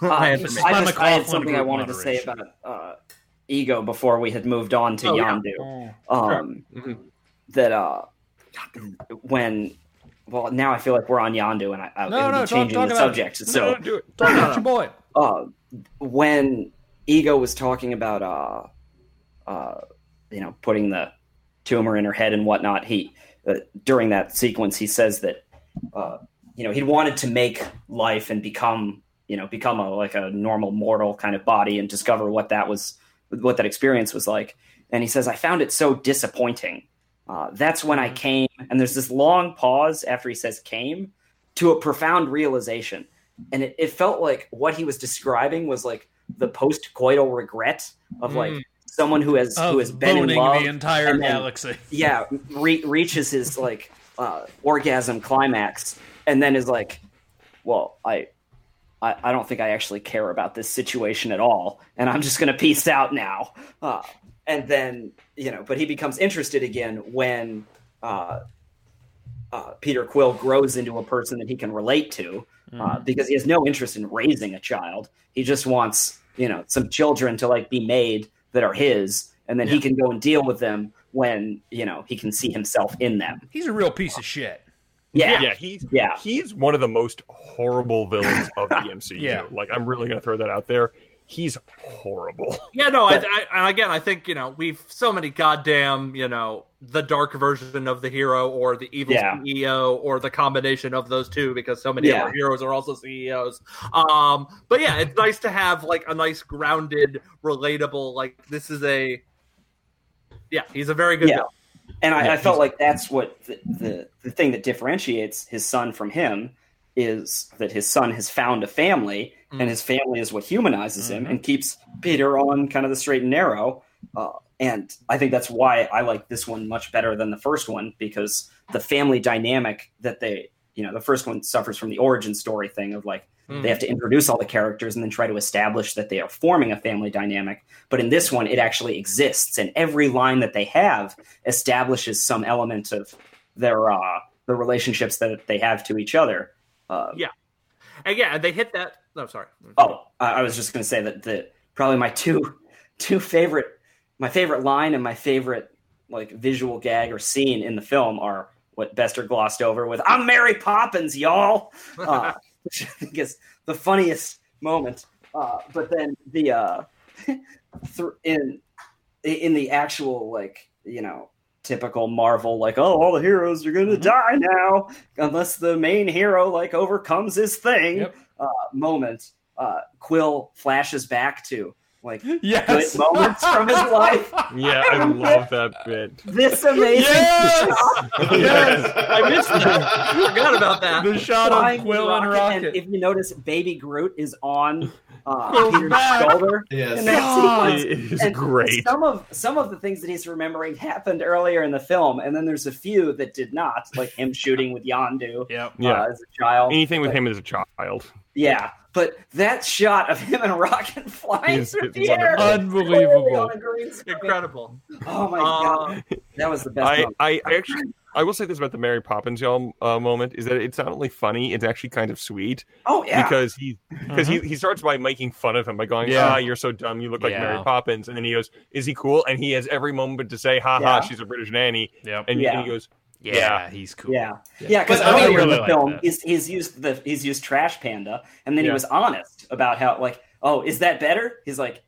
[SPEAKER 2] Uh, I,
[SPEAKER 4] Anthony.
[SPEAKER 2] just,
[SPEAKER 4] It's
[SPEAKER 1] not
[SPEAKER 2] I, just, I
[SPEAKER 1] McLaughlin
[SPEAKER 2] had something I
[SPEAKER 1] group
[SPEAKER 2] wanted to say
[SPEAKER 1] moderation.
[SPEAKER 2] about uh, ego before we had moved on to
[SPEAKER 4] Oh, yeah.
[SPEAKER 2] Yondu. Um,
[SPEAKER 1] Mm-hmm.
[SPEAKER 2] That uh, when well now I feel like we're on Yondu and I, I
[SPEAKER 1] No, no,
[SPEAKER 2] it'll be
[SPEAKER 1] talk-
[SPEAKER 2] changing
[SPEAKER 1] talk
[SPEAKER 2] the
[SPEAKER 1] about it.
[SPEAKER 2] subject. So
[SPEAKER 3] do it.
[SPEAKER 1] Talk about your boy.
[SPEAKER 2] uh, when Ego was talking about uh, uh, you know putting the tumor in her head and whatnot, he uh, during that sequence he says that uh, you know he wanted to make life and become you know become a like a normal mortal kind of body and discover what that was what that experience was like. And he says, I found it so disappointing. Uh, that's when I came, and there's this long pause after he says came to a profound realization and it, it felt like what he was describing was like the post-coital regret of like someone who has
[SPEAKER 1] Of
[SPEAKER 2] who has been in
[SPEAKER 1] boning
[SPEAKER 2] love
[SPEAKER 1] the entire
[SPEAKER 2] and then-
[SPEAKER 1] galaxy.
[SPEAKER 2] yeah re- reaches his like uh, orgasm climax and then is like well I, I i don't think i actually care about this situation at all and i'm just gonna peace out now uh, and then you know but he becomes interested again when uh, uh, peter quill grows into a person that he can relate to uh, because he has no interest in raising a child he just wants you know some children to like be made that are his and then he can go and deal with them when you know he can see himself in them
[SPEAKER 1] He's a real piece of shit.
[SPEAKER 2] yeah
[SPEAKER 3] Yeah, he's
[SPEAKER 2] Yeah.
[SPEAKER 3] he's one of the most horrible villains of the MCU.
[SPEAKER 1] Yeah.
[SPEAKER 3] Like I'm really gonna throw that out there. He's horrible.
[SPEAKER 4] Yeah, no, I, I, and again, I think you know we've so many goddamn you know the dark version of the hero or the evil
[SPEAKER 2] Yeah.
[SPEAKER 4] CEO or the combination of those two because so many
[SPEAKER 2] Yeah.
[SPEAKER 4] other heroes are also CEOs. Um, but yeah, it's nice to have like a nice grounded, relatable. Like this is a yeah, he's a very good.
[SPEAKER 2] Yeah.
[SPEAKER 4] villain.
[SPEAKER 2] and I, I felt like that's what the, the the thing that differentiates his son from him is that his son has found a family, and his family is what humanizes him and keeps Peter on kind of the straight and narrow. Uh, and I think that's why I like this one much better than the first one because the family dynamic that they, you know, the first one suffers from the origin story thing of like
[SPEAKER 4] Hmm. Mm.
[SPEAKER 2] they have to introduce all the characters and then try to establish that they are forming a family dynamic. But in this one, it actually exists, and every line that they have establishes some element of their uh, the relationships that they have to each other. Uh,
[SPEAKER 4] And yeah, and they hit that. No, sorry.
[SPEAKER 2] oh, I, I was just going to say that the probably my two two favorite my favorite line and my favorite like visual gag or scene in the film are what Bester glossed over with "I'm Mary Poppins, y'all," uh, which I think is the funniest moment. Uh, but then the uh, thr in in the actual like you know typical Marvel like oh all the heroes are gonna die now unless the main hero like overcomes his thing
[SPEAKER 1] Yep.
[SPEAKER 2] uh, moment. Uh, Quill flashes back to like
[SPEAKER 1] Yes.
[SPEAKER 2] good moments from his life.
[SPEAKER 3] Yeah, I love that bit.
[SPEAKER 2] This amazing
[SPEAKER 1] Yes.
[SPEAKER 3] I missed that.
[SPEAKER 4] I forgot about that.
[SPEAKER 1] the shot
[SPEAKER 2] flying
[SPEAKER 1] of Quill and
[SPEAKER 2] And
[SPEAKER 1] Rocket.
[SPEAKER 2] if you notice, Baby Groot is on uh,
[SPEAKER 1] Quill's
[SPEAKER 2] Peter's
[SPEAKER 1] back.
[SPEAKER 2] shoulder.
[SPEAKER 5] Yes.
[SPEAKER 2] in that
[SPEAKER 1] God.
[SPEAKER 2] sequence.
[SPEAKER 3] It is
[SPEAKER 2] And
[SPEAKER 3] great.
[SPEAKER 2] Some of some of the things that he's remembering happened earlier in the film, and then there's a few that did not, like him shooting with Yondu
[SPEAKER 1] Yep.
[SPEAKER 3] Yeah.
[SPEAKER 2] uh, as a child.
[SPEAKER 3] Anything with him as a child.
[SPEAKER 2] Yeah, but that shot of him and Rocket flying
[SPEAKER 3] It's-
[SPEAKER 2] through
[SPEAKER 3] it's
[SPEAKER 2] the air,
[SPEAKER 1] unbelievable.
[SPEAKER 2] clearly on a green screen.
[SPEAKER 4] Incredible.
[SPEAKER 2] Oh my
[SPEAKER 4] Uh,
[SPEAKER 2] god, that was the best.
[SPEAKER 3] I,
[SPEAKER 2] moment.
[SPEAKER 3] I, I actually I will say this about the Mary Poppins y'all uh, moment is that it's not only funny, it's actually kind of sweet.
[SPEAKER 2] Oh yeah,
[SPEAKER 3] because he because he, he starts by making fun of him by going,
[SPEAKER 1] Mm-hmm. Yeah.
[SPEAKER 3] "Ah, you're so dumb. You look like
[SPEAKER 1] Yeah.
[SPEAKER 3] Mary Poppins." And then he goes, "Is he cool?" And he has every moment to say, "Ha ha,
[SPEAKER 2] Yeah.
[SPEAKER 3] she's a British nanny."
[SPEAKER 1] Yep.
[SPEAKER 3] And,
[SPEAKER 2] Yeah.
[SPEAKER 3] and he goes,
[SPEAKER 1] yeah,
[SPEAKER 3] Yeah.
[SPEAKER 1] he's cool.
[SPEAKER 2] Yeah, yeah. Because
[SPEAKER 5] But I
[SPEAKER 2] earlier in
[SPEAKER 1] really
[SPEAKER 2] the
[SPEAKER 1] like
[SPEAKER 2] film,
[SPEAKER 1] that.
[SPEAKER 2] he's, he's used the he's used Trash Panda, and then he
[SPEAKER 3] Yeah.
[SPEAKER 2] was honest about how like, oh, is that better? He's like,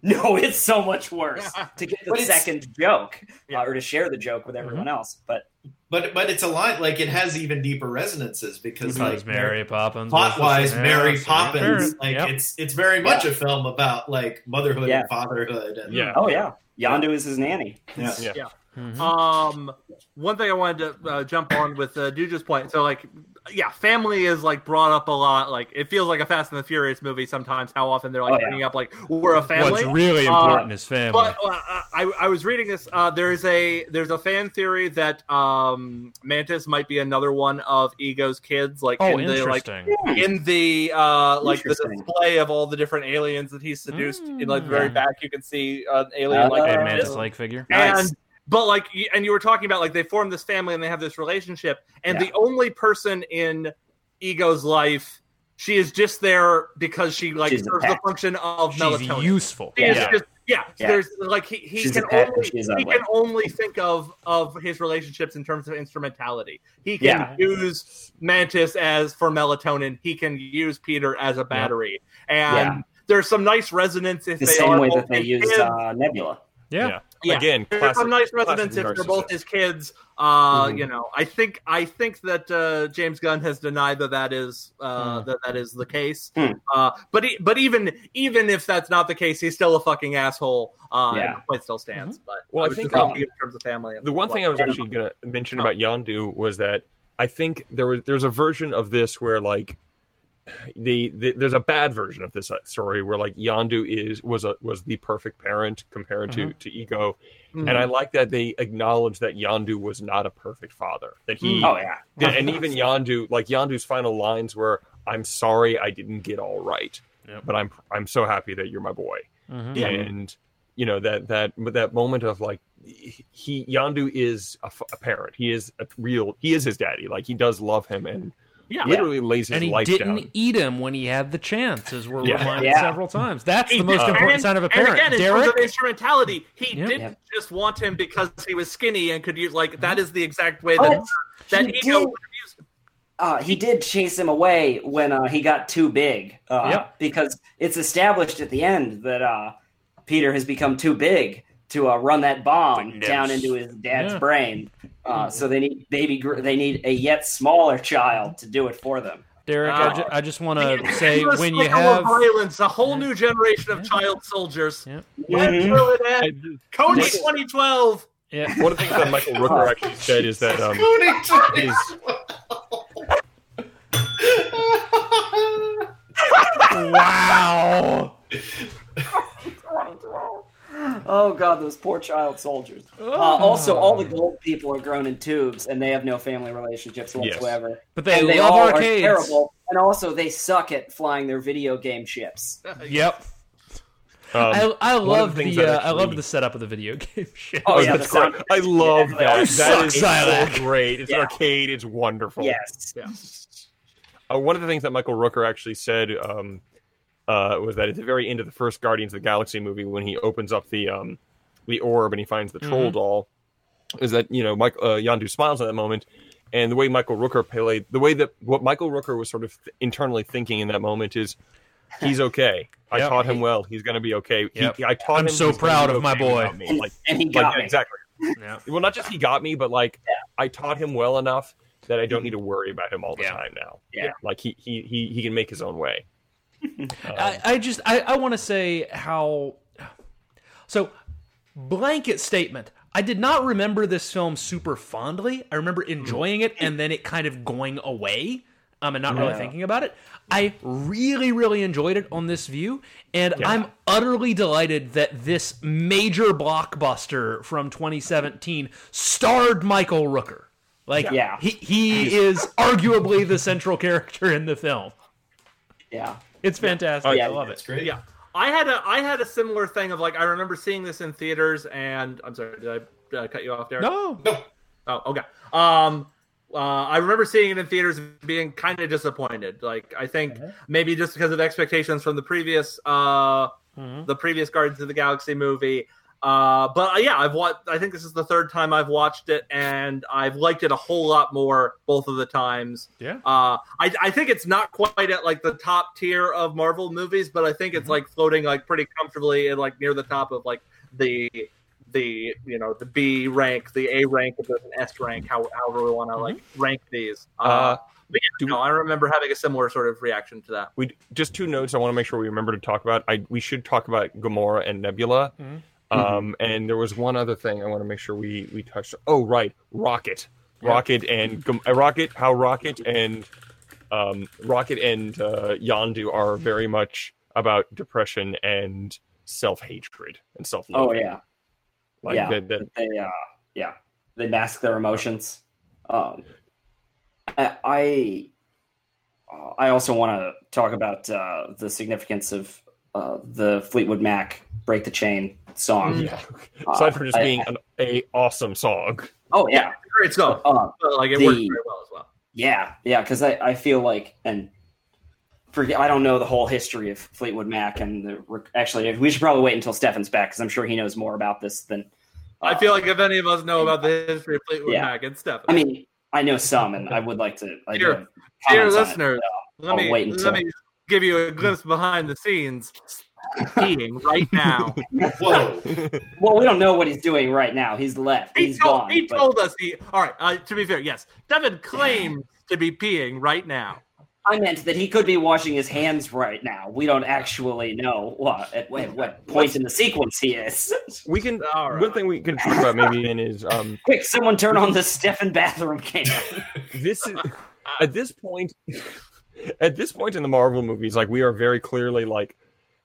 [SPEAKER 2] No, it's so much worse to get
[SPEAKER 5] But
[SPEAKER 2] the
[SPEAKER 5] it's-
[SPEAKER 2] second joke
[SPEAKER 5] Yeah.
[SPEAKER 2] uh, or to share the joke with everyone else. But
[SPEAKER 5] But but it's a lot like it has even deeper resonances because
[SPEAKER 1] Because
[SPEAKER 5] like
[SPEAKER 1] Mary Poppins.
[SPEAKER 5] plot wise,
[SPEAKER 1] was the-
[SPEAKER 5] Mary
[SPEAKER 1] yeah,
[SPEAKER 5] Poppins,
[SPEAKER 1] sure.
[SPEAKER 5] like
[SPEAKER 1] Yep.
[SPEAKER 5] it's it's very much a film about like motherhood
[SPEAKER 2] Yeah.
[SPEAKER 5] and fatherhood. And,
[SPEAKER 3] Yeah.
[SPEAKER 2] oh yeah, Yandu is his nanny.
[SPEAKER 5] yeah.
[SPEAKER 3] Yeah.
[SPEAKER 1] Mhm.
[SPEAKER 4] Um, one thing I wanted to uh, jump on with uh, Duja's point. So, like, yeah, family is like brought up a lot. Like, it feels like a Fast and the Furious movie sometimes. How often they're like
[SPEAKER 2] Oh, yeah.
[SPEAKER 4] bringing up like we're a family.
[SPEAKER 1] What's really
[SPEAKER 4] Uh,
[SPEAKER 1] important is family.
[SPEAKER 4] But uh, I, I was reading this. Uh, there's a there's a fan theory that um, Mantis might be another one of Ego's kids, like
[SPEAKER 1] oh,
[SPEAKER 4] in the like
[SPEAKER 1] interesting.
[SPEAKER 4] in the uh, like the
[SPEAKER 2] Hmm. Interesting.
[SPEAKER 4] display of all the different aliens that he seduced. In like the very
[SPEAKER 1] Mm.
[SPEAKER 4] back, you can see an alien like
[SPEAKER 1] a
[SPEAKER 2] Uh,
[SPEAKER 1] mantis like figure.
[SPEAKER 2] Nice.
[SPEAKER 4] and but like y- and you were talking about like they form this family and they have this relationship and
[SPEAKER 2] Yeah.
[SPEAKER 4] the only person in ego's life she is just there because she like
[SPEAKER 2] She's a
[SPEAKER 4] serves the
[SPEAKER 2] pet.
[SPEAKER 4] function of
[SPEAKER 1] She's
[SPEAKER 4] melatonin
[SPEAKER 1] useful.
[SPEAKER 4] She is
[SPEAKER 1] Yeah.
[SPEAKER 4] just yeah,
[SPEAKER 2] Yeah.
[SPEAKER 4] there's like he, he
[SPEAKER 2] She's
[SPEAKER 4] can
[SPEAKER 2] a pet and
[SPEAKER 4] only
[SPEAKER 2] she's
[SPEAKER 4] he
[SPEAKER 2] ugly.
[SPEAKER 4] can only think of of his relationships in terms of instrumentality he can
[SPEAKER 2] Yeah.
[SPEAKER 4] use mantis as for melatonin he can use peter as a battery and there's some nice resonance if
[SPEAKER 2] The
[SPEAKER 4] they
[SPEAKER 2] same
[SPEAKER 4] are
[SPEAKER 2] way that
[SPEAKER 4] both
[SPEAKER 2] they
[SPEAKER 4] his
[SPEAKER 2] use
[SPEAKER 4] kids.
[SPEAKER 2] uh, Nebula.
[SPEAKER 1] Yeah.
[SPEAKER 3] Yeah.
[SPEAKER 4] Yeah.
[SPEAKER 3] Again,
[SPEAKER 4] There's
[SPEAKER 3] classic,
[SPEAKER 4] some nice
[SPEAKER 3] classic
[SPEAKER 4] residents if they're
[SPEAKER 3] narcissist.
[SPEAKER 4] both
[SPEAKER 3] Mm-hmm.
[SPEAKER 4] his kids. Uh,
[SPEAKER 2] Mhm.
[SPEAKER 4] You know, I think I think that uh, James Gunn has denied that that is uh,
[SPEAKER 3] Mm.
[SPEAKER 4] that that is the case.
[SPEAKER 2] Hmm.
[SPEAKER 4] Uh, but he, but even even if that's not the case, he's still a fucking asshole. Uh,
[SPEAKER 2] Yeah.
[SPEAKER 4] and the point still stands. But
[SPEAKER 3] Well, I
[SPEAKER 4] was
[SPEAKER 3] think,
[SPEAKER 4] just
[SPEAKER 3] um,
[SPEAKER 4] thinking in terms of family, and
[SPEAKER 3] The one
[SPEAKER 4] what-
[SPEAKER 3] thing I was actually going to mention
[SPEAKER 2] uh-huh.
[SPEAKER 3] about Yandu was that I think there was there's a version of this where like the, the there's a bad version of this uh, story where like Yandu is was a was the perfect parent compared to to Ego,
[SPEAKER 4] Mhm.
[SPEAKER 3] and I like that they acknowledge that Yandu was not a perfect father that he
[SPEAKER 2] Oh yeah,
[SPEAKER 3] Yeah, and even Yandu, like Yandu's final lines were, "I'm sorry I didn't get all right,
[SPEAKER 1] Yep.
[SPEAKER 3] but I'm I'm so happy that you're my boy."
[SPEAKER 1] Mhm.
[SPEAKER 2] Yeah.
[SPEAKER 3] And you know that that but that moment of like he Yandu is a, f- a parent. He is a real. He is his daddy. Like he does love him and
[SPEAKER 2] Oh,
[SPEAKER 4] Yeah.
[SPEAKER 3] literally lays his
[SPEAKER 1] And he
[SPEAKER 3] life
[SPEAKER 1] didn't
[SPEAKER 3] down.
[SPEAKER 1] eat him when he had the chance, as we're
[SPEAKER 3] Yeah.
[SPEAKER 1] reminded
[SPEAKER 2] Yeah.
[SPEAKER 1] several times. That's the
[SPEAKER 4] He
[SPEAKER 1] most
[SPEAKER 4] did-
[SPEAKER 1] important
[SPEAKER 4] and-
[SPEAKER 1] sign of a
[SPEAKER 4] Mm-hmm. And
[SPEAKER 1] parent.
[SPEAKER 4] again, in terms
[SPEAKER 1] Derek,
[SPEAKER 4] of instrumentality, he
[SPEAKER 1] Yeah.
[SPEAKER 4] didn't
[SPEAKER 2] Yeah.
[SPEAKER 4] just want him because he was skinny and could use like
[SPEAKER 3] Mm-hmm.
[SPEAKER 4] that is the exact way
[SPEAKER 2] Oh,
[SPEAKER 4] that that
[SPEAKER 2] he
[SPEAKER 4] ego
[SPEAKER 2] did.
[SPEAKER 4] would have used.
[SPEAKER 2] uh, he did chase him away when uh, he got too big. Uh,
[SPEAKER 1] Yep.
[SPEAKER 2] Because it's established at the end that uh, Peter has become too big to uh, run that bomb down into his dad's
[SPEAKER 1] Yeah.
[SPEAKER 2] brain. Uh, so they need baby. Gr- they need a yet smaller child to do it for them.
[SPEAKER 1] Derek, I,
[SPEAKER 4] Ah.
[SPEAKER 1] ju- I just want to say
[SPEAKER 4] Endless
[SPEAKER 1] when you
[SPEAKER 4] cycle
[SPEAKER 1] have
[SPEAKER 4] of violence, a whole
[SPEAKER 1] Yeah.
[SPEAKER 4] new generation of
[SPEAKER 1] Yeah.
[SPEAKER 4] child soldiers.
[SPEAKER 1] Yeah.
[SPEAKER 4] Let's throw it at
[SPEAKER 3] And
[SPEAKER 4] Coney
[SPEAKER 3] Yes.
[SPEAKER 4] 2012.
[SPEAKER 1] yeah,
[SPEAKER 3] One of the things that Michael Rooker actually said is that um, his
[SPEAKER 1] wow.
[SPEAKER 2] Oh God, those poor child soldiers. Uh,
[SPEAKER 1] Ah.
[SPEAKER 2] also, all the gold people are grown in tubes, and they have no family relationships
[SPEAKER 3] Yes.
[SPEAKER 2] whatsoever.
[SPEAKER 1] But they
[SPEAKER 2] and they
[SPEAKER 1] love
[SPEAKER 2] all
[SPEAKER 1] arcades.
[SPEAKER 2] are terrible. And also, they suck at flying their video game ships.
[SPEAKER 1] Yep.
[SPEAKER 3] um,
[SPEAKER 1] I, I
[SPEAKER 3] of
[SPEAKER 1] love
[SPEAKER 3] the
[SPEAKER 1] the,
[SPEAKER 3] things that
[SPEAKER 1] uh, I
[SPEAKER 3] actually-
[SPEAKER 1] love the setup of the video game shit.
[SPEAKER 2] Oh,
[SPEAKER 3] Oh,
[SPEAKER 2] yeah,
[SPEAKER 3] that's
[SPEAKER 2] the sound-
[SPEAKER 3] great. I love
[SPEAKER 2] Yeah,
[SPEAKER 3] that.
[SPEAKER 2] you
[SPEAKER 3] That
[SPEAKER 1] suck,
[SPEAKER 3] is
[SPEAKER 1] Silac.
[SPEAKER 3] so great. It's
[SPEAKER 2] Yeah.
[SPEAKER 3] an arcade. It's wonderful.
[SPEAKER 2] Yes.
[SPEAKER 3] Uh, one of the things that Michael Rooker actually said um, uh, was that at the very end of the first Guardians of the Galaxy movie, when he opens up the um, the orb and he finds the troll
[SPEAKER 1] Mm-hmm.
[SPEAKER 3] doll, is that you know Mike, uh, Yandu smiles at that moment, and the way Michael Rooker played, the way that what Michael Rooker was sort of th- internally thinking in that moment is, he's okay. I
[SPEAKER 1] Yep.
[SPEAKER 3] taught him well. He's going to be okay. He-
[SPEAKER 1] Yep.
[SPEAKER 3] I taught
[SPEAKER 1] I'm
[SPEAKER 3] him.
[SPEAKER 1] so
[SPEAKER 3] he's gonna
[SPEAKER 1] proud
[SPEAKER 3] be
[SPEAKER 1] of my
[SPEAKER 3] okay
[SPEAKER 1] boy.
[SPEAKER 3] without me.
[SPEAKER 2] And,
[SPEAKER 3] Like,
[SPEAKER 2] and he
[SPEAKER 3] like,
[SPEAKER 2] got
[SPEAKER 3] yeah,
[SPEAKER 2] me.
[SPEAKER 3] exactly.
[SPEAKER 1] Yeah.
[SPEAKER 3] Well, not just he got me, but like I taught him well enough that I don't need to worry about him all the
[SPEAKER 1] Yeah.
[SPEAKER 3] time now.
[SPEAKER 2] Mm-hmm. Yeah.
[SPEAKER 3] like he he he, he can make his own way.
[SPEAKER 1] I, I just I, I want to say how so blanket statement. I did not remember this film super fondly. I remember enjoying it and then it kind of going away. Um, and not really
[SPEAKER 2] Yeah.
[SPEAKER 1] thinking about it. I really, really enjoyed it on this view, and
[SPEAKER 3] Yeah.
[SPEAKER 1] I'm utterly delighted that this major blockbuster from 2017 starred Michael Rooker. Like,
[SPEAKER 2] Yeah.
[SPEAKER 1] he he is arguably the central character in the film.
[SPEAKER 2] Yeah. Oh,
[SPEAKER 1] It's fantastic.
[SPEAKER 2] Yeah.
[SPEAKER 1] I love it.
[SPEAKER 5] That's great.
[SPEAKER 4] Yeah. I had a I had a similar thing of like I remember seeing this in theaters and I'm sorry did I, did I cut you off there?
[SPEAKER 1] No,
[SPEAKER 4] Oh okay. Um, uh, I remember seeing it in theaters and being kind of disappointed. Like I think
[SPEAKER 1] Uh-huh.
[SPEAKER 4] maybe Mm-hmm. just because of expectations from the previous uh, the previous Guardians of the Galaxy movie. Uh, but uh, yeah, I've watched. I think this is the third time I've watched it, and I've liked it a whole lot more both of the times.
[SPEAKER 1] Yeah.
[SPEAKER 4] Uh, I, I think it's not quite at like the top tier of Marvel movies, but I think it's like floating like pretty comfortably and like near the top of like the the you know the B rank, the A rank, and the S rank. How however we want to like rank these. Uh,
[SPEAKER 3] Uh,
[SPEAKER 4] but yeah,
[SPEAKER 3] do-
[SPEAKER 4] no, I remember having a similar sort of reaction to that.
[SPEAKER 3] we just two notes I want to make sure we remember to talk about. I we should talk about Gamora and Nebula.
[SPEAKER 2] Mm-hmm.
[SPEAKER 1] Mhm.
[SPEAKER 3] Um, and there was one other thing I want to make sure we we touched. Oh right, Rocket, Rocket and Gam- uh, Rocket. How Rocket and um, Rocket and uh, Yondu are very much about depression and self hatred and self love.
[SPEAKER 2] Oh yeah,
[SPEAKER 3] like
[SPEAKER 2] yeah.
[SPEAKER 3] that- that-
[SPEAKER 2] they uh, yeah they mask their emotions. Um, I I- uh, I also want to talk about uh, the significance of uh, the Fleetwood Mac "Break the Chain" song.
[SPEAKER 3] yeah.
[SPEAKER 2] Uh,
[SPEAKER 3] Aside from just
[SPEAKER 2] I-
[SPEAKER 3] being an a awesome song,
[SPEAKER 2] Oh yeah,
[SPEAKER 4] Great song.
[SPEAKER 2] uh,
[SPEAKER 4] But, like it
[SPEAKER 2] The-
[SPEAKER 4] worked very well as well.
[SPEAKER 2] Yeah, yeah, because I, I feel like and forget I don't know the whole history of Fleetwood Mac and the rec- actually we should probably wait until Stefan's back because I'm sure he knows more about this than
[SPEAKER 4] I
[SPEAKER 2] uh,
[SPEAKER 4] feel like if any of us know about the history of Fleetwood
[SPEAKER 2] Yeah.
[SPEAKER 4] Mac and stuff,
[SPEAKER 2] I mean I know some and I would like to I do
[SPEAKER 4] Dear-
[SPEAKER 2] have
[SPEAKER 4] dear
[SPEAKER 2] comments on it,
[SPEAKER 4] listeners, let
[SPEAKER 2] I'll
[SPEAKER 4] me
[SPEAKER 2] wait until-
[SPEAKER 4] let me give you a glimpse behind the scenes. Peeing right now.
[SPEAKER 5] Whoa.
[SPEAKER 2] but- well, we don't know what he's doing right now. He's left.
[SPEAKER 4] He
[SPEAKER 2] He's
[SPEAKER 4] told,
[SPEAKER 2] gone.
[SPEAKER 4] he
[SPEAKER 2] but-
[SPEAKER 4] told us he. All right. Uh, to be fair, yes, Devin claims to be peeing right now.
[SPEAKER 2] I meant that he could be washing his hands right now. We don't actually know what at, at what point in the sequence he is.
[SPEAKER 3] we can.
[SPEAKER 4] All right.
[SPEAKER 3] One thing we can talk about maybe then is um,
[SPEAKER 2] Quick, someone turn on the Stefan bathroom cam.
[SPEAKER 3] this is at this point at this point in the marvel movies like we are very clearly like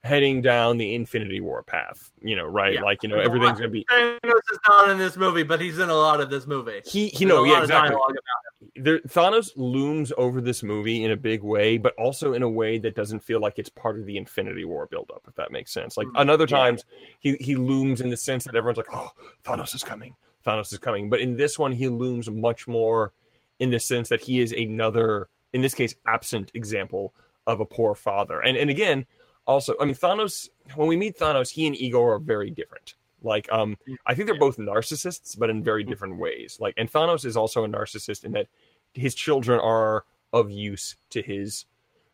[SPEAKER 3] heading down the infinity war path you know right
[SPEAKER 4] Yeah.
[SPEAKER 3] like you know everything's gonna be
[SPEAKER 4] Thanos is not in this movie, but he's in a lot of this movie.
[SPEAKER 3] he he
[SPEAKER 4] There's
[SPEAKER 3] know
[SPEAKER 4] a
[SPEAKER 3] yeah
[SPEAKER 4] lot of
[SPEAKER 3] exactly
[SPEAKER 4] dialogue about-
[SPEAKER 3] there, thanos looms over this movie in a big way but also in a way that doesn't feel like it's part of the infinity war buildup if that makes sense like
[SPEAKER 4] Mm,
[SPEAKER 3] another
[SPEAKER 2] yeah.
[SPEAKER 3] times he he looms in the sense that everyone's like oh thanos is coming thanos is coming but in this one he looms much more in the sense that he is another in this case absent example of a poor father and and again also i mean thanos when we meet thanos he and igor are very different like um i think they're both narcissists but in very different ways like and thanos is also a narcissist in that his children are of use to his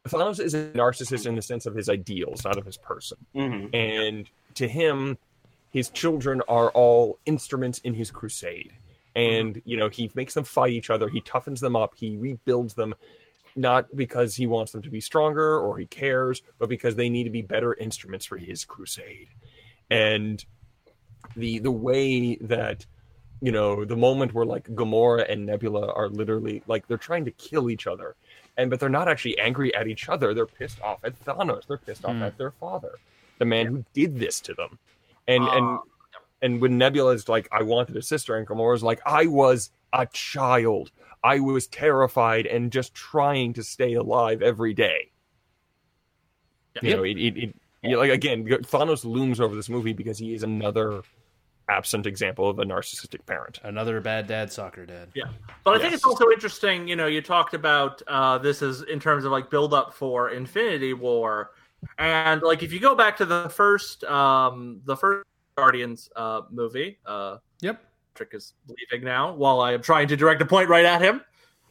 [SPEAKER 3] thanos is a narcissist in the sense of his ideals not of his person
[SPEAKER 2] Mhm.
[SPEAKER 3] and to him his children are all instruments in his crusade and you know he makes them fight each other he toughens them up he rebuilds them not because he wants them to be stronger or he cares but because they need to be better instruments for his crusade and the the way that you know the moment where like Gamora and Nebula are literally like they're trying to kill each other and but they're not actually angry at each other they're pissed off at Thanos they're pissed off
[SPEAKER 1] Hmm.
[SPEAKER 3] at their father the man who did this to them and and
[SPEAKER 4] Ah.
[SPEAKER 3] and when Nebula is like, I wanted a sister, and Gamora's like, I was a child. I was terrified and just trying to stay alive every day. You
[SPEAKER 1] Yep.
[SPEAKER 3] know, it, it, it yeah, like again, Thanos looms over this movie because he is another absent example of a narcissistic parent.
[SPEAKER 1] Another bad dad, soccer dad.
[SPEAKER 4] But I think it's
[SPEAKER 3] Yes.
[SPEAKER 4] also interesting. You know, you talked about uh, this is in terms of like build up for Infinity War, and like if you go back to the first um, the first Guardians uh, movie, uh,
[SPEAKER 1] Yep.
[SPEAKER 4] Patrick is leaving now while I am trying to direct a point right at him.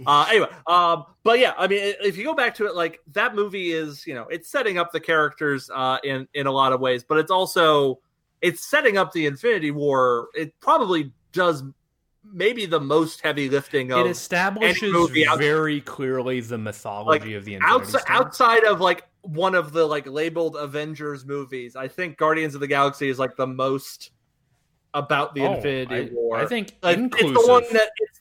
[SPEAKER 4] Uh, anyway, um, but yeah, I mean, i- if you go back to it, like that movie is, you know, it's setting up the characters uh, in in a lot of ways, but it's also it's setting up the Infinity War. It probably does maybe the most heavy lifting
[SPEAKER 1] It
[SPEAKER 4] of
[SPEAKER 1] establishes
[SPEAKER 4] any movie out-
[SPEAKER 1] very clearly the mythology of the Infinity
[SPEAKER 4] outside
[SPEAKER 1] Stone.
[SPEAKER 4] outside of like one of the like labeled Avengers movies. I think Guardians of the Galaxy is like the most about the
[SPEAKER 1] Oh,
[SPEAKER 4] Infinity
[SPEAKER 1] I-
[SPEAKER 4] War.
[SPEAKER 1] I think
[SPEAKER 4] like,
[SPEAKER 1] inclusive.
[SPEAKER 4] it's the one that it's,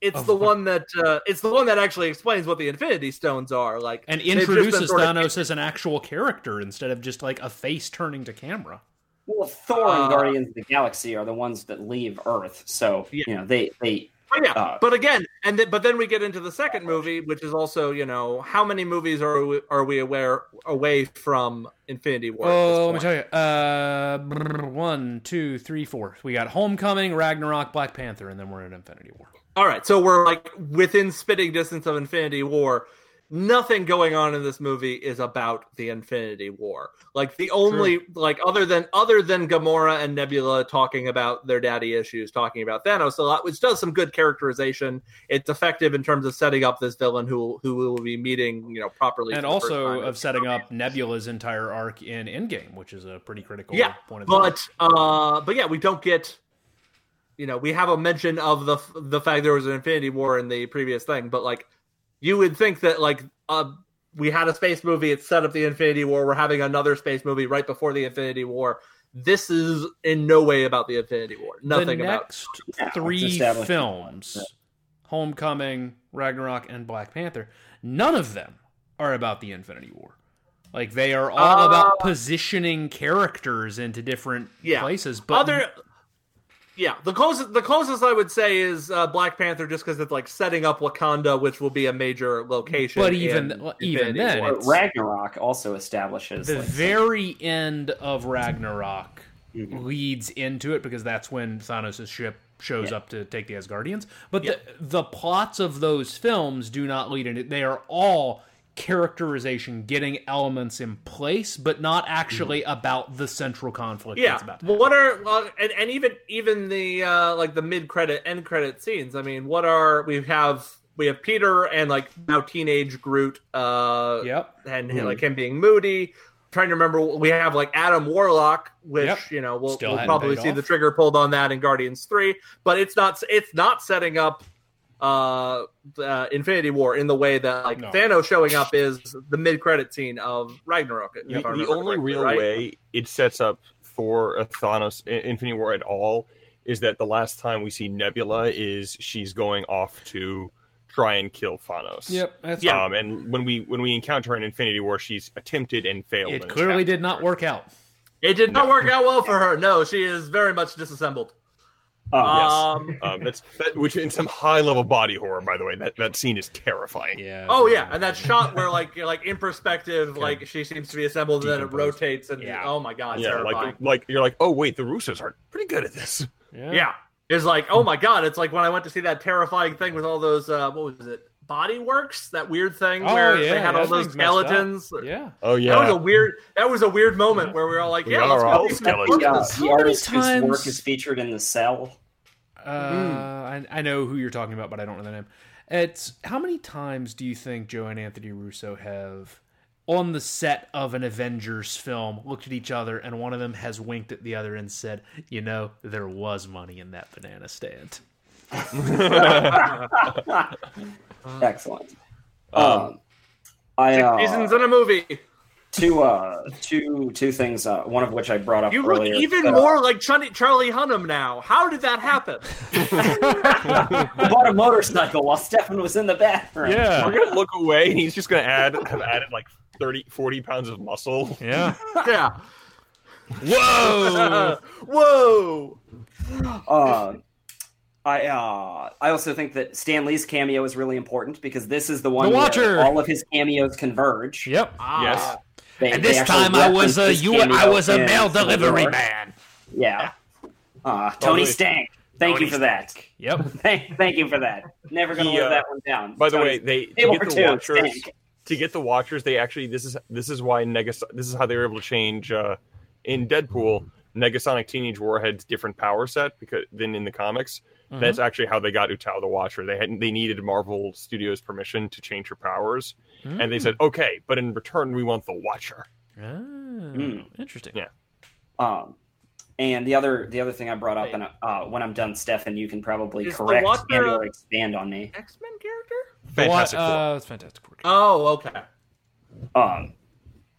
[SPEAKER 4] it's
[SPEAKER 1] of-
[SPEAKER 4] the one that uh, it's the one that actually explains what the Infinity Stones are like
[SPEAKER 1] and
[SPEAKER 4] they've just been
[SPEAKER 1] introduces
[SPEAKER 4] sort of-
[SPEAKER 1] Thanos as an actual character instead of just like a face turning to camera.
[SPEAKER 2] Well, Thor
[SPEAKER 4] Uh,
[SPEAKER 2] and Guardians of the Galaxy are the ones that leave Earth, so
[SPEAKER 4] Yeah.
[SPEAKER 2] you know they they
[SPEAKER 4] but Oh, yeah,
[SPEAKER 2] uh,
[SPEAKER 4] but again, and th- but then we get into the second movie, which is also you know how many movies are we, are we aware away from Infinity War? at this
[SPEAKER 1] Oh, let me
[SPEAKER 4] point?
[SPEAKER 1] tell you. Uh, brr, one, two, three, four. We got Homecoming, Ragnarok, Black Panther, and then we're in Infinity War.
[SPEAKER 4] All right, so we're like within spitting distance of Infinity War. nothing going on in this movie is about the Infinity War. Like the only like other than other than Gamora and Nebula talking about their daddy issues, talking about Thanos a lot, which does some good characterization. It's effective in terms of setting up this villain who who we will be meeting, you know, properly.
[SPEAKER 1] and
[SPEAKER 4] for the first
[SPEAKER 1] also
[SPEAKER 4] time.
[SPEAKER 1] of setting up Nebula's entire arc in Endgame, which is a pretty critical
[SPEAKER 4] Yeah,
[SPEAKER 1] point of view.
[SPEAKER 4] but uh, but yeah, we don't get. You know, we have a mention of the the fact there was an Infinity War in the previous thing, but like, you would think that like uh, we had a space movie, it set up the Infinity War. We're having another space movie right before the Infinity War. This is in no way about the Infinity War. Nothing
[SPEAKER 1] the
[SPEAKER 4] about
[SPEAKER 1] next
[SPEAKER 2] Yeah, it's
[SPEAKER 1] three
[SPEAKER 2] established.
[SPEAKER 1] films Homecoming, Ragnarok, and Black Panther none of them are about the Infinity War. Like they are all
[SPEAKER 4] Uh,
[SPEAKER 1] about positioning characters into different
[SPEAKER 4] Yeah.
[SPEAKER 1] places, but
[SPEAKER 4] other. Yeah, the closest the closest I would say is uh, Black Panther, just because it's like setting up Wakanda, which will be a major location.
[SPEAKER 1] But even-
[SPEAKER 4] in
[SPEAKER 1] well, even
[SPEAKER 4] Infinity
[SPEAKER 1] then,
[SPEAKER 4] War.
[SPEAKER 1] it's-
[SPEAKER 2] Ragnarok also establishes
[SPEAKER 1] the
[SPEAKER 2] like,
[SPEAKER 1] very end of Ragnarok
[SPEAKER 2] Mhm.
[SPEAKER 4] Mm-hmm.
[SPEAKER 1] leads into it because that's when Thanos' ship shows
[SPEAKER 2] Yeah.
[SPEAKER 1] up to take the Asgardians. But the, the plots of those films do not lead into they are all characterization, getting elements in place, but not actually about the central conflict
[SPEAKER 4] Mm-hmm. yeah
[SPEAKER 1] that's about to
[SPEAKER 4] well, what are well, and, and even even the uh like the mid credit end credit scenes i mean what are we have we have peter and like now teenage groot uh
[SPEAKER 1] happen. Yep.
[SPEAKER 4] and like him being moody trying to remember we have like adam warlock which
[SPEAKER 1] Yep.
[SPEAKER 4] you know we'll,
[SPEAKER 1] Still
[SPEAKER 4] we'll
[SPEAKER 1] hadn't
[SPEAKER 4] probably
[SPEAKER 1] paid
[SPEAKER 4] see
[SPEAKER 1] off.
[SPEAKER 4] the trigger pulled on that in guardians 3 but it's not it's not setting up uh, uh infinity war in the way that like
[SPEAKER 1] No.
[SPEAKER 4] thanos showing up is the mid-credit scene of ragnarok if
[SPEAKER 3] The,
[SPEAKER 4] I
[SPEAKER 3] the
[SPEAKER 4] remember
[SPEAKER 3] only
[SPEAKER 4] correctly,
[SPEAKER 3] real
[SPEAKER 4] right?
[SPEAKER 3] way it sets up for a Thanos I- Infinity War at all is that the last time we see Nebula is she's going off to try and kill Thanos.
[SPEAKER 1] Yep. That's
[SPEAKER 3] Um, and when we when we encounter her in Infinity War, she's attempted and failed.
[SPEAKER 1] it
[SPEAKER 3] in
[SPEAKER 1] clearly
[SPEAKER 3] this
[SPEAKER 1] did not work out.
[SPEAKER 4] It did not work out well for her. No, she is very much disassembled.
[SPEAKER 2] oh,
[SPEAKER 3] yes.
[SPEAKER 4] Um,
[SPEAKER 3] chapter. Um, that's that, which in some high level body horror, by the way, that, that scene is terrifying.
[SPEAKER 1] Yeah.
[SPEAKER 4] oh yeah, and that shot where like you're, like in perspective, like she seems to be assembled, and then it
[SPEAKER 1] Decompose.
[SPEAKER 4] rotates, and
[SPEAKER 1] Yeah.
[SPEAKER 4] oh my god,
[SPEAKER 3] yeah,
[SPEAKER 4] terrifying.
[SPEAKER 3] like like you're like, oh wait, the Russos are pretty good at this.
[SPEAKER 1] Yeah.
[SPEAKER 4] yeah, it's like oh my god, it's like when I went to see that terrifying thing with all those uh, what was it, Body Works, that weird thing
[SPEAKER 1] Oh,
[SPEAKER 4] where
[SPEAKER 1] yeah,
[SPEAKER 4] they had
[SPEAKER 1] that
[SPEAKER 4] all those
[SPEAKER 1] thing's messed up.
[SPEAKER 4] skeletons.
[SPEAKER 1] Yeah.
[SPEAKER 3] Oh yeah,
[SPEAKER 4] That was a weird. That was a weird moment where we were all like,
[SPEAKER 3] We
[SPEAKER 4] yeah,
[SPEAKER 3] are
[SPEAKER 4] let's
[SPEAKER 3] all
[SPEAKER 4] go.
[SPEAKER 3] skeletons.
[SPEAKER 4] see that work.
[SPEAKER 2] the, uh,
[SPEAKER 1] how
[SPEAKER 2] the
[SPEAKER 1] many
[SPEAKER 2] artist whose
[SPEAKER 1] times-
[SPEAKER 2] work is featured in the cell.
[SPEAKER 1] Uh, I, I know who you're talking about, but I don't know the name. It's how many times do you think Joe and Anthony Russo have on the set of an Avengers film looked at each other and one of them has winked at the other and said, "You know, there was money in that banana stand."
[SPEAKER 4] Uh,
[SPEAKER 2] Excellent.
[SPEAKER 3] Um,
[SPEAKER 2] Um, I
[SPEAKER 4] Six
[SPEAKER 2] uh,
[SPEAKER 4] seasons in a movie.
[SPEAKER 2] two uh two two things. Uh, one of which I brought up
[SPEAKER 4] You look
[SPEAKER 2] earlier.
[SPEAKER 4] even
[SPEAKER 2] but, uh,
[SPEAKER 4] more like Chun- Charlie Hunnam now. How did that happen?
[SPEAKER 2] I bought a motorcycle while Stefan was in the bathroom.
[SPEAKER 3] we're gonna look away, and he's just gonna add have added like 30, 40 pounds of muscle.
[SPEAKER 1] Yeah.
[SPEAKER 4] yeah.
[SPEAKER 1] Whoa.
[SPEAKER 4] Whoa!
[SPEAKER 2] Uh, I uh, I also think that Stan Lee's cameo is really important because this is the one
[SPEAKER 1] The
[SPEAKER 2] where
[SPEAKER 1] Watcher.
[SPEAKER 2] all of his cameos converge.
[SPEAKER 1] yep.
[SPEAKER 4] Ah,
[SPEAKER 3] Yes.
[SPEAKER 2] They-
[SPEAKER 1] And
[SPEAKER 2] they
[SPEAKER 1] this
[SPEAKER 2] actually
[SPEAKER 1] time I was a
[SPEAKER 2] reference his
[SPEAKER 1] you I
[SPEAKER 2] cameo
[SPEAKER 1] was a
[SPEAKER 2] in
[SPEAKER 1] mail
[SPEAKER 2] Civil
[SPEAKER 1] delivery
[SPEAKER 2] War.
[SPEAKER 1] man.
[SPEAKER 2] Yeah. Uh, Tony
[SPEAKER 3] Totally.
[SPEAKER 2] Stank. Thank you for that.
[SPEAKER 1] Yep.
[SPEAKER 2] Thank, thank you for that. Never gonna
[SPEAKER 3] He,
[SPEAKER 2] live
[SPEAKER 3] uh,
[SPEAKER 2] that one down.
[SPEAKER 3] By the
[SPEAKER 2] Tony
[SPEAKER 3] way, they to
[SPEAKER 2] They
[SPEAKER 3] get
[SPEAKER 2] were
[SPEAKER 3] the
[SPEAKER 2] too,
[SPEAKER 3] watchers.
[SPEAKER 2] Stank.
[SPEAKER 3] To get the watchers, they actually this is this is why Negas this is how they were able to change uh, in Deadpool. Negasonic Teenage Warhead's different power set because than in the comics.
[SPEAKER 1] Mm-hmm.
[SPEAKER 3] That's actually how they got Utao the Watcher. They had they needed Marvel Studios permission to change her powers, and
[SPEAKER 1] Mm.
[SPEAKER 3] they said, "Okay, but in return, we want the Watcher."
[SPEAKER 1] Ah,
[SPEAKER 2] Mm.
[SPEAKER 1] Interesting.
[SPEAKER 3] Yeah.
[SPEAKER 2] Um, and the other the other thing I brought up, and uh, when I'm done, Stefan, you can probably
[SPEAKER 4] Is the
[SPEAKER 2] correct
[SPEAKER 4] Watcher
[SPEAKER 2] and
[SPEAKER 4] a-
[SPEAKER 2] or expand on me.
[SPEAKER 4] X Men character?
[SPEAKER 3] Fantastic.
[SPEAKER 1] What,
[SPEAKER 3] Four.
[SPEAKER 1] uh, it's fantastic. Four.
[SPEAKER 4] Oh, okay.
[SPEAKER 2] Um,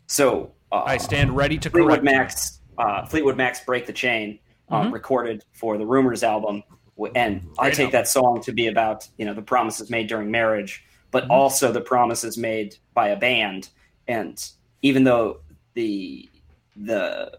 [SPEAKER 2] so uh,
[SPEAKER 1] I stand ready to correct
[SPEAKER 2] Fleetwood
[SPEAKER 1] you.
[SPEAKER 2] Mac's uh, Fleetwood Mac's "Break the Chain" uh,
[SPEAKER 1] Mhm.
[SPEAKER 2] recorded for the Rumors album, w- and I take that song to be about you know the promises made during marriage, but
[SPEAKER 1] Mm-hmm.
[SPEAKER 2] also the promises made by a band. And even though the the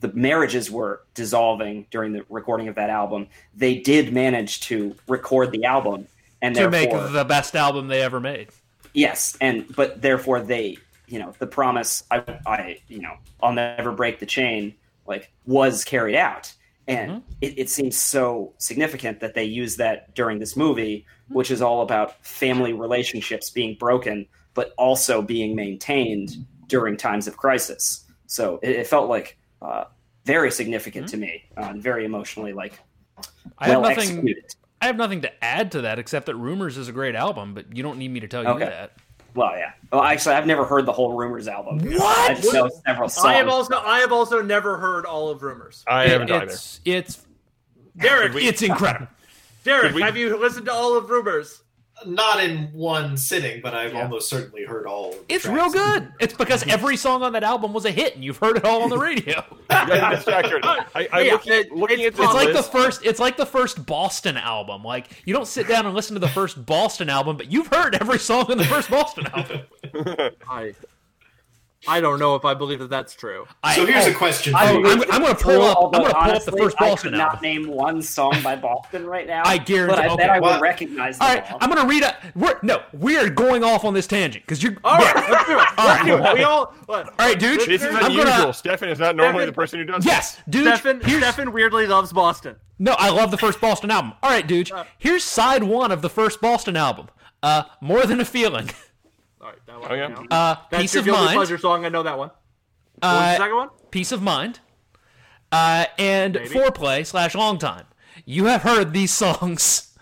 [SPEAKER 2] the marriages were dissolving during the recording of that album, they did manage to record the album, and
[SPEAKER 1] to make
[SPEAKER 2] therefore
[SPEAKER 1] the best album they ever made.
[SPEAKER 2] Yes, and but therefore they, you know, the promise I, I, you know, I'll never break the chain, like was carried out, and
[SPEAKER 1] Mm-hmm.
[SPEAKER 2] it, it seems so significant that they use that during this movie
[SPEAKER 1] Mm-hmm.
[SPEAKER 2] which is all about family relationships being broken but also being maintained during times of crisis so it, it felt like uh, very significant to me uh, and very emotionally like
[SPEAKER 1] Mm-hmm. I have
[SPEAKER 2] well
[SPEAKER 1] nothing-
[SPEAKER 2] executed
[SPEAKER 1] I have nothing to add to that except that Rumors is a great album, but you don't need me to tell
[SPEAKER 2] Okay.
[SPEAKER 1] you that.
[SPEAKER 2] well yeah well actually i've never heard the whole rumors album
[SPEAKER 1] What?
[SPEAKER 2] i just know several songs
[SPEAKER 4] I have also I have also never heard all of rumors.
[SPEAKER 3] I haven't either.
[SPEAKER 1] it's, it's
[SPEAKER 4] Derek,
[SPEAKER 1] it's incredible.
[SPEAKER 4] Derek,
[SPEAKER 3] Did we-
[SPEAKER 4] have you listened to all of rumors?
[SPEAKER 5] Not in one sitting, but I've almost certainly heard all. Of the
[SPEAKER 1] It's
[SPEAKER 5] tracks.
[SPEAKER 1] real good. It's because every song on that album was a hit, and you've heard it all on the radio.
[SPEAKER 3] Yeah, that's accurate. I, I
[SPEAKER 4] Yeah,
[SPEAKER 3] looking,
[SPEAKER 4] it-
[SPEAKER 3] looking at
[SPEAKER 4] it's
[SPEAKER 3] this
[SPEAKER 1] It's like the
[SPEAKER 3] list,
[SPEAKER 1] first. It's like the first Boston album. Like you don't sit down and listen to the first Boston album, but you've heard every song in the first Boston album.
[SPEAKER 4] I I don't know if I believe that that's true.
[SPEAKER 1] I,
[SPEAKER 5] So here's
[SPEAKER 1] oh,
[SPEAKER 5] a question.
[SPEAKER 1] I-
[SPEAKER 5] for
[SPEAKER 1] I'm,
[SPEAKER 5] you.
[SPEAKER 1] I'm, going to pull up. I'm
[SPEAKER 2] Although,
[SPEAKER 1] going to pull up the
[SPEAKER 2] honestly,
[SPEAKER 1] first Boston
[SPEAKER 2] I could
[SPEAKER 1] album.
[SPEAKER 2] not name one song by Boston right now.
[SPEAKER 1] I guarantee-
[SPEAKER 2] But I
[SPEAKER 1] okay.
[SPEAKER 2] bet I would
[SPEAKER 5] Well,
[SPEAKER 2] recognize them
[SPEAKER 1] All right,
[SPEAKER 2] all.
[SPEAKER 1] I'm going to read a. We're, no, we are going off on this tangent because you're.
[SPEAKER 4] All right,
[SPEAKER 1] yeah.
[SPEAKER 4] let's do it. Let's do it. We all. What?
[SPEAKER 1] All right, dude.
[SPEAKER 3] this is
[SPEAKER 1] I'm
[SPEAKER 3] unusual.
[SPEAKER 1] gonna,
[SPEAKER 3] Stefan is not normally
[SPEAKER 4] Stefan-
[SPEAKER 3] the person who does
[SPEAKER 1] yes, dude.
[SPEAKER 4] Stefan,
[SPEAKER 1] here's-
[SPEAKER 4] Stefan weirdly loves Boston.
[SPEAKER 1] No, I love the first Boston album. All right, dude. Here's side one of the first Boston album. Uh, more than a feeling.
[SPEAKER 4] All right, that one.
[SPEAKER 3] Oh, yeah.
[SPEAKER 4] you know.
[SPEAKER 1] Uh,
[SPEAKER 4] That's
[SPEAKER 1] peace
[SPEAKER 4] your
[SPEAKER 1] of
[SPEAKER 4] guilty
[SPEAKER 1] mind.
[SPEAKER 4] pleasure song. I know that one. What was the
[SPEAKER 1] Uh,
[SPEAKER 4] second one?
[SPEAKER 1] peace of mind. Uh, and
[SPEAKER 4] Maybe.
[SPEAKER 1] foreplay slash long time. You have heard these songs.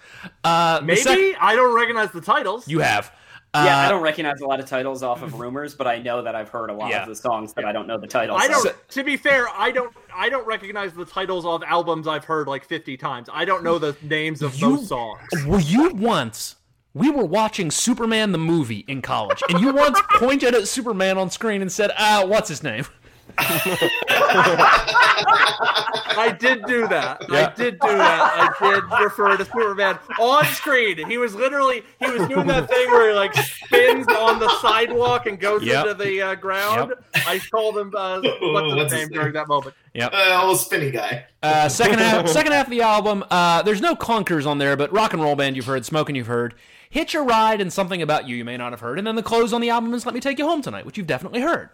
[SPEAKER 1] Uh, the
[SPEAKER 4] Maybe
[SPEAKER 1] sec-
[SPEAKER 4] I don't recognize the titles.
[SPEAKER 1] you have.
[SPEAKER 2] yeah, I
[SPEAKER 1] Uh,
[SPEAKER 2] don't recognize a lot of titles off of Rumors, but I know that I've heard a lot
[SPEAKER 1] Yeah.
[SPEAKER 2] of the songs that I don't know the titles.
[SPEAKER 4] I
[SPEAKER 2] of.
[SPEAKER 4] don't. to be fair, I don't. I don't recognize the titles of albums I've heard like fifty times. I don't know the names of
[SPEAKER 1] You-
[SPEAKER 4] those songs.
[SPEAKER 1] Were you once? We were watching Superman the movie in college, and you once pointed at Superman on screen and said, "Ah, what's his name?"
[SPEAKER 4] I did do that. I did do that. I did refer to Superman on screen. He was literally he was doing that thing where he like spins on the sidewalk and goes
[SPEAKER 1] Yep.
[SPEAKER 4] into the uh, ground. I called him uh, what's his
[SPEAKER 5] What's his
[SPEAKER 4] name
[SPEAKER 5] name?
[SPEAKER 4] during that moment.
[SPEAKER 5] Uh, old spinny guy.
[SPEAKER 1] Uh, second half, second half of the album. Uh, there's no clunkers on there, but rock and roll band you've heard, smoking you've heard, hitch a ride, and something about you you may not have heard, and then the close on the album is "Let Me Take You Home Tonight," which you've definitely heard.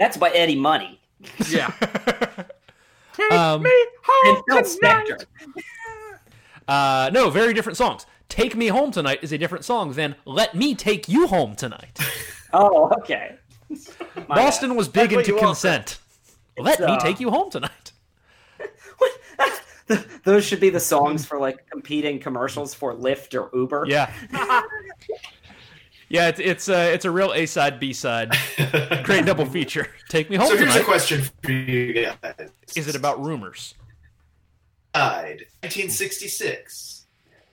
[SPEAKER 2] That's by Eddie Money
[SPEAKER 4] Yeah. Take
[SPEAKER 1] Um,
[SPEAKER 4] me home
[SPEAKER 2] and Phil
[SPEAKER 4] tonight.
[SPEAKER 2] Spector.
[SPEAKER 1] Uh, no, very different songs. "Take Me Home Tonight" is a different song than "Let Me Take You Home Tonight."
[SPEAKER 2] Oh, okay. My bad.
[SPEAKER 1] Boston was big
[SPEAKER 4] That's what
[SPEAKER 1] into
[SPEAKER 4] you want.
[SPEAKER 1] consent. Let me
[SPEAKER 2] uh,
[SPEAKER 1] take you home tonight.
[SPEAKER 2] Those should be the songs for like competing commercials for Lyft or Uber.
[SPEAKER 1] Yeah. yeah, it's it's uh, it's a real A side B side. Great double feature. Take me home
[SPEAKER 5] So here's a
[SPEAKER 1] tonight.
[SPEAKER 5] question for you guys.
[SPEAKER 1] Is it about rumors?
[SPEAKER 5] died 1966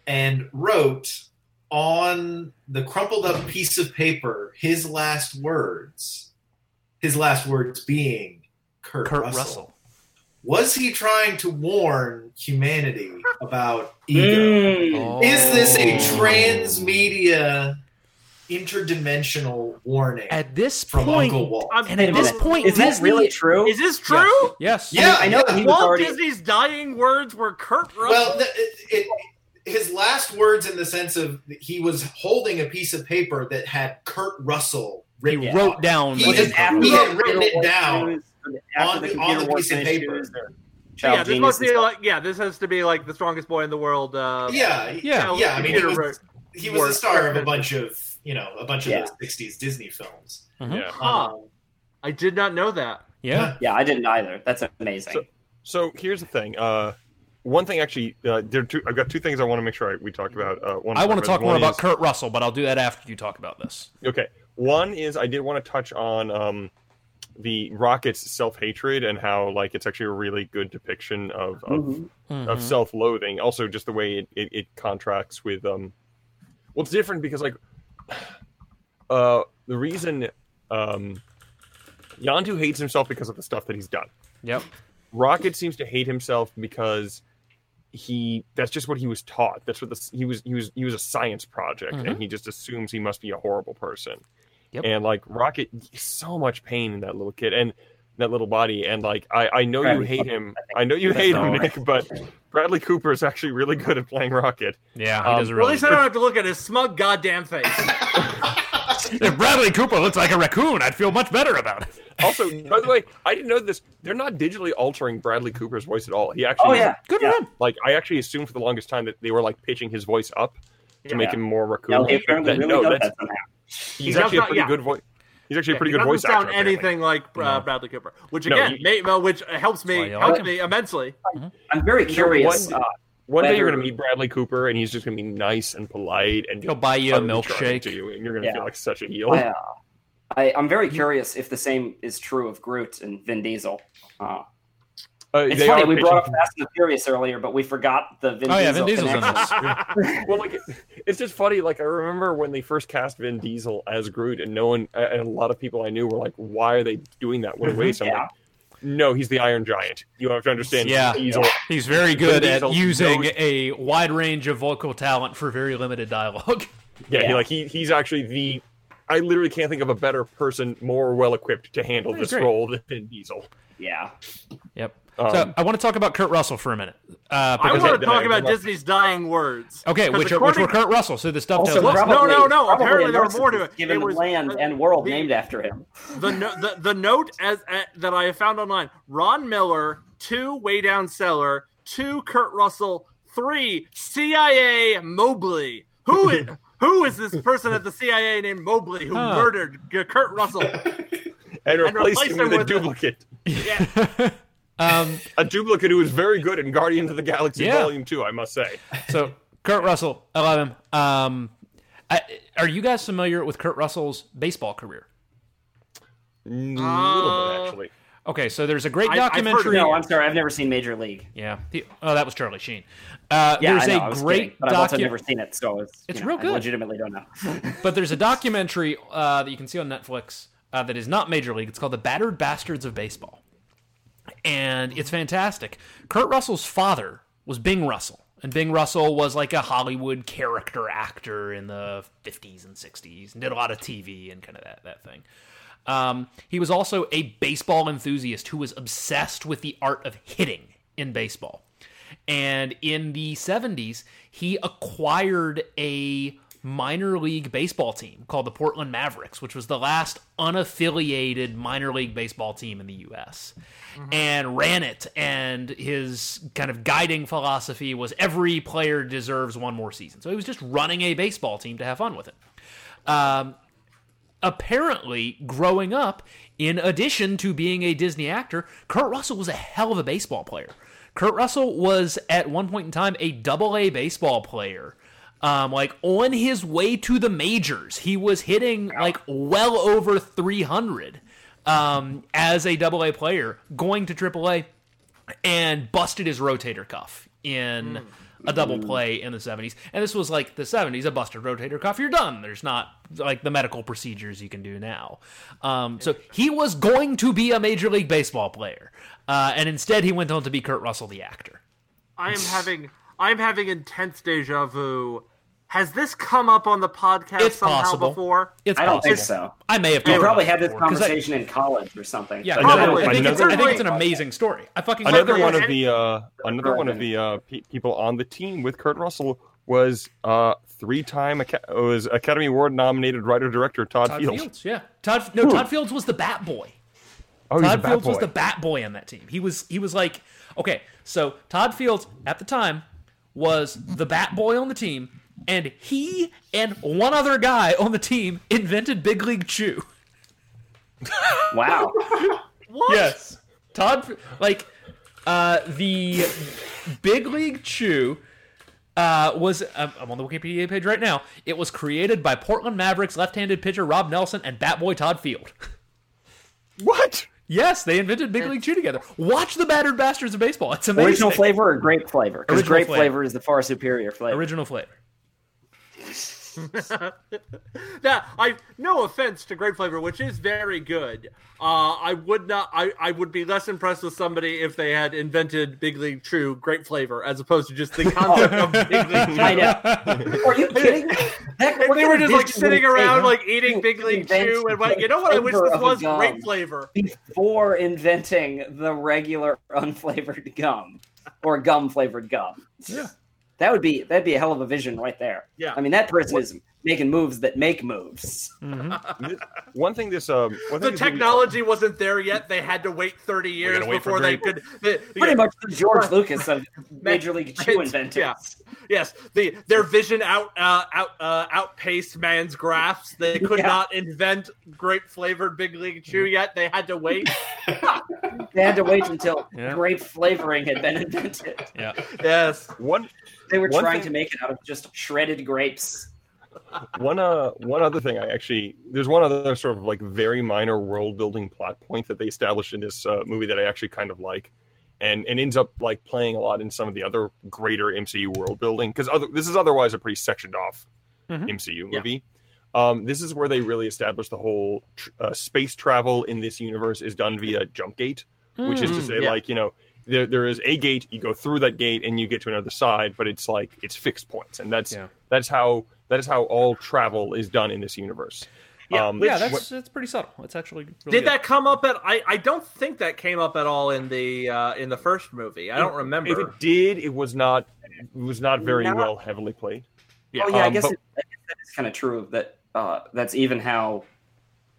[SPEAKER 5] and wrote on the crumpled up piece of paper his last words his last words being kurt,
[SPEAKER 1] Kurt
[SPEAKER 5] russell.
[SPEAKER 1] Russell.
[SPEAKER 5] was he trying to warn humanity about ego
[SPEAKER 2] Mm.
[SPEAKER 5] is this a
[SPEAKER 1] Oh.
[SPEAKER 5] transmedia interdimensional warning
[SPEAKER 1] At this
[SPEAKER 5] from
[SPEAKER 1] point,
[SPEAKER 5] uncle walt
[SPEAKER 4] I'm-
[SPEAKER 1] and at this point,
[SPEAKER 2] Is that
[SPEAKER 1] Disney-
[SPEAKER 2] really true?
[SPEAKER 4] Is this true?
[SPEAKER 1] Yes.
[SPEAKER 5] yeah
[SPEAKER 2] I know
[SPEAKER 5] yeah.
[SPEAKER 2] he was
[SPEAKER 4] Walt
[SPEAKER 2] already.
[SPEAKER 4] Disney's dying words were Kurt Russell.
[SPEAKER 5] Well, the, it, it, his last words, in the sense of he was holding a piece of paper that had Kurt Russell
[SPEAKER 1] He
[SPEAKER 5] written.
[SPEAKER 1] wrote down.
[SPEAKER 5] He
[SPEAKER 1] the-
[SPEAKER 2] Was
[SPEAKER 5] just-
[SPEAKER 2] it after
[SPEAKER 5] he
[SPEAKER 2] the
[SPEAKER 5] had written it
[SPEAKER 2] computer
[SPEAKER 5] down
[SPEAKER 2] wars news? After
[SPEAKER 5] on-
[SPEAKER 2] the
[SPEAKER 5] on
[SPEAKER 2] computer
[SPEAKER 5] the
[SPEAKER 2] wars
[SPEAKER 5] piece of
[SPEAKER 2] news,
[SPEAKER 5] paper.
[SPEAKER 2] or Child
[SPEAKER 4] yeah, this
[SPEAKER 2] Genius
[SPEAKER 4] must be
[SPEAKER 2] and stuff?
[SPEAKER 4] like yeah, this has to be like the strongest boy in the world. Uh,
[SPEAKER 5] Yeah, he-
[SPEAKER 1] Yeah.
[SPEAKER 5] yeah, I mean, it
[SPEAKER 4] computer
[SPEAKER 5] was-
[SPEAKER 4] wrote-
[SPEAKER 5] he was the
[SPEAKER 4] Word.
[SPEAKER 5] star of a bunch of you know a bunch of
[SPEAKER 2] Yeah.
[SPEAKER 5] those '60s Disney films.
[SPEAKER 3] it. Yeah.
[SPEAKER 4] Huh. Ah, I did not know that.
[SPEAKER 1] yeah.
[SPEAKER 2] Yeah, I didn't either. That's amazing.
[SPEAKER 3] So- So here's the thing. Uh, one thing actually, uh, there are two, I've got two things I want to make sure I, we talk about. Uh, one
[SPEAKER 1] I want to talk more
[SPEAKER 3] one
[SPEAKER 1] about
[SPEAKER 3] is-
[SPEAKER 1] Kurt Russell, but I'll do that after you talk about this.
[SPEAKER 3] Okay. One is I did want to touch on um, the Rocket's self hatred and how like it's actually a really good depiction of
[SPEAKER 4] oh,
[SPEAKER 3] of,
[SPEAKER 5] Mm-hmm.
[SPEAKER 2] Mhm.
[SPEAKER 1] Mm-hmm.
[SPEAKER 3] of self loathing. Also, just the way it, it, it contracts with um, well, it's different because like uh, the reason um, Yandu hates himself because of the stuff that he's done.
[SPEAKER 1] Yep.
[SPEAKER 3] Rocket seems to hate himself because he that's just what he was taught. That's what the, he was he was he was a science project and he just assumes he must be a horrible person.
[SPEAKER 1] Mm-hmm. Yep.
[SPEAKER 3] And like Rocket so much pain in that little kid and that little body and like I I know you
[SPEAKER 2] Bradley
[SPEAKER 3] hate
[SPEAKER 2] Cooper,
[SPEAKER 3] him. I know you
[SPEAKER 2] That's
[SPEAKER 3] hate him
[SPEAKER 2] all
[SPEAKER 3] Nick, but Bradley Cooper is actually really good at playing Rocket.
[SPEAKER 1] Yeah. He
[SPEAKER 3] Um,
[SPEAKER 1] does a
[SPEAKER 4] Well, at
[SPEAKER 1] really
[SPEAKER 4] least I don't have to look at his smug goddamn face.
[SPEAKER 5] Um,
[SPEAKER 1] if Bradley Cooper looks like a raccoon, I'd feel much better about it.
[SPEAKER 3] Also, by the way, I didn't know this. They're not digitally altering Bradley Cooper's voice at all. He actually,
[SPEAKER 2] Oh, yeah.
[SPEAKER 1] Good
[SPEAKER 2] Yeah.
[SPEAKER 1] for him.
[SPEAKER 3] like, I actually assumed for the longest time that they were like pitching his voice up to make
[SPEAKER 4] Yeah.
[SPEAKER 3] him more raccoon.
[SPEAKER 2] Yeah, he
[SPEAKER 3] But
[SPEAKER 2] apparently
[SPEAKER 3] then-
[SPEAKER 2] really
[SPEAKER 3] no,
[SPEAKER 2] does
[SPEAKER 3] that's
[SPEAKER 2] that somehow.
[SPEAKER 3] he's
[SPEAKER 4] does
[SPEAKER 3] actually a
[SPEAKER 4] not-
[SPEAKER 3] pretty
[SPEAKER 4] yeah.
[SPEAKER 3] good voice. He's actually a pretty
[SPEAKER 4] He
[SPEAKER 3] good
[SPEAKER 4] doesn't
[SPEAKER 3] voice
[SPEAKER 4] sound
[SPEAKER 3] actor. apparently.
[SPEAKER 4] anything like uh, Bradley Cooper, which
[SPEAKER 3] No,
[SPEAKER 4] again,
[SPEAKER 3] you-
[SPEAKER 4] may, well, which helps
[SPEAKER 1] why
[SPEAKER 4] me
[SPEAKER 1] you
[SPEAKER 4] helps
[SPEAKER 1] like
[SPEAKER 4] me immensely.
[SPEAKER 2] I'm very
[SPEAKER 3] know,
[SPEAKER 2] curious.
[SPEAKER 3] one-
[SPEAKER 2] uh,
[SPEAKER 3] One day you're
[SPEAKER 2] Whether-
[SPEAKER 3] gonna meet Bradley Cooper, and he's just gonna be nice and polite, and
[SPEAKER 1] He'll buy you a
[SPEAKER 3] utterly charming
[SPEAKER 1] milkshake.
[SPEAKER 3] to you, and you're gonna
[SPEAKER 2] Yeah.
[SPEAKER 3] feel like such a heel.
[SPEAKER 2] I, uh, I, I'm
[SPEAKER 4] Mm-hmm.
[SPEAKER 2] very curious if the same is true of Groot and Vin Diesel. Uh,
[SPEAKER 3] Uh,
[SPEAKER 2] it's
[SPEAKER 3] they
[SPEAKER 2] funny
[SPEAKER 3] are
[SPEAKER 2] we
[SPEAKER 3] pitching-
[SPEAKER 2] brought up Fast and the Furious earlier, but we forgot the Vin
[SPEAKER 1] Oh
[SPEAKER 2] Diesel.
[SPEAKER 1] yeah, Vin Diesel's in
[SPEAKER 2] connection.
[SPEAKER 1] this.
[SPEAKER 3] well, like it- it's just funny. Like I remember when they first cast Vin Diesel as Groot, and no one, and a lot of people I knew were like, "Why are they doing that? What a waste!" I'm
[SPEAKER 2] Yeah.
[SPEAKER 3] like, no, he's the Iron Giant. You have to understand.
[SPEAKER 1] Yeah.
[SPEAKER 3] Vin Diesel.
[SPEAKER 1] He's very good
[SPEAKER 3] Vin
[SPEAKER 1] at
[SPEAKER 3] Diesel
[SPEAKER 1] using
[SPEAKER 3] knows-
[SPEAKER 1] a wide range of vocal talent for very limited dialogue.
[SPEAKER 3] Yeah, He,
[SPEAKER 2] Yeah.
[SPEAKER 3] like he, he's actually the. I literally can't think of a better person more well equipped to handle
[SPEAKER 1] I
[SPEAKER 3] this
[SPEAKER 1] agree.
[SPEAKER 3] role than Vin Diesel.
[SPEAKER 2] Yeah.
[SPEAKER 1] Yep.
[SPEAKER 3] Um,
[SPEAKER 1] so I want to talk about Kurt Russell for a minute. Uh,
[SPEAKER 4] I
[SPEAKER 1] because-
[SPEAKER 3] Okay,
[SPEAKER 4] want to
[SPEAKER 3] then
[SPEAKER 4] talk
[SPEAKER 3] I-
[SPEAKER 4] about
[SPEAKER 3] then I-
[SPEAKER 4] Disney's dying words.
[SPEAKER 1] okay,
[SPEAKER 4] 'Cause
[SPEAKER 1] which are, which were
[SPEAKER 4] according-
[SPEAKER 1] Kurt Russell. So this stuff
[SPEAKER 2] Also,
[SPEAKER 1] tells us.
[SPEAKER 2] probably,
[SPEAKER 4] No, no, no,
[SPEAKER 2] probably
[SPEAKER 4] apparently
[SPEAKER 2] a
[SPEAKER 4] there were more to it.
[SPEAKER 2] narcissist, Given
[SPEAKER 4] It
[SPEAKER 2] the
[SPEAKER 4] was-
[SPEAKER 2] land
[SPEAKER 4] uh,
[SPEAKER 2] and world
[SPEAKER 4] the-
[SPEAKER 2] named after him.
[SPEAKER 4] the, no, the the note as uh, that I found online: Ron Miller, two way down seller, two Kurt Russell, three CIA Mobley. Who is who is this person at the CIA named Mobley who
[SPEAKER 1] Huh.
[SPEAKER 4] murdered G- Kurt Russell?
[SPEAKER 3] and replaced
[SPEAKER 4] replace
[SPEAKER 3] him
[SPEAKER 4] him
[SPEAKER 3] with a
[SPEAKER 4] with a-
[SPEAKER 3] duplicate.
[SPEAKER 4] Yeah,
[SPEAKER 1] um,
[SPEAKER 3] A duplicate who is very good in Guardians of the Galaxy
[SPEAKER 1] Yeah.
[SPEAKER 3] Volume Two, I must say.
[SPEAKER 1] so Kurt Russell, I love him. Um, I, are you guys familiar with Kurt Russell's baseball career?
[SPEAKER 3] A little bit actually.
[SPEAKER 1] Okay, so there's a great
[SPEAKER 4] I- I've heard-
[SPEAKER 1] documentary.
[SPEAKER 4] Yeah.
[SPEAKER 2] No, I'm sorry, I've never seen Major League.
[SPEAKER 1] yeah. He- oh, that was Charlie Sheen. Uh,
[SPEAKER 2] Yeah,
[SPEAKER 1] there's
[SPEAKER 2] I know,
[SPEAKER 1] a
[SPEAKER 2] I was
[SPEAKER 1] great
[SPEAKER 2] kidding, but I've also
[SPEAKER 1] docu-
[SPEAKER 2] never seen it, so it's,
[SPEAKER 1] It's
[SPEAKER 2] you know,
[SPEAKER 1] real good.
[SPEAKER 2] I legitimately don't know.
[SPEAKER 1] But there's a documentary uh, that you can see on Netflix uh, that is not Major League. It's called The Battered Bastards of Baseball. And it's fantastic. Kurt Russell's father was Bing Russell. And Bing Russell was like a Hollywood character actor in the 50s and 60s and did a lot of TV and kind of that, that thing. Um, he was also a baseball enthusiast who was obsessed with the art of hitting in baseball. And in the 70s, he acquired a minor league baseball team called the Portland Mavericks, which was the last unaffiliated minor league baseball team in the U.S. and ran it. And his kind of guiding philosophy was every player deserves one more season. So he was just running a baseball team to have fun with it Um, apparently growing up in addition to being a disney actor kurt russell was a hell of a baseball player kurt russell was at one point in time a double a baseball player um, like on his way to the majors he was hitting like well over 300 um, as a double a player going to triple a and busted his rotator cuff in a double play in the 70s. And this was like the 70s, a busted rotator cuff, you're done. There's not like the medical procedures you can do now. Um, so he was going to be a Major League Baseball player. Uh, and instead, he went on to be Kurt Russell, the actor.
[SPEAKER 4] I am having I am having intense deja vu. Has this come up on the podcast
[SPEAKER 1] It's
[SPEAKER 4] somehow
[SPEAKER 1] possible.
[SPEAKER 4] before?
[SPEAKER 1] It's
[SPEAKER 2] I don't
[SPEAKER 1] possible.
[SPEAKER 2] think so.
[SPEAKER 1] I may have
[SPEAKER 2] We
[SPEAKER 1] talked
[SPEAKER 2] probably
[SPEAKER 1] about
[SPEAKER 2] had this
[SPEAKER 1] before, 'cause I-
[SPEAKER 2] conversation in college or something.
[SPEAKER 1] Yeah,
[SPEAKER 2] I
[SPEAKER 1] because I-
[SPEAKER 4] Probably.
[SPEAKER 1] I, think it's,
[SPEAKER 3] Another-
[SPEAKER 1] I think it's an amazing story. I fucking
[SPEAKER 3] another
[SPEAKER 4] Kurt
[SPEAKER 3] one of
[SPEAKER 4] Russell.
[SPEAKER 3] the uh, another one of the uh, pe- people on the team with Kurt Russell was uh, three-time Aca- was Academy Award nominated writer director Todd,
[SPEAKER 1] Todd
[SPEAKER 3] Fields.
[SPEAKER 1] Fields. Yeah, Todd.
[SPEAKER 2] Hmm.
[SPEAKER 1] No, Todd Fields was the Bat Boy.
[SPEAKER 3] Oh, he's a
[SPEAKER 1] Todd
[SPEAKER 3] bad
[SPEAKER 1] Fields was
[SPEAKER 3] boy.
[SPEAKER 1] the bat boy on that team. He was he was like okay, so Todd Fields at the time was the bat boy on the team, and he and one other guy on the team invented Big League Chew.
[SPEAKER 2] Wow.
[SPEAKER 4] What?
[SPEAKER 1] Yes. Todd, like, uh, the Big League Chew uh, was, I'm, I'm on the Wikipedia page right now, it was created by Portland Mavericks left handed pitcher Rob Nelson and bat boy Todd Field.
[SPEAKER 3] what?
[SPEAKER 1] Yes, they invented Big League Chew together. Watch the Battered Bastards of Baseball. It's amazing.
[SPEAKER 2] Original flavor or grape flavor? Because
[SPEAKER 1] Original
[SPEAKER 2] grape
[SPEAKER 1] flavor.
[SPEAKER 2] flavor. is the far superior flavor.
[SPEAKER 1] Original flavor.
[SPEAKER 4] That I no offense to Great Flavor, which is very good. Uh, I would not. I, I would be less impressed with somebody if they had invented Big League True Great Flavor as opposed to just the concept of Big League True.
[SPEAKER 2] I know. Are you kidding? me? Heck,
[SPEAKER 4] If
[SPEAKER 2] what
[SPEAKER 4] they
[SPEAKER 2] kind
[SPEAKER 4] were
[SPEAKER 2] of
[SPEAKER 4] just like
[SPEAKER 2] dishes
[SPEAKER 4] sitting
[SPEAKER 2] would it
[SPEAKER 4] around
[SPEAKER 2] take
[SPEAKER 4] like eating Big
[SPEAKER 2] to
[SPEAKER 4] League
[SPEAKER 2] invent
[SPEAKER 4] Chew and like you know what I wish
[SPEAKER 2] flavor
[SPEAKER 4] this
[SPEAKER 2] of a
[SPEAKER 4] was
[SPEAKER 2] gum
[SPEAKER 4] Great Flavor.
[SPEAKER 2] before inventing the regular unflavored gum or gum flavored gum.
[SPEAKER 1] Yeah.
[SPEAKER 2] That would be that'd be a hell of a vision right there.
[SPEAKER 4] Yeah.
[SPEAKER 2] I mean that person is making moves that make moves.
[SPEAKER 1] Mm-hmm.
[SPEAKER 3] One thing this um, one thing
[SPEAKER 4] The
[SPEAKER 3] this movie-
[SPEAKER 4] technology wasn't there yet. They had to wait 30 years
[SPEAKER 6] gotta wait for
[SPEAKER 4] before they
[SPEAKER 6] Green
[SPEAKER 4] could. They,
[SPEAKER 2] Pretty much the George Lucas of Major League Chew inventors.
[SPEAKER 4] Yeah. Yes, the their vision out uh, out uh, outpaced man's graphs. They could
[SPEAKER 2] Yeah.
[SPEAKER 4] not invent grape flavored big league chew yet. They had to wait.
[SPEAKER 2] They had to wait until
[SPEAKER 1] Yeah.
[SPEAKER 2] grape flavoring had been invented.
[SPEAKER 4] yes,
[SPEAKER 3] one
[SPEAKER 2] They were
[SPEAKER 3] One
[SPEAKER 2] trying
[SPEAKER 3] thing-
[SPEAKER 2] to make it out of just shredded grapes.
[SPEAKER 3] one uh one other thing I actually there's one other sort of like very minor world building plot point that they established in this uh, movie that I actually kind of like, and and ends up like playing a lot in some of the other greater MCU world building because other this is otherwise a pretty sectioned off
[SPEAKER 1] Mhm.
[SPEAKER 3] MCU
[SPEAKER 4] Yeah.
[SPEAKER 3] movie. Um, this is where they really establish the whole tr- uh, space travel in this universe is done via jump gate, which is to
[SPEAKER 1] Mm.
[SPEAKER 3] say
[SPEAKER 4] yeah.
[SPEAKER 3] like you know. There, there is a gate you go through that gate and you get to another side but it's like it's fixed points and that's
[SPEAKER 1] Yeah.
[SPEAKER 3] that's how that is how all travel is done in this universe.
[SPEAKER 4] Yeah.
[SPEAKER 3] um,
[SPEAKER 1] Mm. yeah, that's
[SPEAKER 3] what-
[SPEAKER 1] that's pretty subtle. It's actually really
[SPEAKER 4] did
[SPEAKER 1] good.
[SPEAKER 4] that come up at? I, I don't think that came up at all in the uh, in the first movie. I don't
[SPEAKER 3] if
[SPEAKER 4] remember.
[SPEAKER 3] it did, it was not it was not very
[SPEAKER 2] Not-
[SPEAKER 3] well heavily played.
[SPEAKER 4] Yeah.
[SPEAKER 2] oh yeah, I
[SPEAKER 3] Um,
[SPEAKER 2] guess
[SPEAKER 3] but-
[SPEAKER 2] it, I guess that is kind of true that uh, that's even how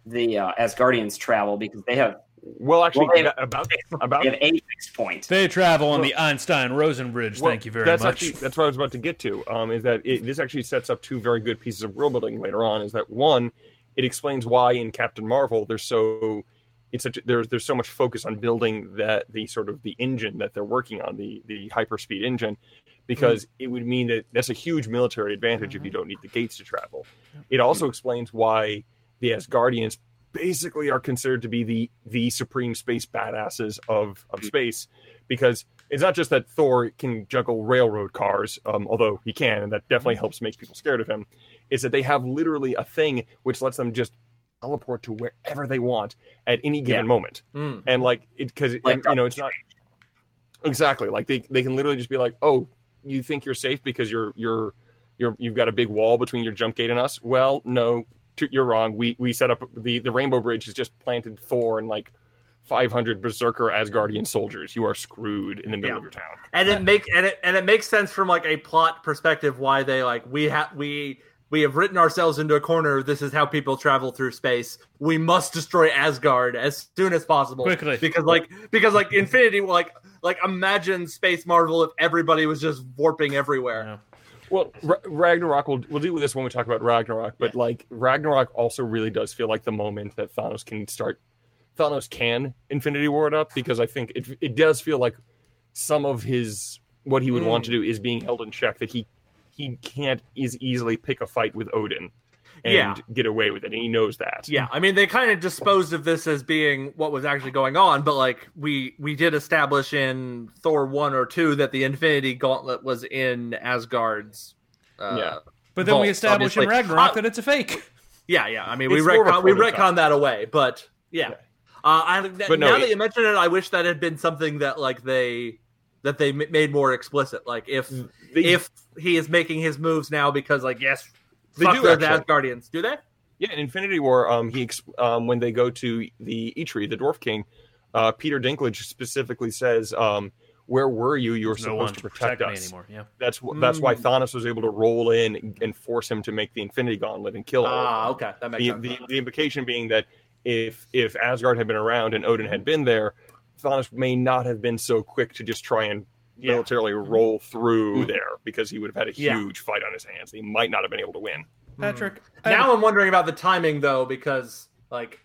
[SPEAKER 2] the uh, Asgardians travel because they have
[SPEAKER 3] Well, actually,
[SPEAKER 2] Well, they-
[SPEAKER 3] about about
[SPEAKER 2] they have a fixed point.
[SPEAKER 1] They travel on the Einstein Rosen Bridge.
[SPEAKER 3] well,
[SPEAKER 1] Thank you very
[SPEAKER 3] that's
[SPEAKER 1] much.
[SPEAKER 3] Actually, that's what I was about to get to. Um, is that it, this actually sets up two very good pieces of world building later on? Is that one? It explains why in Captain Marvel there's so it's such there's there's so much focus on building that the sort of the engine that they're working on the the hyperspeed engine because it would mean that that's a huge military advantage if you don't need the gates to travel. It also explains why the Asgardians basically are considered to be the the supreme space badasses of of space because it's not just that Thor can juggle railroad cars, um, although he can, and that definitely helps make people scared of him. Is that they have literally a thing which lets them just teleport to wherever they want at any given
[SPEAKER 2] Yeah.
[SPEAKER 3] moment,
[SPEAKER 4] Mm.
[SPEAKER 3] and like it because
[SPEAKER 2] Like oh,
[SPEAKER 3] you know it's not exactly like they they can literally just be like, oh, you think you're safe because you're you're you're you've got a big wall between your jump gate and us. Well, no, t- you're wrong. We we set up the the Rainbow Bridge is just planted Thor and like 500 berserker Asgardian soldiers. You are screwed in the middle
[SPEAKER 4] Yeah.
[SPEAKER 3] of your town.
[SPEAKER 4] and it make and it and it makes sense from like a plot perspective why they like we have we we have written ourselves into a corner. This is how people travel through space. We must destroy Asgard as soon as possible
[SPEAKER 1] Quickly.
[SPEAKER 4] because like because like Infinity like like imagine Space Marvel if everybody was just warping everywhere.
[SPEAKER 1] Yeah.
[SPEAKER 3] Well, Ra- Ragnarok will we'll deal with this when we talk about Ragnarok, but like Ragnarok also really does feel like the moment that Thanos can start Thanos can Infinity War it up because I think it it does feel like some of his what he would want to
[SPEAKER 4] Mm.
[SPEAKER 3] do is being held in check that he he can't is easily pick a fight with Odin and
[SPEAKER 4] Yeah.
[SPEAKER 3] get away with it and he knows that.
[SPEAKER 4] Yeah, I mean they kind of disposed of this as being what was actually going on, but like we we did establish in Thor one or two that the Infinity Gauntlet was in Asgard's. Uh,
[SPEAKER 3] Yeah.
[SPEAKER 1] but then we
[SPEAKER 4] vault,
[SPEAKER 1] establish in
[SPEAKER 4] obviously.
[SPEAKER 1] Ragnarok
[SPEAKER 4] Uh,
[SPEAKER 1] that it's a fake.
[SPEAKER 4] yeah, yeah. I mean we
[SPEAKER 3] It's more of a
[SPEAKER 4] retcon we
[SPEAKER 3] prototype.
[SPEAKER 4] retcon that away, but yeah.
[SPEAKER 3] Yeah.
[SPEAKER 4] Uh, I th-
[SPEAKER 3] But no,
[SPEAKER 4] now
[SPEAKER 3] it-
[SPEAKER 4] that you mention it, I wish that had been something that like they that they m- made more explicit. Like if
[SPEAKER 3] Mm, They-
[SPEAKER 4] if he is making his moves now because like yes,
[SPEAKER 3] They
[SPEAKER 4] fuck
[SPEAKER 3] do,
[SPEAKER 4] they're the
[SPEAKER 3] actually.
[SPEAKER 4] Asgardians, do they?
[SPEAKER 3] Yeah, in Infinity War, um, he ex- um, when they go to the Eitri, the Dwarf King, uh, Peter Dinklage specifically says, um, "Where were you? You were
[SPEAKER 1] no
[SPEAKER 3] supposed
[SPEAKER 1] one
[SPEAKER 3] to
[SPEAKER 1] to
[SPEAKER 3] protect,
[SPEAKER 1] protect me
[SPEAKER 3] us."
[SPEAKER 1] anymore. Yeah.
[SPEAKER 3] That's wh- that's why
[SPEAKER 4] Hmm.
[SPEAKER 3] Thanos was able to roll in and force him to make the Infinity Gauntlet and kill. all of
[SPEAKER 4] Ah,
[SPEAKER 3] them.
[SPEAKER 4] okay, that makes
[SPEAKER 3] Oh. The,
[SPEAKER 4] sense.
[SPEAKER 3] the, the implication being that if if Asgard had been around and Odin had been there, Thanos may not have been so quick to just try and
[SPEAKER 4] Yeah. Hmm.
[SPEAKER 3] militarily roll through there because he would have had a
[SPEAKER 4] Yeah.
[SPEAKER 3] huge fight on his hands. He might not have been able to win.
[SPEAKER 1] Patrick,
[SPEAKER 3] Mm.
[SPEAKER 4] now I'm wondering about the timing though, because like,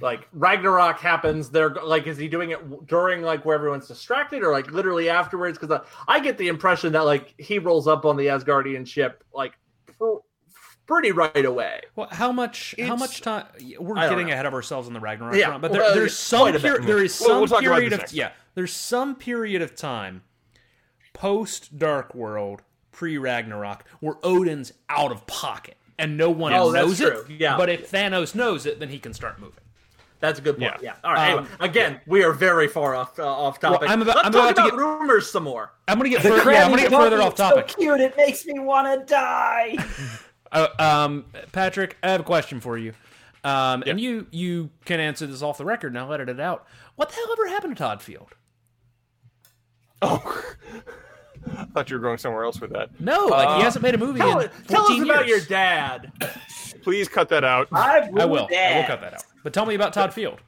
[SPEAKER 4] like Ragnarok happens. They're like, is he doing it w- during like where everyone's distracted, or like literally afterwards? Because I, I get the impression that like he rolls up on the Asgardian ship like pr- pretty right away.
[SPEAKER 1] Well, how much? How
[SPEAKER 3] It's-
[SPEAKER 1] much time? We're
[SPEAKER 4] I don't
[SPEAKER 1] getting
[SPEAKER 4] know.
[SPEAKER 1] ahead of ourselves in the Ragnarok
[SPEAKER 4] Yeah,
[SPEAKER 1] front, but there,
[SPEAKER 4] well,
[SPEAKER 1] there's
[SPEAKER 4] yeah,
[SPEAKER 1] some
[SPEAKER 4] quite a bit.
[SPEAKER 1] peri- there is
[SPEAKER 3] Well,
[SPEAKER 1] some
[SPEAKER 3] we'll talk about
[SPEAKER 1] period
[SPEAKER 3] this
[SPEAKER 1] of
[SPEAKER 3] next.
[SPEAKER 1] yeah. There's some period of time post Dark World, pre Ragnarok, where Odin's out of pocket and no one
[SPEAKER 4] Oh, that's
[SPEAKER 1] knows it.
[SPEAKER 4] true. Yeah.
[SPEAKER 1] But if Thanos knows it, then he can start moving.
[SPEAKER 4] That's a good point. Yeah.
[SPEAKER 3] Yeah.
[SPEAKER 4] All right.
[SPEAKER 1] Um,
[SPEAKER 4] anyway, again, we are very far off uh, off topic.
[SPEAKER 1] I'm about-
[SPEAKER 4] Let's
[SPEAKER 1] I'm
[SPEAKER 4] talk
[SPEAKER 1] about to get-
[SPEAKER 4] about rumors some more.
[SPEAKER 1] I'm gonna get further, yeah, I'm gonna get further off topic.
[SPEAKER 2] So cute, it makes me want to die.
[SPEAKER 1] Uh, um, Patrick, I have a question for you. Um, And you you can answer this off the record, and I'll edit it out. What the hell ever happened to Todd Field?
[SPEAKER 3] Oh, thought you were going somewhere else with that.
[SPEAKER 1] No, like
[SPEAKER 3] Uh,
[SPEAKER 1] he hasn't made a movie
[SPEAKER 4] Tell,
[SPEAKER 1] in
[SPEAKER 4] tell
[SPEAKER 1] 14
[SPEAKER 4] us about your
[SPEAKER 1] years.
[SPEAKER 4] dad.
[SPEAKER 3] Please cut that out.
[SPEAKER 2] I
[SPEAKER 1] I will. I will cut that out. But tell me about Todd Field.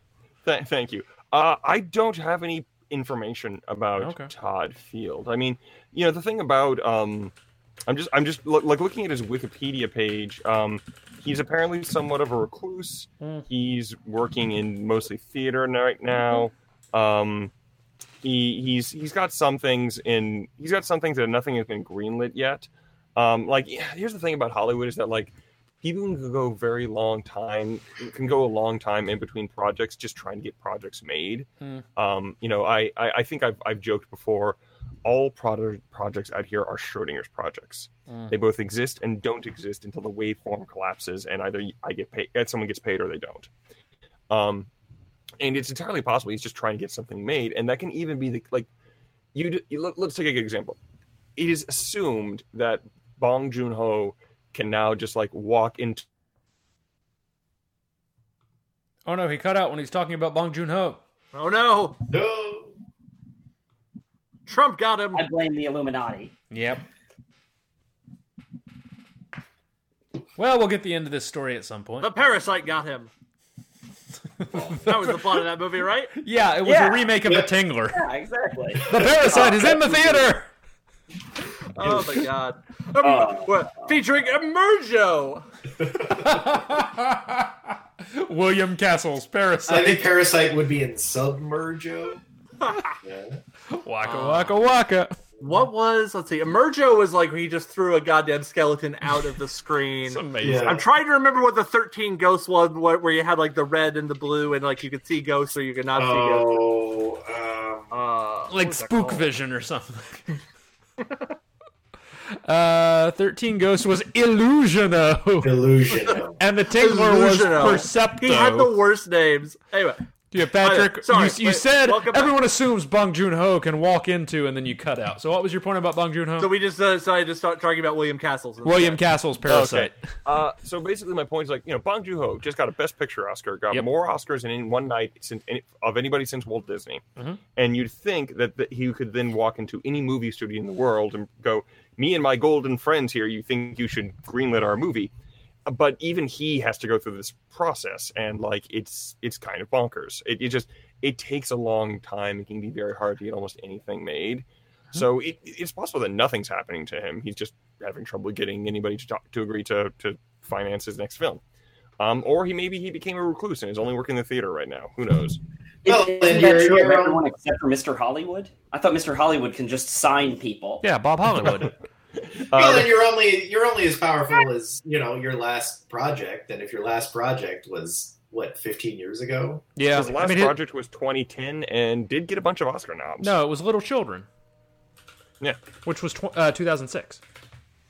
[SPEAKER 3] Th- thank you. Uh, I don't have any information about
[SPEAKER 1] Okay.
[SPEAKER 3] Todd Field. I mean, you know, the thing about um, I'm just I'm just lo- like looking at his Wikipedia page. Um, he's apparently somewhat of a recluse.
[SPEAKER 1] Mm.
[SPEAKER 3] He's working in mostly theater n- right now. Um, he he's he's got some things in he's got some things that nothing has been greenlit yet. Um, like yeah, here's the thing about Hollywood is that like people can go very long time can go a long time in between projects just trying to get projects made.
[SPEAKER 1] Hmm.
[SPEAKER 3] Um, you know, I, I I think I've I've joked before. All product projects out here are Schrodinger's projects.
[SPEAKER 1] Hmm.
[SPEAKER 3] They both exist and don't exist until the waveform collapses, and either I get paid, someone gets paid, or they don't. Um, and it's entirely possible he's just trying to get something made, and that can even be the like. You, d- you let, let's take a good example. It is assumed that Bong Joon Ho can now just like walk into
[SPEAKER 1] Oh no, he cut out when he's talking about Bong Joon Ho.
[SPEAKER 4] Oh no,
[SPEAKER 5] No.
[SPEAKER 4] Trump got him.
[SPEAKER 2] I blame the Illuminati.
[SPEAKER 1] Yep. Well, we'll get the end of this story at some point.
[SPEAKER 4] The parasite got him. that was the plot of that movie, right?
[SPEAKER 1] Yeah, it was
[SPEAKER 2] Yeah.
[SPEAKER 1] a remake of The Tingler.
[SPEAKER 2] Yeah, exactly.
[SPEAKER 1] The Parasite is in the theater.
[SPEAKER 4] Oh my god. Um, what- Featuring Emerjo.
[SPEAKER 1] William Castle's
[SPEAKER 5] I
[SPEAKER 1] Parasite.
[SPEAKER 5] think Parasite would be in Submerjo. yeah.
[SPEAKER 1] Waka waka waka.
[SPEAKER 4] What was? Let's see. Emerjo was like he just threw a goddamn skeleton out of the screen.
[SPEAKER 1] It's amazing.
[SPEAKER 5] yeah.
[SPEAKER 4] I'm trying to remember what the 13 ghosts was, what, where you had like the red and the blue, and like you could see ghosts or you could not see ghosts.
[SPEAKER 5] Oh, um,
[SPEAKER 4] Uh,
[SPEAKER 1] like spook vision or something. uh, Thirteen Ghosts was Illusiono,
[SPEAKER 5] Illusion.
[SPEAKER 1] and the Tingler was
[SPEAKER 4] Illusiono.
[SPEAKER 1] Percepto.
[SPEAKER 4] he had the worst names. Anyway,
[SPEAKER 1] yeah, Patrick,
[SPEAKER 4] Either- sorry,
[SPEAKER 1] you, you
[SPEAKER 4] wait,
[SPEAKER 1] said
[SPEAKER 4] welcome back.
[SPEAKER 1] everyone assumes Bong Joon Ho can walk into, and then you cut out. So what was your point about Bong Joon Ho?
[SPEAKER 4] so Oh, we just uh, decided to start talking about William Castles. instead.
[SPEAKER 1] William Castle's Parasite.
[SPEAKER 3] Uh, so basically, my point is like you know, Bong Joon Ho just got a Best Picture Oscar, got
[SPEAKER 1] Yep.
[SPEAKER 3] more Oscars in any one night since any, of anybody since Walt Disney,
[SPEAKER 1] Mhm.
[SPEAKER 3] and you'd think that, that he could then walk into any movie studio in the world and go, "Me and my golden friends here, you think you should greenlit our movie?" Uh, But even he has to go through this process, and like it's it's kind of bonkers. It, it just it takes a long time. It can be very hard to get almost anything made. So it, it's possible that nothing's happening to him. He's just having trouble getting anybody to talk, to agree to to finance his next film. Um, or he maybe he became a recluse and is only working in the theater right now. Who knows?
[SPEAKER 5] Well,
[SPEAKER 2] Isn't
[SPEAKER 5] and
[SPEAKER 2] that
[SPEAKER 5] you're-
[SPEAKER 2] true of
[SPEAKER 5] you're-
[SPEAKER 2] everyone except for Mr. Hollywood? I thought Mr. Hollywood can just sign people.
[SPEAKER 1] Yeah, Bob Hollywood.
[SPEAKER 5] well,
[SPEAKER 3] Uh,
[SPEAKER 5] then you're only you're only as powerful as you know your last project, and if your last project was what 15 years ago,
[SPEAKER 1] yeah,
[SPEAKER 3] his last
[SPEAKER 1] I mean, it-
[SPEAKER 3] project was 2010 and did get a bunch of Oscar noms.
[SPEAKER 1] no, it was Little Children.
[SPEAKER 3] Yeah.
[SPEAKER 1] which was tw- uh, 2006.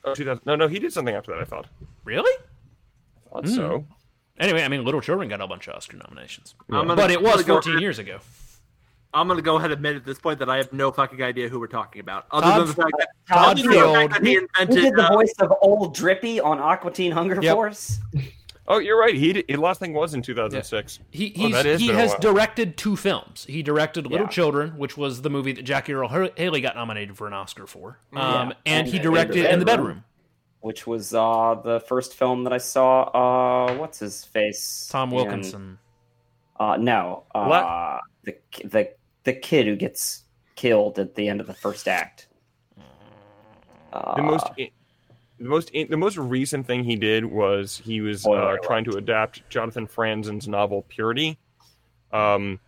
[SPEAKER 3] Oh, 2000 no, no, he did something after that. I thought.
[SPEAKER 1] Really?
[SPEAKER 3] I
[SPEAKER 1] Hmm.
[SPEAKER 3] thought so.
[SPEAKER 1] Anyway, I mean, Little Children got a bunch of Oscar nominations,
[SPEAKER 4] I'm gonna-
[SPEAKER 1] but it was
[SPEAKER 4] I'm gonna go
[SPEAKER 1] 14
[SPEAKER 4] ahead-
[SPEAKER 1] years ago.
[SPEAKER 4] I'm going to go ahead and admit at this point that I have no fucking idea who we're talking about, other
[SPEAKER 1] Todd-
[SPEAKER 4] than the fact that,
[SPEAKER 1] Todd
[SPEAKER 4] other than the fact
[SPEAKER 1] Field.
[SPEAKER 4] that he
[SPEAKER 2] Who
[SPEAKER 4] invented.
[SPEAKER 2] did the
[SPEAKER 4] uh,
[SPEAKER 2] voice of Old Drippy on Aqua Teen Hunger
[SPEAKER 1] Yep.
[SPEAKER 2] Force?
[SPEAKER 3] Oh, you're right. He did, his last thing was in 2006.
[SPEAKER 1] He
[SPEAKER 3] Oh,
[SPEAKER 1] he's,
[SPEAKER 3] that is
[SPEAKER 1] he
[SPEAKER 3] been a
[SPEAKER 1] has
[SPEAKER 3] while.
[SPEAKER 1] directed two films. He directed Little
[SPEAKER 2] Yeah.
[SPEAKER 1] Children, which was the movie that Jackie Earl Hur- Haley got nominated for an Oscar for, um,
[SPEAKER 2] Yeah.
[SPEAKER 1] and he
[SPEAKER 2] And
[SPEAKER 1] directed In the Bedroom.
[SPEAKER 2] Which was uh, the first film that I saw. Uh, what's his face?
[SPEAKER 1] Tom
[SPEAKER 2] in-
[SPEAKER 3] um,
[SPEAKER 1] Wilkinson.
[SPEAKER 2] uh, no, uh,
[SPEAKER 3] What?
[SPEAKER 2] the the the kid who gets killed at the end of the first act. Uh,
[SPEAKER 3] The most.
[SPEAKER 1] Ah.
[SPEAKER 3] The most the most recent thing he did was he was
[SPEAKER 2] Spoiler
[SPEAKER 3] uh,
[SPEAKER 2] alert.
[SPEAKER 3] trying to adapt Jonathan Franzen's novel Purity um,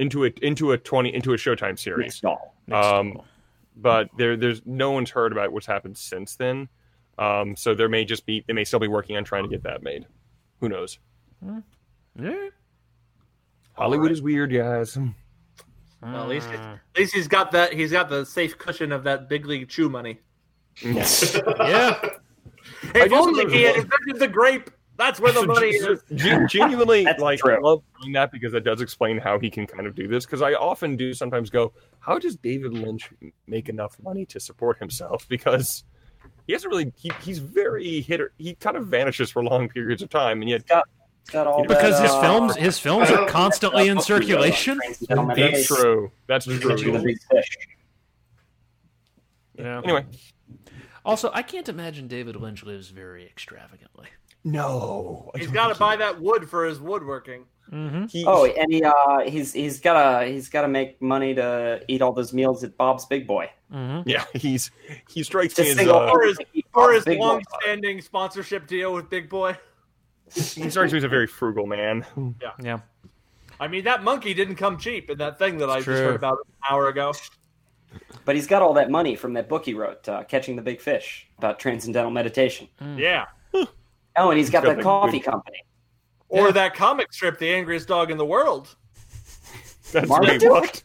[SPEAKER 3] into a into a twenty into a Showtime
[SPEAKER 2] next
[SPEAKER 3] series.
[SPEAKER 2] doll.
[SPEAKER 3] Um, but there, there's no one's heard about what's happened since then. Um, so there may just be they may still be working on trying to get that made. Who knows?
[SPEAKER 1] Yeah.
[SPEAKER 3] Hollywood is weird, guys.
[SPEAKER 4] well, at, least, at least he's got that. He's got the safe cushion of that big league chew money.
[SPEAKER 1] yeah.
[SPEAKER 4] If
[SPEAKER 3] just
[SPEAKER 4] only he had
[SPEAKER 3] remember-
[SPEAKER 4] invented the grape. That's where the money is.
[SPEAKER 3] Gen- genuinely
[SPEAKER 2] That's
[SPEAKER 3] like
[SPEAKER 2] true.
[SPEAKER 3] I love doing that because that does explain how he can kind of do this. Because I often do sometimes go, how does David Lynch make enough money to support himself? Because he hasn't really he, he's very hitter. He kind of vanishes for long periods of time, and yet
[SPEAKER 2] It's got all
[SPEAKER 1] because
[SPEAKER 2] that,
[SPEAKER 1] his
[SPEAKER 2] uh,
[SPEAKER 1] films his films are constantly in circulation.
[SPEAKER 2] Transcendental
[SPEAKER 5] That's
[SPEAKER 3] that's
[SPEAKER 2] Meditation.
[SPEAKER 3] true. That's
[SPEAKER 5] That's
[SPEAKER 3] true.
[SPEAKER 2] The Big Fish.
[SPEAKER 1] Yeah.
[SPEAKER 3] Anyway,
[SPEAKER 1] Also, I can't imagine David Lynch lives very extravagantly.
[SPEAKER 3] no, I
[SPEAKER 4] He's
[SPEAKER 3] don't
[SPEAKER 4] got to
[SPEAKER 3] think
[SPEAKER 4] buy that wood for his woodworking.
[SPEAKER 1] Mm-hmm.
[SPEAKER 3] he-
[SPEAKER 2] Oh, and he uh, he's he's gotta he's gotta make money to eat all those meals at Bob's Big Boy.
[SPEAKER 1] Mm-hmm.
[SPEAKER 3] yeah, he's he strikes me
[SPEAKER 2] Just
[SPEAKER 3] as
[SPEAKER 2] single
[SPEAKER 3] a,
[SPEAKER 4] Or his,
[SPEAKER 2] Big
[SPEAKER 4] or
[SPEAKER 2] Boy.
[SPEAKER 4] his long-standing sponsorship deal with Big Boy.
[SPEAKER 3] he strikes me as a very frugal man.
[SPEAKER 1] Mm. Yeah.
[SPEAKER 4] I mean, that monkey didn't come cheap in that thing that I just
[SPEAKER 1] True.
[SPEAKER 4] heard about an hour ago.
[SPEAKER 2] But he's got all that money from that book he wrote, uh, Catching the Big Fish, about transcendental meditation.
[SPEAKER 4] Yeah.
[SPEAKER 2] Oh, and he's got
[SPEAKER 3] got
[SPEAKER 2] that
[SPEAKER 3] that
[SPEAKER 2] coffee
[SPEAKER 3] good-
[SPEAKER 2] company.
[SPEAKER 4] Or
[SPEAKER 1] Yeah.
[SPEAKER 4] that comic strip, The Angriest Dog in the World.
[SPEAKER 3] That's
[SPEAKER 2] Marmaduke?
[SPEAKER 3] really what?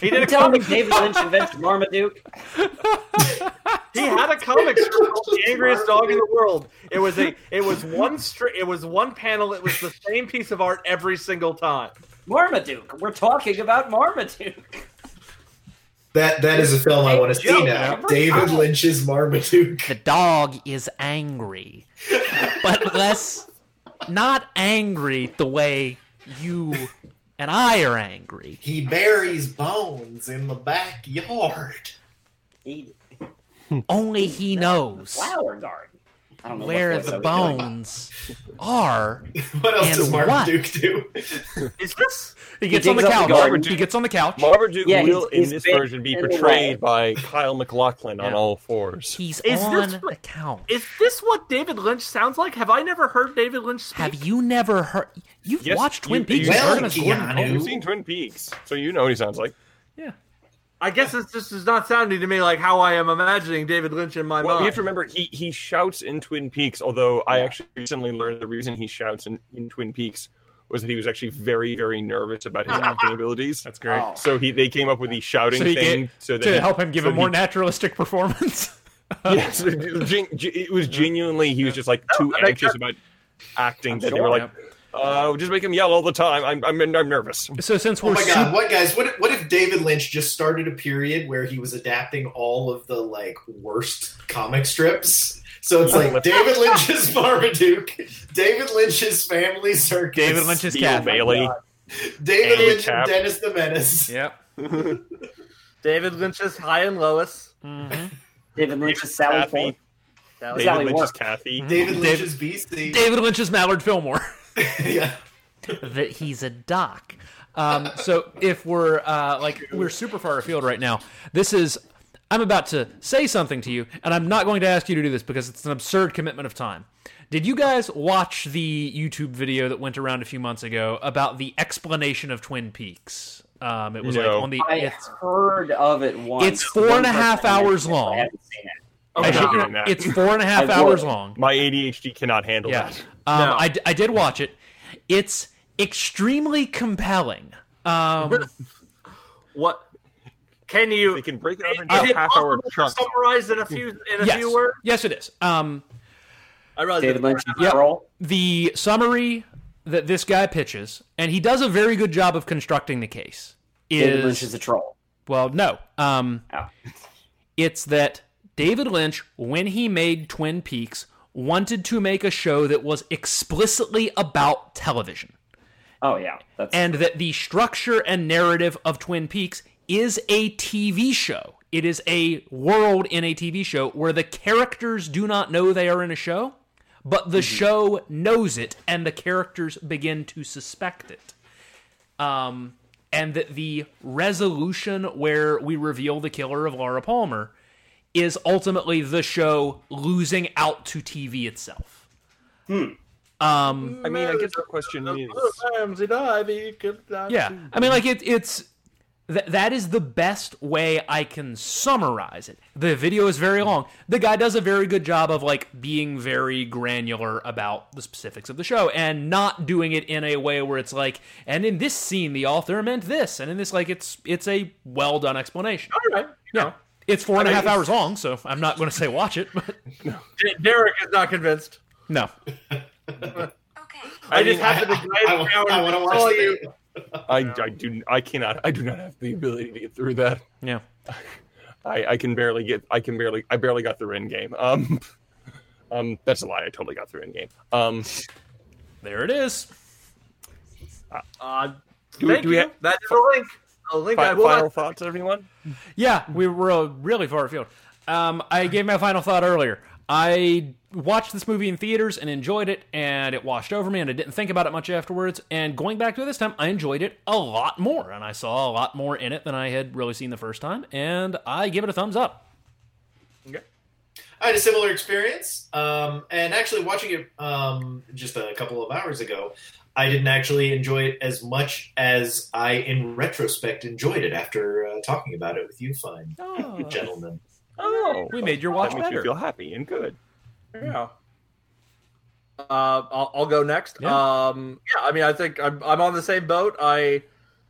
[SPEAKER 4] He
[SPEAKER 2] You
[SPEAKER 4] did a
[SPEAKER 2] telling me
[SPEAKER 4] comic.
[SPEAKER 2] David Lynch invented Marmaduke?
[SPEAKER 4] He had a comic strip called The Angriest Dog in the World. It was a. It was one stri- It was one panel. It was the same piece of art every single time.
[SPEAKER 2] Marmaduke. We're talking about Marmaduke.
[SPEAKER 5] That that is a film I want to see
[SPEAKER 2] Joe,
[SPEAKER 5] now.
[SPEAKER 2] remember?
[SPEAKER 5] David
[SPEAKER 1] Oh.
[SPEAKER 5] Lynch's Marmaduke.
[SPEAKER 1] The dog is angry, but less, not angry the way you and I are angry.
[SPEAKER 5] He buries bones in the backyard.
[SPEAKER 2] He,
[SPEAKER 1] Only he knows
[SPEAKER 2] flower garden. I don't know what
[SPEAKER 1] where
[SPEAKER 2] voice I
[SPEAKER 1] the
[SPEAKER 2] was doing.
[SPEAKER 1] bones are.
[SPEAKER 5] What else
[SPEAKER 1] And
[SPEAKER 5] does
[SPEAKER 1] what?
[SPEAKER 5] Marmaduke do?
[SPEAKER 4] Is this?
[SPEAKER 1] He gets on
[SPEAKER 2] digs
[SPEAKER 1] the
[SPEAKER 2] up
[SPEAKER 1] couch.
[SPEAKER 2] the garden.
[SPEAKER 1] he gets on the couch.
[SPEAKER 3] Marmaduke
[SPEAKER 2] Yeah, he's-
[SPEAKER 3] will,
[SPEAKER 2] he's
[SPEAKER 3] in this
[SPEAKER 2] big
[SPEAKER 3] version, be
[SPEAKER 2] and
[SPEAKER 3] portrayed
[SPEAKER 2] wide.
[SPEAKER 3] by Kyle MacLachlan on
[SPEAKER 1] Yeah.
[SPEAKER 3] all fours.
[SPEAKER 1] He's
[SPEAKER 4] Is
[SPEAKER 1] on
[SPEAKER 4] this what-
[SPEAKER 1] the couch.
[SPEAKER 4] Is this what David Lynch sounds like? Have I never heard David Lynch speak?
[SPEAKER 1] Have you never heard? You've
[SPEAKER 3] Yes,
[SPEAKER 1] watched Twin
[SPEAKER 3] you-
[SPEAKER 1] Peaks.
[SPEAKER 3] you-
[SPEAKER 1] You've heard
[SPEAKER 5] Well,
[SPEAKER 1] him as Gordon
[SPEAKER 5] Keanu.
[SPEAKER 1] Cole.
[SPEAKER 3] You've seen Twin Peaks, so you know what he sounds like.
[SPEAKER 1] Yeah.
[SPEAKER 4] I guess this just is not sounding to me like how I am imagining David Lynch in my
[SPEAKER 3] Well, you
[SPEAKER 4] mind.
[SPEAKER 3] have to remember he, he shouts in Twin Peaks. Although I actually recently learned the reason he shouts in, in Twin Peaks was that he was actually very very nervous about his acting abilities. That's
[SPEAKER 1] great.
[SPEAKER 2] Oh.
[SPEAKER 3] So he they came up with the shouting
[SPEAKER 1] So he
[SPEAKER 3] thing
[SPEAKER 1] get-
[SPEAKER 3] so that
[SPEAKER 1] to
[SPEAKER 3] he-
[SPEAKER 1] help him give
[SPEAKER 3] so
[SPEAKER 1] a more
[SPEAKER 3] he-
[SPEAKER 1] naturalistic performance.
[SPEAKER 3] Yes, gen- gen- it was genuinely he was just like too
[SPEAKER 4] I-
[SPEAKER 3] anxious about acting that they
[SPEAKER 1] sure.
[SPEAKER 3] were like, uh, just make him yell all the time. I'm I'm, I'm nervous.
[SPEAKER 1] so since
[SPEAKER 5] Oh
[SPEAKER 1] we're
[SPEAKER 5] my
[SPEAKER 1] super-
[SPEAKER 5] god! What guys? What if- what if David Lynch just started a period where he was adapting all of the like worst comic strips? So it's like David Lynch's Marmaduke, David Lynch's Family Circus,
[SPEAKER 1] David Lynch's
[SPEAKER 3] Steel
[SPEAKER 1] cat.
[SPEAKER 3] Bailey.
[SPEAKER 5] David
[SPEAKER 3] Alley
[SPEAKER 5] Lynch,
[SPEAKER 3] Cat.
[SPEAKER 5] and Dennis the Menace.
[SPEAKER 1] Yep.
[SPEAKER 4] David Lynch's High and Lois.
[SPEAKER 2] David Lynch's Sally
[SPEAKER 3] Kathy.
[SPEAKER 2] Ford.
[SPEAKER 4] That was-
[SPEAKER 3] David
[SPEAKER 2] Sally
[SPEAKER 3] Lynch's
[SPEAKER 2] Ward.
[SPEAKER 3] Kathy.
[SPEAKER 5] David
[SPEAKER 1] Dav-
[SPEAKER 5] Lynch's BC.
[SPEAKER 1] David Lynch's Mallard Fillmore.
[SPEAKER 5] yeah.
[SPEAKER 1] that he's a doc. Um, so if we're uh, like we're super far afield right now, this is. I'm about to say something to you, and I'm not going to ask you to do this because it's an absurd commitment of time. Did you guys watch the YouTube video that went around a few months ago about the explanation of Twin Peaks? Um, it was
[SPEAKER 3] No.
[SPEAKER 1] like on the
[SPEAKER 2] I
[SPEAKER 1] it's,
[SPEAKER 2] heard of it once.
[SPEAKER 1] It's four and a half
[SPEAKER 2] One person
[SPEAKER 1] hours
[SPEAKER 2] mentioned it,
[SPEAKER 1] long.
[SPEAKER 2] I haven't seen it.
[SPEAKER 3] I'm
[SPEAKER 1] I
[SPEAKER 3] not
[SPEAKER 1] should-
[SPEAKER 3] doing that.
[SPEAKER 1] it's four and a half
[SPEAKER 2] I
[SPEAKER 1] hours
[SPEAKER 2] would.
[SPEAKER 1] long.
[SPEAKER 3] My ADHD cannot handle
[SPEAKER 1] Yeah.
[SPEAKER 3] that.
[SPEAKER 1] Um,
[SPEAKER 4] No.
[SPEAKER 1] I, d- I did watch it. It's extremely compelling. Um,
[SPEAKER 4] What? Can you
[SPEAKER 3] They can break it up into
[SPEAKER 4] Is
[SPEAKER 3] a
[SPEAKER 4] it
[SPEAKER 3] half hour
[SPEAKER 4] possible to
[SPEAKER 3] chunks.
[SPEAKER 4] Summarize in a few in a
[SPEAKER 1] yes.
[SPEAKER 4] few words.
[SPEAKER 1] Yes, it is. Um,
[SPEAKER 4] I realize
[SPEAKER 2] David
[SPEAKER 4] that-
[SPEAKER 2] Lynch and
[SPEAKER 1] Yep.
[SPEAKER 2] Carol.
[SPEAKER 1] the summary that this guy pitches, and he does a very good job of constructing the case,
[SPEAKER 2] David Lynch
[SPEAKER 1] is,
[SPEAKER 2] is a troll.
[SPEAKER 1] well, no. Um,
[SPEAKER 2] Oh.
[SPEAKER 1] it's that David Lynch, when he made Twin Peaks, wanted to make a show that was explicitly about television.
[SPEAKER 2] Oh yeah, that's
[SPEAKER 1] and that the structure and narrative of Twin Peaks is a TV show. It is a world in a TV show where the characters do not know they are in a show, but the show knows it and the characters begin to suspect it. Um, and that the resolution where we reveal the killer of Laura Palmer is ultimately the show losing out to TV itself. Um,
[SPEAKER 3] I mean, I guess the question is.
[SPEAKER 4] Ramsey Ivy could not
[SPEAKER 1] yeah
[SPEAKER 4] see.
[SPEAKER 1] i mean like it, it's th- that is the best way i can summarize it the video is very long the guy does a very good job of like being very granular about the specifics of the show and not doing it in a way where it's like and in this scene the author meant this and in this like it's it's a well done explanation
[SPEAKER 4] All right. you know.
[SPEAKER 1] it's four and a
[SPEAKER 4] I
[SPEAKER 1] half
[SPEAKER 4] mean,
[SPEAKER 1] hours long so i'm not going to say watch it but
[SPEAKER 4] D- Derek is not convinced.
[SPEAKER 1] no
[SPEAKER 7] Okay.
[SPEAKER 4] I,
[SPEAKER 3] mean,
[SPEAKER 4] just have
[SPEAKER 5] I,
[SPEAKER 4] to be
[SPEAKER 5] I, I, want to watch the
[SPEAKER 3] I, I do I cannot I do not have the ability to get through that.
[SPEAKER 1] yeah
[SPEAKER 3] I, I can barely get I can barely I barely got through end game. Um, um, that's a lie. I totally got through end game. Um,
[SPEAKER 1] there it is
[SPEAKER 4] Uh,
[SPEAKER 3] Do we-
[SPEAKER 4] thank
[SPEAKER 3] do we
[SPEAKER 4] you.
[SPEAKER 3] have-
[SPEAKER 4] that is a link. Oh, Link, I
[SPEAKER 3] Fi-
[SPEAKER 4] will not-
[SPEAKER 3] final thoughts, everyone.
[SPEAKER 1] Yeah, we were really far afield. Um, I gave my final thought earlier. I watched this movie in theaters and enjoyed it, and it washed over me, and I didn't think about it much afterwards. And going back to it this time, I enjoyed it a lot more, and I saw a lot more in it than I had really seen the first time, and I give it a thumbs up.
[SPEAKER 5] I had a similar experience, um, and actually watching it um, just a couple of hours ago, I didn't actually enjoy it as much as I, in retrospect, enjoyed it after uh, talking about it with you, fine
[SPEAKER 1] Oh,
[SPEAKER 5] gentlemen.
[SPEAKER 3] Oh,
[SPEAKER 1] we made your watch
[SPEAKER 3] that makes
[SPEAKER 1] better.
[SPEAKER 3] you feel happy and good.
[SPEAKER 4] Yeah. Uh, I'll, I'll go next.
[SPEAKER 1] Yeah.
[SPEAKER 4] Um, yeah, I mean, I think I'm, I'm on the same boat. I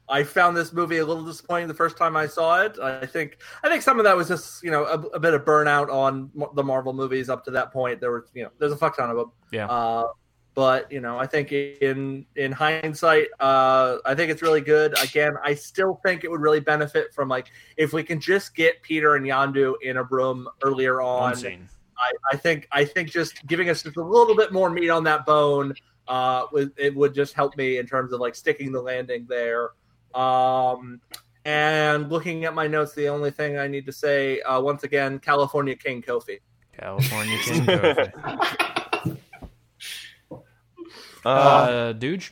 [SPEAKER 4] I found this movie a little disappointing the first time I saw it. I think I think some of that was just you know a, a bit of burnout on m- the Marvel movies up to that point. There were you know there's a fuck ton of them.
[SPEAKER 1] Yeah.
[SPEAKER 4] Uh, but you know, I think in in hindsight, uh, I think it's really good. Again, I still think it would really benefit from like if we can just get Peter and Yandu in a room earlier on.
[SPEAKER 1] One scene.
[SPEAKER 4] I, I think I think just giving us just a little bit more meat on that bone uh, would it would just help me in terms of like sticking the landing there. Um, and looking at my notes, the only thing I need to say uh, once again, California King Kofi.
[SPEAKER 1] California King Kofi.
[SPEAKER 3] Uh,
[SPEAKER 1] Uh, Dude,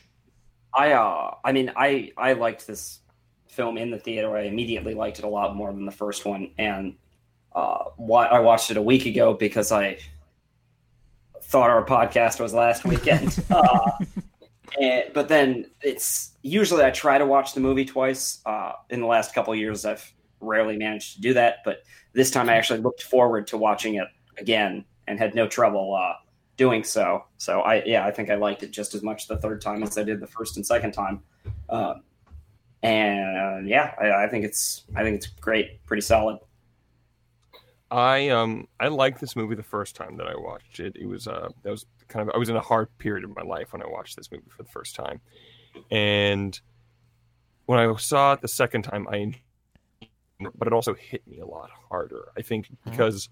[SPEAKER 2] I uh, I mean, I I liked this film in the theater. I immediately liked it a lot more than the first one, and uh, why I watched it a week ago because I thought our podcast was last weekend. uh, and, but then it's usually I try to watch the movie twice. Uh, in the last couple of years, I've rarely managed to do that, but this time I actually looked forward to watching it again and had no trouble. Uh, doing so. So I yeah, I think I liked it just as much the third time as I did the first and second time. Um, and yeah, I, I think it's I think it's great, pretty solid.
[SPEAKER 3] I um I liked this movie the first time that I watched it. It was uh that was kind of I was in a hard period of my life when I watched this movie for the first time, and when I saw it the second time, I but it also hit me a lot harder. I think because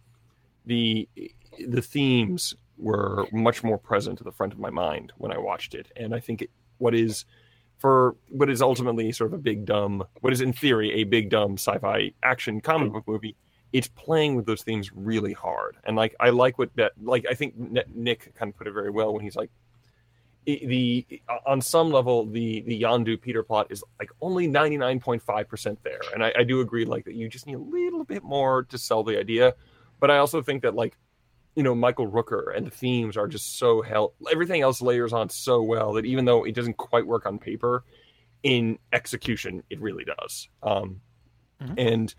[SPEAKER 3] the the themes were much more present at the front of my mind when I watched it, and I think it, what is for what is ultimately sort of a big dumb what is in theory a big dumb sci-fi action comic book movie it's playing with those themes really hard. And like I like what that like I think N- Nick kind of put it very well when he's like i- the on some level the the Yandu Peter plot is like only 99.5% there. And I, I do agree like that you just need a little bit more to sell the idea, but I also think that like you know Michael Rooker and the themes are just so hell everything else layers on so well that even though it doesn't quite work on paper in execution it really does. Um and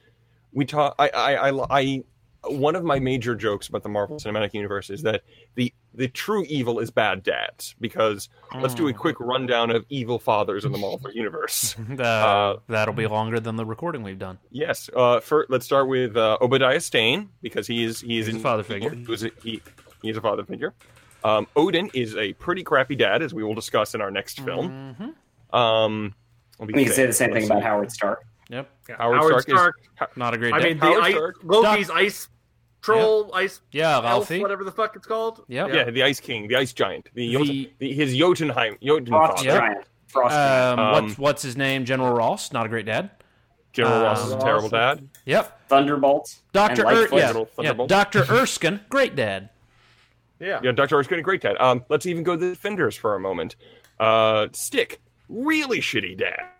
[SPEAKER 3] we talk I, I i i one of my major jokes about the marvel cinematic universe is that the the true evil is bad dads because let's do a quick
[SPEAKER 1] Mm.
[SPEAKER 3] rundown of evil fathers in the marvel universe
[SPEAKER 1] uh,
[SPEAKER 3] Uh,
[SPEAKER 1] that'll be longer than the recording we've done.
[SPEAKER 3] yes uh for let's start with uh, obadiah stane because he is he is
[SPEAKER 1] He's a
[SPEAKER 3] in-
[SPEAKER 1] father figure.
[SPEAKER 3] he, was a, he, he is a father figure um, odin is a pretty crappy dad as we will discuss in our next film
[SPEAKER 1] Mm-hmm.
[SPEAKER 3] um
[SPEAKER 2] We can say the same thing about Howard Stark.
[SPEAKER 1] Yep.
[SPEAKER 3] Howard Stark is-
[SPEAKER 1] Not a great
[SPEAKER 4] I
[SPEAKER 1] day.
[SPEAKER 4] mean, the
[SPEAKER 3] Howard
[SPEAKER 4] ice,
[SPEAKER 3] Stark.
[SPEAKER 4] Loki's ice troll, ice
[SPEAKER 1] yeah,
[SPEAKER 4] elf,
[SPEAKER 1] Ralphie.
[SPEAKER 4] whatever the fuck it's called.
[SPEAKER 1] Yep.
[SPEAKER 3] yeah the ice king the ice giant the,
[SPEAKER 1] The-
[SPEAKER 3] Jotun- the his jotunheim Jotun
[SPEAKER 2] Frost
[SPEAKER 3] father.
[SPEAKER 1] Yep.
[SPEAKER 2] Giant. Frost
[SPEAKER 1] Um,
[SPEAKER 2] Giant.
[SPEAKER 3] Um,
[SPEAKER 1] what's what's his name? General Ross, not a great dad.
[SPEAKER 3] general ross is a
[SPEAKER 1] Um,
[SPEAKER 3] terrible dad
[SPEAKER 1] Yep.
[SPEAKER 2] Thunderbolt.
[SPEAKER 1] Doctor
[SPEAKER 2] and
[SPEAKER 1] er-
[SPEAKER 2] Lightfoot.
[SPEAKER 1] yeah,
[SPEAKER 3] General
[SPEAKER 1] yeah.
[SPEAKER 3] Thunderbolt.
[SPEAKER 1] Doctor Erskine, great dad.
[SPEAKER 4] Yeah.
[SPEAKER 3] Yeah, Dr. Art's going great dad. Um, let's even go to the defenders for a moment. Uh, Stick, really shitty dad.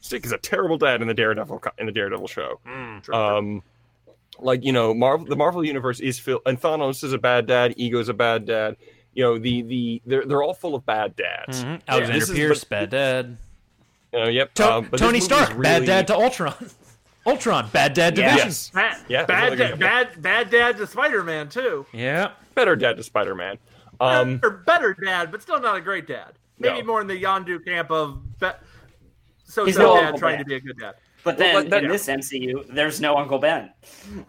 [SPEAKER 3] Stick is a terrible dad in the Daredevil co- in the Daredevil show. Um, like you know, Marvel the Marvel universe is filled, and Thanos is a bad dad. Ego's a bad dad. You know, the the they're they're all full of bad dads.
[SPEAKER 1] Mhm.
[SPEAKER 3] Yeah,
[SPEAKER 1] Alexander
[SPEAKER 3] this is-
[SPEAKER 1] Pierce, bad
[SPEAKER 3] but-
[SPEAKER 1] dad.
[SPEAKER 3] Uh, yep.
[SPEAKER 1] To-
[SPEAKER 3] um, but this
[SPEAKER 1] Tony
[SPEAKER 3] movie is
[SPEAKER 1] Stark, bad
[SPEAKER 3] really-
[SPEAKER 1] dad to Ultron. Ultron, bad dad
[SPEAKER 2] Yeah.
[SPEAKER 1] division.
[SPEAKER 3] Yes.
[SPEAKER 4] Bad,
[SPEAKER 3] Yeah,
[SPEAKER 4] bad,
[SPEAKER 3] that's another
[SPEAKER 4] da-
[SPEAKER 3] good-
[SPEAKER 4] bad, bad dad to Spider Man too.
[SPEAKER 1] Yeah.
[SPEAKER 3] Better dad to Spider Man. Um,
[SPEAKER 4] or better dad, but still not a great dad. Maybe
[SPEAKER 3] No.
[SPEAKER 4] more in the Yondu camp of be- so
[SPEAKER 2] He's
[SPEAKER 4] so
[SPEAKER 2] no
[SPEAKER 4] dad
[SPEAKER 2] Uncle
[SPEAKER 4] trying
[SPEAKER 2] Ben.
[SPEAKER 4] to be a good dad.
[SPEAKER 2] But
[SPEAKER 3] Well,
[SPEAKER 2] then
[SPEAKER 3] like that-
[SPEAKER 2] in this MCU, there's no Uncle Ben.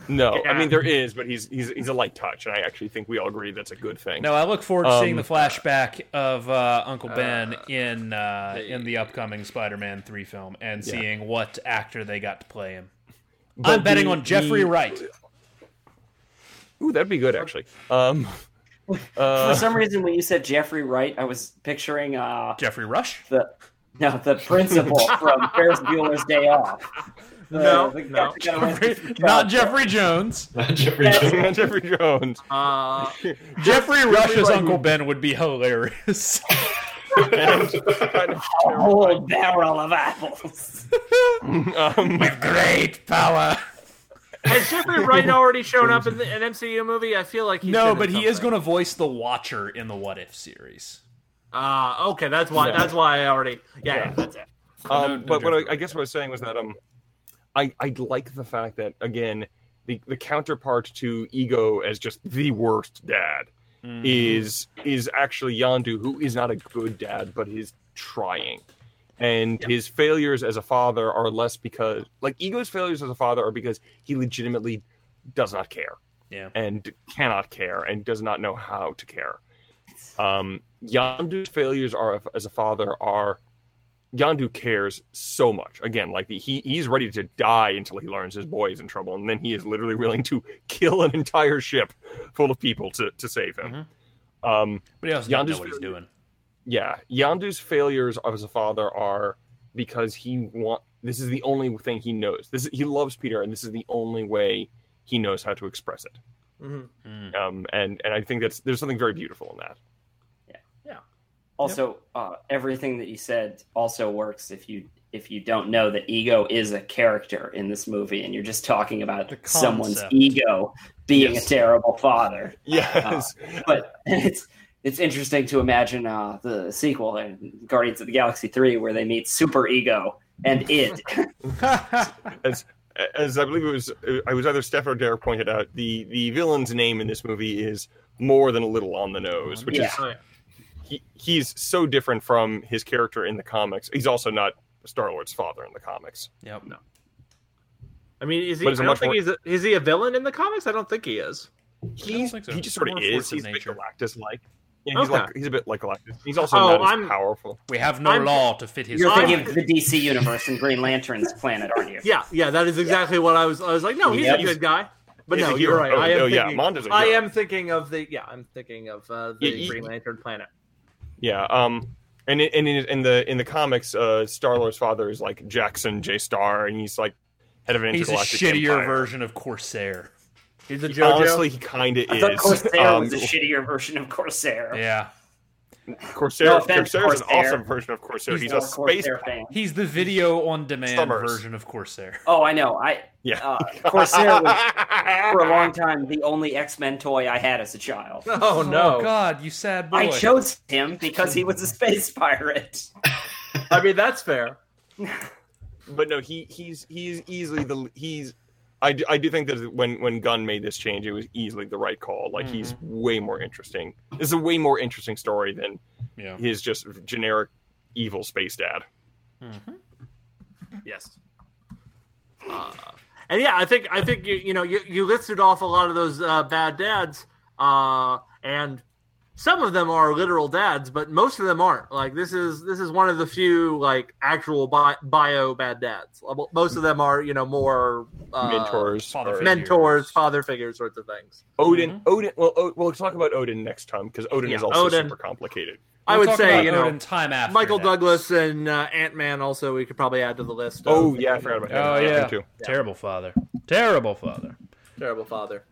[SPEAKER 3] no, I
[SPEAKER 4] Yeah.
[SPEAKER 3] mean there is, but he's he's he's a light touch, and I actually think we all agree that's a good thing.
[SPEAKER 1] No, I look forward to seeing
[SPEAKER 3] Um,
[SPEAKER 1] the flashback of uh, Uncle Ben in uh, in the upcoming Spider-Man three film and
[SPEAKER 3] Yeah.
[SPEAKER 1] seeing what actor they got to play him.
[SPEAKER 3] But
[SPEAKER 1] I'm betting
[SPEAKER 3] the-
[SPEAKER 1] on Jeffrey
[SPEAKER 3] the-
[SPEAKER 1] Wright.
[SPEAKER 3] Ooh, that'd be good actually. Um, uh,
[SPEAKER 2] For some reason, when you said Jeffrey Wright, I was picturing uh,
[SPEAKER 1] Jeffrey Rush.
[SPEAKER 2] the No, the principal from Ferris Bueller's Day Off. The-
[SPEAKER 3] No,
[SPEAKER 2] the
[SPEAKER 3] no.
[SPEAKER 2] guy that went to-
[SPEAKER 1] Not Jeffrey Jones.
[SPEAKER 5] Not Jeffrey
[SPEAKER 2] Yes.
[SPEAKER 5] Jones.
[SPEAKER 3] Jeffrey Jones.
[SPEAKER 4] Uh,
[SPEAKER 1] Jeffrey Rush's
[SPEAKER 3] like-
[SPEAKER 1] Uncle Ben would be hilarious.
[SPEAKER 3] Kind of
[SPEAKER 2] A whole barrel of apples.
[SPEAKER 3] terrifying. um,
[SPEAKER 1] Great power.
[SPEAKER 4] has Jeffrey Wright already shown up in the, an MCU movie? I feel like he's
[SPEAKER 1] No,
[SPEAKER 4] been
[SPEAKER 1] but
[SPEAKER 4] in
[SPEAKER 1] he is
[SPEAKER 4] something.
[SPEAKER 1] going to voice the Watcher in the What If series.
[SPEAKER 4] Ah, okay, that's why.
[SPEAKER 3] Yeah.
[SPEAKER 4] That's why I already. Yeah, yeah, that's it.
[SPEAKER 3] um,
[SPEAKER 1] no
[SPEAKER 3] but what
[SPEAKER 1] Jeffrey
[SPEAKER 3] I, I guess what I was saying was that um, I I like the fact that again the the counterpart to Ego as just the worst dad
[SPEAKER 1] Mm-hmm. Mm.
[SPEAKER 3] is is actually Yandu, who is not a good dad, but is trying. And his failures as a father are less because like Ego's failures as a father are because he legitimately does not care.
[SPEAKER 1] Yeah.
[SPEAKER 3] And cannot care and does not know how to care. Um Yandu's failures are as a father are Yandu cares so much. Again, like he he's ready to die until he learns his boy is in trouble, and then he is literally willing to kill an entire ship full of people to to save him. Um,
[SPEAKER 1] But he also doesn't know
[SPEAKER 3] Yandu's
[SPEAKER 1] what he's doing.
[SPEAKER 3] yeah, Yandu's failures as a father are because he want this is the only thing he knows. This is, he loves Peter, and this is the only way he knows how to express it.
[SPEAKER 4] Mhm.
[SPEAKER 1] Mm.
[SPEAKER 3] Um, and and I think that's there's something very beautiful in that.
[SPEAKER 2] Also, uh, everything that you said also works if you if you don't know that ego is a character in this movie, and you're just talking about
[SPEAKER 1] The
[SPEAKER 2] someone's
[SPEAKER 1] concept.
[SPEAKER 2] ego being
[SPEAKER 3] Yes.
[SPEAKER 2] a terrible father. Uh,
[SPEAKER 3] Yes,
[SPEAKER 2] But it's it's interesting to imagine uh, the sequel in Guardians of the Galaxy three, where they meet Super Ego and id.
[SPEAKER 3] as I believe it was, I was either Steph or Derek pointed out the the villain's name in this movie is more than a little on the
[SPEAKER 1] Mm.
[SPEAKER 3] nose, which is
[SPEAKER 2] Yeah.
[SPEAKER 3] he, he's so different from his character in the comics. He's also not Star Lord's father in the comics.
[SPEAKER 1] Yep.
[SPEAKER 4] I mean, is he?
[SPEAKER 3] But
[SPEAKER 4] I
[SPEAKER 3] it's a
[SPEAKER 4] don't
[SPEAKER 3] much
[SPEAKER 4] think
[SPEAKER 3] more-
[SPEAKER 4] he's. A, is he a villain in the comics? I don't think he is.
[SPEAKER 3] He's,
[SPEAKER 1] think so.
[SPEAKER 3] He just sort of
[SPEAKER 1] More
[SPEAKER 3] is.
[SPEAKER 1] force of
[SPEAKER 3] He's a bit
[SPEAKER 1] nature.
[SPEAKER 3] Galactus like. Yeah, he's
[SPEAKER 4] Okay.
[SPEAKER 3] like he's a bit like Galactus. He's also
[SPEAKER 4] Oh,
[SPEAKER 3] not as
[SPEAKER 4] I'm-
[SPEAKER 3] powerful.
[SPEAKER 1] We have no
[SPEAKER 4] I'm-
[SPEAKER 1] law to fit his.
[SPEAKER 2] You're
[SPEAKER 4] I'm-
[SPEAKER 2] thinking of the DC universe and Green Lantern's planet, aren't you?
[SPEAKER 4] Yeah, yeah, that is exactly what I was. I was like, no, he's
[SPEAKER 2] Yep.
[SPEAKER 4] a good guy. But
[SPEAKER 3] He's
[SPEAKER 4] no,
[SPEAKER 3] a
[SPEAKER 4] you're
[SPEAKER 3] hero.
[SPEAKER 4] right.
[SPEAKER 3] Oh,
[SPEAKER 4] I am
[SPEAKER 3] oh, yeah,
[SPEAKER 4] thinking,
[SPEAKER 3] Mondo's a
[SPEAKER 4] I
[SPEAKER 3] hero.
[SPEAKER 4] am thinking of the. Yeah, I'm thinking of uh, the
[SPEAKER 3] Yeah, he-
[SPEAKER 4] Green Lantern planet.
[SPEAKER 3] Yeah. Um. And in, and in, in the in the comics, uh, Star Lord's father is like Jackson J Star, and he's like head of an
[SPEAKER 1] He's a
[SPEAKER 3] intergalactic
[SPEAKER 1] shittier
[SPEAKER 3] empire.
[SPEAKER 1] version of Corsair.
[SPEAKER 4] He's a JoJo.
[SPEAKER 3] Honestly, he kind of
[SPEAKER 2] I thought
[SPEAKER 3] is.
[SPEAKER 2] Corsair
[SPEAKER 3] Um,
[SPEAKER 2] was a shittier version of Corsair.
[SPEAKER 1] Yeah.
[SPEAKER 3] Corsair,
[SPEAKER 2] No offense,
[SPEAKER 3] Corsair is an
[SPEAKER 2] Corsair.
[SPEAKER 3] awesome version of Corsair. He's,
[SPEAKER 2] not
[SPEAKER 3] a space.
[SPEAKER 2] Corsair fan.
[SPEAKER 1] He's the video on demand
[SPEAKER 3] Summers.
[SPEAKER 1] version of Corsair.
[SPEAKER 2] Oh, I know. I
[SPEAKER 3] Yeah.
[SPEAKER 2] uh, Corsair was for a long time the only X Men toy I had as a child.
[SPEAKER 4] oh no.
[SPEAKER 1] God, you sad boy.
[SPEAKER 2] I chose him because he was a space pirate.
[SPEAKER 4] I mean, that's fair.
[SPEAKER 3] but no, he he's he's easily the he's. I do, I do think that when when Gunn made this change, it was easily the right call. Like he's
[SPEAKER 1] Mm-hmm.
[SPEAKER 3] way more interesting. This is a way more interesting story than
[SPEAKER 1] Yeah.
[SPEAKER 3] his just generic evil space dad.
[SPEAKER 1] Mm-hmm.
[SPEAKER 4] Yes. Uh, and yeah, I think I think you you know you, you listed off a lot of those uh, bad dads, uh, and some of them are literal dads, but most of them aren't. Like this is this is one of the few like actual bi- bio bad dads. Uh, Most of them are you know more uh,
[SPEAKER 3] mentors,
[SPEAKER 1] father
[SPEAKER 3] or-
[SPEAKER 1] figure. Mm-hmm.
[SPEAKER 4] mentors, father figure sorts of things.
[SPEAKER 3] Odin, Odin. Well, o- we'll talk about Odin next time because Odin
[SPEAKER 4] Yeah,
[SPEAKER 3] is also
[SPEAKER 4] Odin.
[SPEAKER 3] super complicated.
[SPEAKER 4] I
[SPEAKER 1] We'll
[SPEAKER 4] would
[SPEAKER 1] talk
[SPEAKER 4] say
[SPEAKER 1] about
[SPEAKER 4] you know
[SPEAKER 1] Odin time after
[SPEAKER 4] Michael
[SPEAKER 1] that.
[SPEAKER 4] Douglas and uh, Ant Man also we could probably add to the list. of
[SPEAKER 3] Oh yeah, I forgot about
[SPEAKER 1] Oh
[SPEAKER 3] him.
[SPEAKER 1] yeah.
[SPEAKER 3] Him too.
[SPEAKER 1] Terrible father. Terrible father.
[SPEAKER 4] terrible father.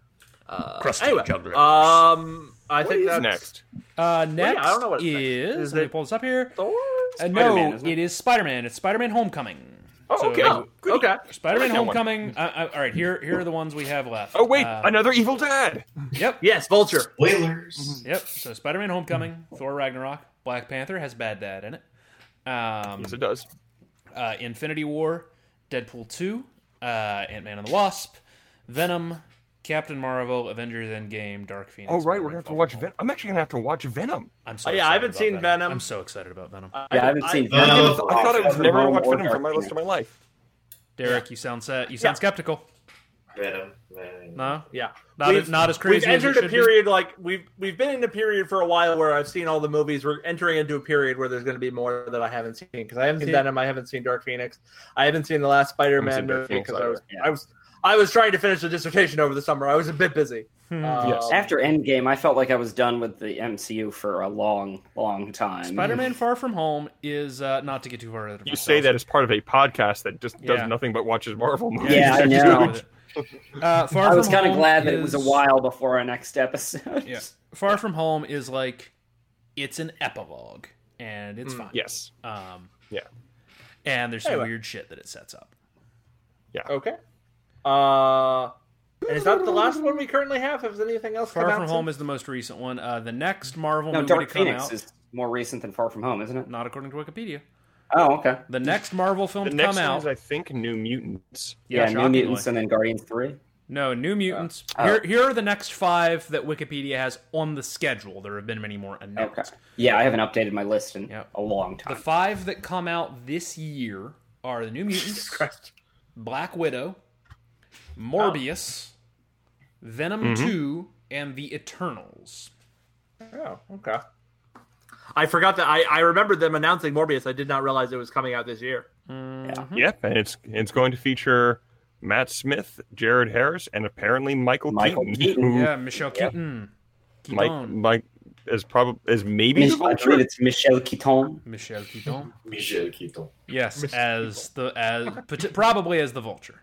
[SPEAKER 4] Uh,
[SPEAKER 1] Crusty
[SPEAKER 4] anyway,
[SPEAKER 1] jugglers.
[SPEAKER 4] um, I
[SPEAKER 3] What
[SPEAKER 4] think
[SPEAKER 3] is
[SPEAKER 4] that's
[SPEAKER 3] next?
[SPEAKER 1] Uh, next
[SPEAKER 4] yeah, I don't know what it's next.
[SPEAKER 1] is,
[SPEAKER 4] Is
[SPEAKER 1] let me
[SPEAKER 4] it-
[SPEAKER 1] pull this up here.
[SPEAKER 4] Thor?
[SPEAKER 1] Uh,
[SPEAKER 2] Spider-Man,
[SPEAKER 1] no,
[SPEAKER 2] isn't it?
[SPEAKER 1] it is Spider-Man. It's Spider-Man: Homecoming.
[SPEAKER 3] Oh,
[SPEAKER 1] So,
[SPEAKER 3] okay. Good.
[SPEAKER 4] Okay.
[SPEAKER 1] Spider-Man:
[SPEAKER 3] I like that one.
[SPEAKER 1] Homecoming. Uh, uh, all right, here here are the ones we have left.
[SPEAKER 3] Oh wait,
[SPEAKER 1] Uh,
[SPEAKER 3] another evil dad.
[SPEAKER 1] Yep,
[SPEAKER 4] Yes, Vulture.
[SPEAKER 5] Spoilers.
[SPEAKER 1] yep. So Spider-Man: Homecoming, Thor: Ragnarok, Black Panther has Bad Dad in it. Um,
[SPEAKER 3] Yes, it does.
[SPEAKER 1] uh, Infinity War, Deadpool 2, uh, Ant Man and the Wasp, Venom, Captain Marvel, Avengers Endgame, Dark Phoenix.
[SPEAKER 3] Oh right,
[SPEAKER 1] Spider-Man
[SPEAKER 3] we're gonna have to
[SPEAKER 1] Far From
[SPEAKER 3] watch
[SPEAKER 1] Home.
[SPEAKER 3] Venom. I'm actually gonna have to watch Venom.
[SPEAKER 1] I'm so
[SPEAKER 4] Oh, yeah, I
[SPEAKER 1] excited
[SPEAKER 4] haven't
[SPEAKER 1] about
[SPEAKER 4] seen Venom. Uh,
[SPEAKER 1] I'm so excited about Venom.
[SPEAKER 2] Yeah, I haven't seen
[SPEAKER 5] I
[SPEAKER 3] I,
[SPEAKER 5] Oh,
[SPEAKER 2] Venom.
[SPEAKER 5] haven't-
[SPEAKER 3] thought I was
[SPEAKER 2] Captain
[SPEAKER 3] never gonna
[SPEAKER 2] Marvel
[SPEAKER 3] watch
[SPEAKER 2] or
[SPEAKER 3] Venom from my
[SPEAKER 2] Dark
[SPEAKER 3] list of my life.
[SPEAKER 1] Derek, you sound sad. You sound
[SPEAKER 4] Yeah.
[SPEAKER 1] skeptical.
[SPEAKER 5] Venom.
[SPEAKER 1] No,
[SPEAKER 4] Yeah,
[SPEAKER 1] not
[SPEAKER 4] We've-
[SPEAKER 1] not as crazy.
[SPEAKER 4] We've
[SPEAKER 1] as it
[SPEAKER 4] entered a
[SPEAKER 1] should be?
[SPEAKER 4] period like we've we've been in a period for a while where I've seen all the movies. We're entering into a period where there's going to be more that I haven't seen because I haven't seen Venom, I haven't seen Dark Phoenix, I haven't seen the last
[SPEAKER 3] I
[SPEAKER 4] Spider-Man
[SPEAKER 3] haven't seen Dark
[SPEAKER 4] movie because I was
[SPEAKER 2] Phoenix either.
[SPEAKER 4] I was I was trying to finish the dissertation over the summer. I was a bit busy.
[SPEAKER 2] Hmm.
[SPEAKER 1] uh,
[SPEAKER 4] Um,
[SPEAKER 3] Yes.
[SPEAKER 2] After Endgame, I felt like I was done with the MCU for a long, long time.
[SPEAKER 1] Spider-Man: Far From Home is uh, not to get too far. ahead of
[SPEAKER 3] You say that
[SPEAKER 1] ourselves.
[SPEAKER 3] as part of a podcast that just does
[SPEAKER 1] Yeah.
[SPEAKER 3] nothing but watches Marvel movies.
[SPEAKER 2] Yeah, I know.
[SPEAKER 1] Uh, Far
[SPEAKER 2] I was
[SPEAKER 1] From
[SPEAKER 2] kind of
[SPEAKER 1] Home
[SPEAKER 2] glad that it was a
[SPEAKER 1] is-
[SPEAKER 2] while before our next episode.
[SPEAKER 1] Yeah. Far From Home is like it's an epilogue, and it's fine.
[SPEAKER 3] Yes.
[SPEAKER 1] Um,
[SPEAKER 3] Yeah.
[SPEAKER 1] And there's some
[SPEAKER 4] Anyway.
[SPEAKER 1] weird shit that it sets up.
[SPEAKER 4] Okay. Uh, and is that the last one we currently have? Has anything else
[SPEAKER 1] Far
[SPEAKER 4] come out
[SPEAKER 1] From
[SPEAKER 4] soon?
[SPEAKER 1] Home is the most recent one. Uh, the next Marvel
[SPEAKER 2] No,
[SPEAKER 1] movie
[SPEAKER 2] Dark
[SPEAKER 1] to come
[SPEAKER 2] Phoenix
[SPEAKER 1] out,
[SPEAKER 2] is more recent than Far From Home, isn't it?
[SPEAKER 1] not according to Wikipedia,
[SPEAKER 2] Oh, okay.
[SPEAKER 1] the next Marvel film
[SPEAKER 3] The
[SPEAKER 1] to
[SPEAKER 3] next
[SPEAKER 1] come
[SPEAKER 3] one
[SPEAKER 1] out.
[SPEAKER 3] is, I think, New Mutants.
[SPEAKER 2] Yeah, New
[SPEAKER 1] shockingly.
[SPEAKER 2] Mutants and then Guardians Three.
[SPEAKER 1] No, New Mutants.
[SPEAKER 2] Oh.
[SPEAKER 1] Here, here are the next five that Wikipedia has on the schedule. There have been many more announced.
[SPEAKER 2] Okay. Yeah, I haven't updated my list in
[SPEAKER 1] Yep.
[SPEAKER 2] a long
[SPEAKER 1] The
[SPEAKER 2] time.
[SPEAKER 1] five that come out this year are the New Mutants, Black Widow,
[SPEAKER 2] Oh.
[SPEAKER 1] Morbius, Venom
[SPEAKER 2] Mm-hmm.
[SPEAKER 1] 2, and the Eternals.
[SPEAKER 4] Oh, okay. I forgot that. I, I remember them announcing Morbius. I did not realize it was coming out this year.
[SPEAKER 1] Mm-hmm.
[SPEAKER 3] Yep, and it's it's going to feature Matt Smith, Jared Harris, and apparently Michael,
[SPEAKER 2] Michael
[SPEAKER 3] Keaton.
[SPEAKER 2] Keaton.
[SPEAKER 3] who
[SPEAKER 1] Yeah, Michelle Keaton.
[SPEAKER 3] Mike,
[SPEAKER 1] Keaton.
[SPEAKER 3] Mike is probably is maybe
[SPEAKER 2] Mich-
[SPEAKER 3] the
[SPEAKER 2] I believe
[SPEAKER 3] Vulture.
[SPEAKER 2] it's Michelle Keaton.
[SPEAKER 1] Michelle Keaton.
[SPEAKER 5] Michel Keaton.
[SPEAKER 1] Yes, as the as pot- probably as the Vulture.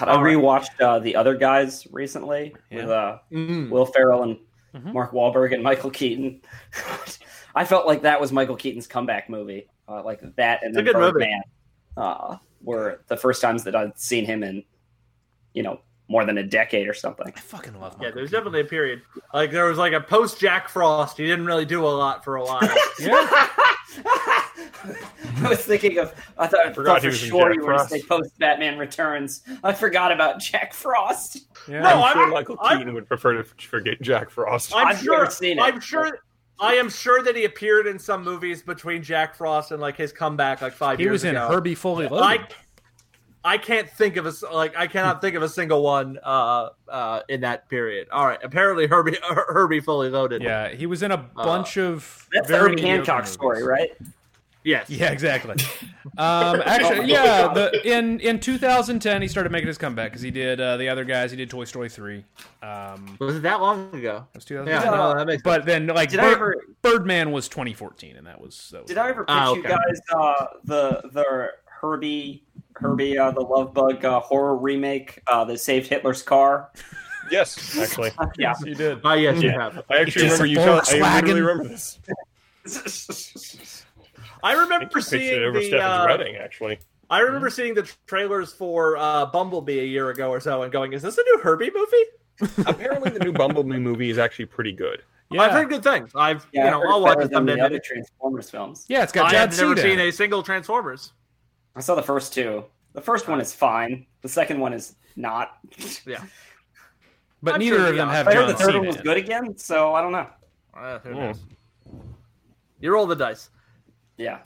[SPEAKER 2] God, I rewatched uh, the other guys recently with uh, Will Ferrell and Mark Wahlberg and Michael Keaton. I felt like that was Michael Keaton's comeback movie, uh, like that and
[SPEAKER 4] a
[SPEAKER 2] then
[SPEAKER 4] good movie.
[SPEAKER 2] Birdman uh, were the first times that I'd seen him in, you know, more than a decade or something.
[SPEAKER 1] I fucking love
[SPEAKER 4] Yeah,
[SPEAKER 1] Michael.
[SPEAKER 4] there's definitely a period. Like there was like a post Jack Frost. He didn't really do a lot for a while.
[SPEAKER 1] Yeah,
[SPEAKER 2] I was thinking of. I thought, I thought
[SPEAKER 3] forgot
[SPEAKER 2] for
[SPEAKER 3] he was in
[SPEAKER 2] sure
[SPEAKER 3] Jack
[SPEAKER 2] you were going to
[SPEAKER 3] Frost.
[SPEAKER 2] say post Batman Returns. I forgot about Jack Frost.
[SPEAKER 1] yeah.
[SPEAKER 4] No,
[SPEAKER 3] Oh, I'm sure
[SPEAKER 4] I'm-
[SPEAKER 3] Michael
[SPEAKER 4] I'm-
[SPEAKER 3] Keaton would prefer to forget Jack Frost.
[SPEAKER 4] I'm
[SPEAKER 2] I've
[SPEAKER 4] sure.
[SPEAKER 2] never seen it.
[SPEAKER 4] I'm sure. I am sure that he appeared in some movies between Jack Frost and like his comeback, like five
[SPEAKER 1] he
[SPEAKER 4] years
[SPEAKER 1] was in
[SPEAKER 4] ago.
[SPEAKER 1] Herbie Fully Loaded.
[SPEAKER 4] I, I can't think of a s- like I cannot think of a single one uh uh in that period. All right, apparently Herbie Herbie fully loaded.
[SPEAKER 1] yeah, he was in a bunch of
[SPEAKER 2] Uh, That's the
[SPEAKER 1] very
[SPEAKER 2] Herbie
[SPEAKER 1] mediocre
[SPEAKER 2] Hancock
[SPEAKER 1] movies.
[SPEAKER 2] story, right?
[SPEAKER 4] Yes.
[SPEAKER 1] Yeah, exactly. Um,
[SPEAKER 2] Oh my
[SPEAKER 1] actually, yeah.
[SPEAKER 2] God.
[SPEAKER 1] The, in in 2010, he started making his comeback because he did uh, the other guys. He did Toy Story three. Um, it
[SPEAKER 4] Was it that long ago?
[SPEAKER 1] was
[SPEAKER 4] Yeah.
[SPEAKER 1] 2010.
[SPEAKER 4] No, that makes
[SPEAKER 1] But then, like,
[SPEAKER 2] Did I
[SPEAKER 1] Bir-
[SPEAKER 2] ever-
[SPEAKER 1] Birdman was 2014, and that was. That was
[SPEAKER 2] Did I ever pitch
[SPEAKER 4] Ah,
[SPEAKER 2] you
[SPEAKER 4] okay.
[SPEAKER 2] guys uh, the the Herbie Herbie uh, the Love Bug uh, horror remake uh, that saved Hitler's car?
[SPEAKER 3] yes, actually,
[SPEAKER 2] Yeah,
[SPEAKER 1] You did.
[SPEAKER 4] Ah, yes, you
[SPEAKER 3] Yeah.
[SPEAKER 4] have.
[SPEAKER 3] I actually
[SPEAKER 1] It's a
[SPEAKER 3] remember you. Tell, I literally
[SPEAKER 1] Volkswagen.
[SPEAKER 3] remember this. I
[SPEAKER 4] I
[SPEAKER 3] think
[SPEAKER 4] remember
[SPEAKER 3] you pitched it
[SPEAKER 4] seeing
[SPEAKER 3] over
[SPEAKER 4] the.
[SPEAKER 3] Stephen's
[SPEAKER 4] Uh,
[SPEAKER 3] wedding, actually.
[SPEAKER 4] I remember seeing the trailers for uh, Bumblebee a year ago or so, and going, "Is this a new Herbie movie?"
[SPEAKER 3] Apparently, the new Bumblebee movie is actually pretty good.
[SPEAKER 1] Yeah,
[SPEAKER 4] I've heard good things. I've
[SPEAKER 2] yeah.
[SPEAKER 4] you know I'll watch it
[SPEAKER 2] some
[SPEAKER 4] someday.
[SPEAKER 2] the other Transformers films.
[SPEAKER 1] yeah. It's got
[SPEAKER 4] I
[SPEAKER 1] Jad
[SPEAKER 4] have never
[SPEAKER 1] Seed.
[SPEAKER 4] seen
[SPEAKER 1] in
[SPEAKER 4] a
[SPEAKER 1] it.
[SPEAKER 4] single Transformers.
[SPEAKER 2] I saw the first two. The first one is fine. The second one is not.
[SPEAKER 4] Yeah.
[SPEAKER 1] But
[SPEAKER 4] I'm
[SPEAKER 1] neither
[SPEAKER 4] sure
[SPEAKER 1] of them
[SPEAKER 4] they
[SPEAKER 1] have
[SPEAKER 2] I heard the
[SPEAKER 1] John
[SPEAKER 2] third
[SPEAKER 1] Cena.
[SPEAKER 2] one was
[SPEAKER 1] in it.
[SPEAKER 2] good again, so I don't know.
[SPEAKER 4] Uh, who
[SPEAKER 3] Hmm.
[SPEAKER 4] knows? You roll the dice.
[SPEAKER 2] Yeah.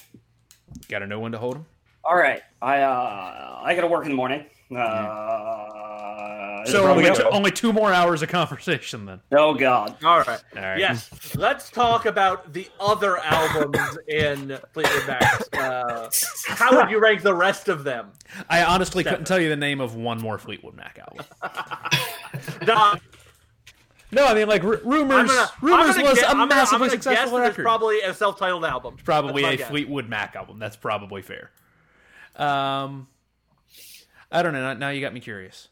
[SPEAKER 1] Gotta know when to hold him.
[SPEAKER 2] All right. I uh, I gotta work in the morning. Uh,
[SPEAKER 1] So
[SPEAKER 3] probably
[SPEAKER 1] only,
[SPEAKER 3] go.
[SPEAKER 1] two, only two more hours of conversation then.
[SPEAKER 2] oh god.
[SPEAKER 4] All right.
[SPEAKER 1] All right.
[SPEAKER 4] Yes. Let's talk about the other albums in Fleetwood Mac. Uh, how would you rank the rest of them?
[SPEAKER 1] I honestly couldn't tell you the name of one more Fleetwood Mac album.
[SPEAKER 4] Doc,
[SPEAKER 1] No, I mean like r- rumors.
[SPEAKER 4] I'm gonna,
[SPEAKER 1] rumors
[SPEAKER 4] I'm gonna
[SPEAKER 1] was
[SPEAKER 4] guess-
[SPEAKER 1] a
[SPEAKER 4] I'm gonna- I'm
[SPEAKER 1] massively
[SPEAKER 4] gonna guess
[SPEAKER 1] successful
[SPEAKER 4] that it's
[SPEAKER 1] record.
[SPEAKER 4] Probably a self-titled album.
[SPEAKER 1] probably
[SPEAKER 4] That's my
[SPEAKER 1] a
[SPEAKER 4] guess.
[SPEAKER 1] Fleetwood Mac album. That's probably fair. Um, I don't know. Now- Now you got me curious.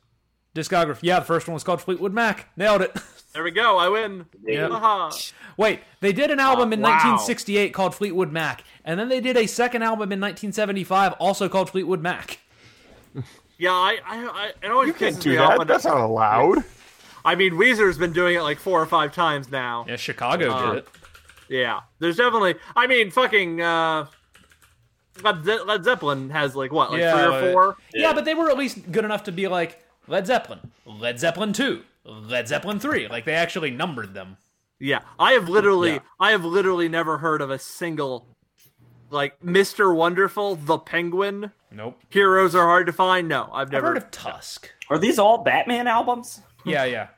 [SPEAKER 1] Discography. Yeah, the first one was called Fleetwood Mac. Nailed it.
[SPEAKER 4] There we go. I win. Uh-huh.
[SPEAKER 1] Yep.
[SPEAKER 4] Haha.
[SPEAKER 1] Wait, they did an album in
[SPEAKER 4] Oh, wow.
[SPEAKER 1] 1968 called Fleetwood Mac, and then they did a second album in 1975 also called Fleetwood Mac.
[SPEAKER 4] Yeah, I, I, I it always
[SPEAKER 3] You can't
[SPEAKER 4] pisses
[SPEAKER 3] do
[SPEAKER 4] me off
[SPEAKER 3] that.
[SPEAKER 4] when-
[SPEAKER 3] That's not allowed.
[SPEAKER 4] I mean, Weezer's been doing it like four or five times now. Yeah,
[SPEAKER 1] Yeah, Chicago
[SPEAKER 4] Uh,
[SPEAKER 1] did it.
[SPEAKER 4] there's definitely. I mean, fucking uh, Led, Ze- Led Zeppelin has like what, like
[SPEAKER 1] Yeah,
[SPEAKER 4] three
[SPEAKER 1] but-
[SPEAKER 4] or four.
[SPEAKER 1] Yeah. but they were at least good enough to be like Led Zeppelin, Led Zeppelin two, Led Zeppelin three. Like they actually numbered them.
[SPEAKER 4] Yeah, I have literally,
[SPEAKER 1] Yeah.
[SPEAKER 4] I have literally never heard of a single, like Mister Wonderful, The Penguin,
[SPEAKER 1] Nope.
[SPEAKER 4] Heroes Are Hard to Find. No, I've
[SPEAKER 1] I've
[SPEAKER 4] never.
[SPEAKER 1] heard of Tusk.
[SPEAKER 2] Are these all Batman albums?
[SPEAKER 1] Yeah, yeah,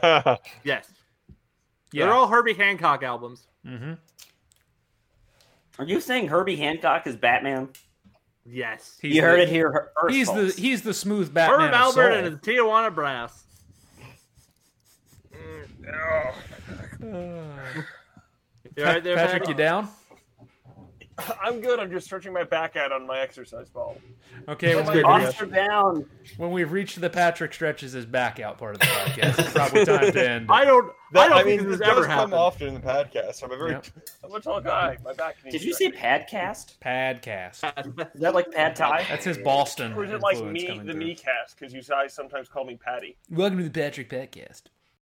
[SPEAKER 4] yes,
[SPEAKER 1] yeah. Mm-hmm.
[SPEAKER 4] they're all Herbie Hancock albums.
[SPEAKER 2] Are you saying Herbie Hancock is Batman?
[SPEAKER 4] Yes,
[SPEAKER 2] you heard it here. first,
[SPEAKER 1] He's the
[SPEAKER 2] folks.
[SPEAKER 1] he's the smooth Batman.
[SPEAKER 4] Herb
[SPEAKER 1] of
[SPEAKER 4] Albert
[SPEAKER 1] Soul.
[SPEAKER 4] and his Tijuana Brass. You all right there,
[SPEAKER 1] Patrick, you down?
[SPEAKER 3] I'm good. I'm just stretching my back out on my exercise ball.
[SPEAKER 1] Okay, when,
[SPEAKER 3] good.
[SPEAKER 1] we've reached,
[SPEAKER 2] Monster down.
[SPEAKER 1] when we've reached the Patrick stretches his back out part of the podcast, it's probably time to end.
[SPEAKER 4] I don't. I don't think
[SPEAKER 3] mean,
[SPEAKER 4] this
[SPEAKER 3] this
[SPEAKER 4] has ever
[SPEAKER 3] does come
[SPEAKER 4] happened.
[SPEAKER 3] often in the podcast. I'm a very,
[SPEAKER 1] Yep.
[SPEAKER 3] I'm a tall guy. My back. needs
[SPEAKER 2] Did you say Padcast?
[SPEAKER 1] Padcast.
[SPEAKER 2] Is that like pad Thai?
[SPEAKER 1] That's his Boston
[SPEAKER 3] Or is it
[SPEAKER 1] influence
[SPEAKER 3] like me,
[SPEAKER 1] coming
[SPEAKER 3] the
[SPEAKER 1] through.
[SPEAKER 3] me cast? Because you guys sometimes call me Patty.
[SPEAKER 1] Welcome to the Patrick Podcast.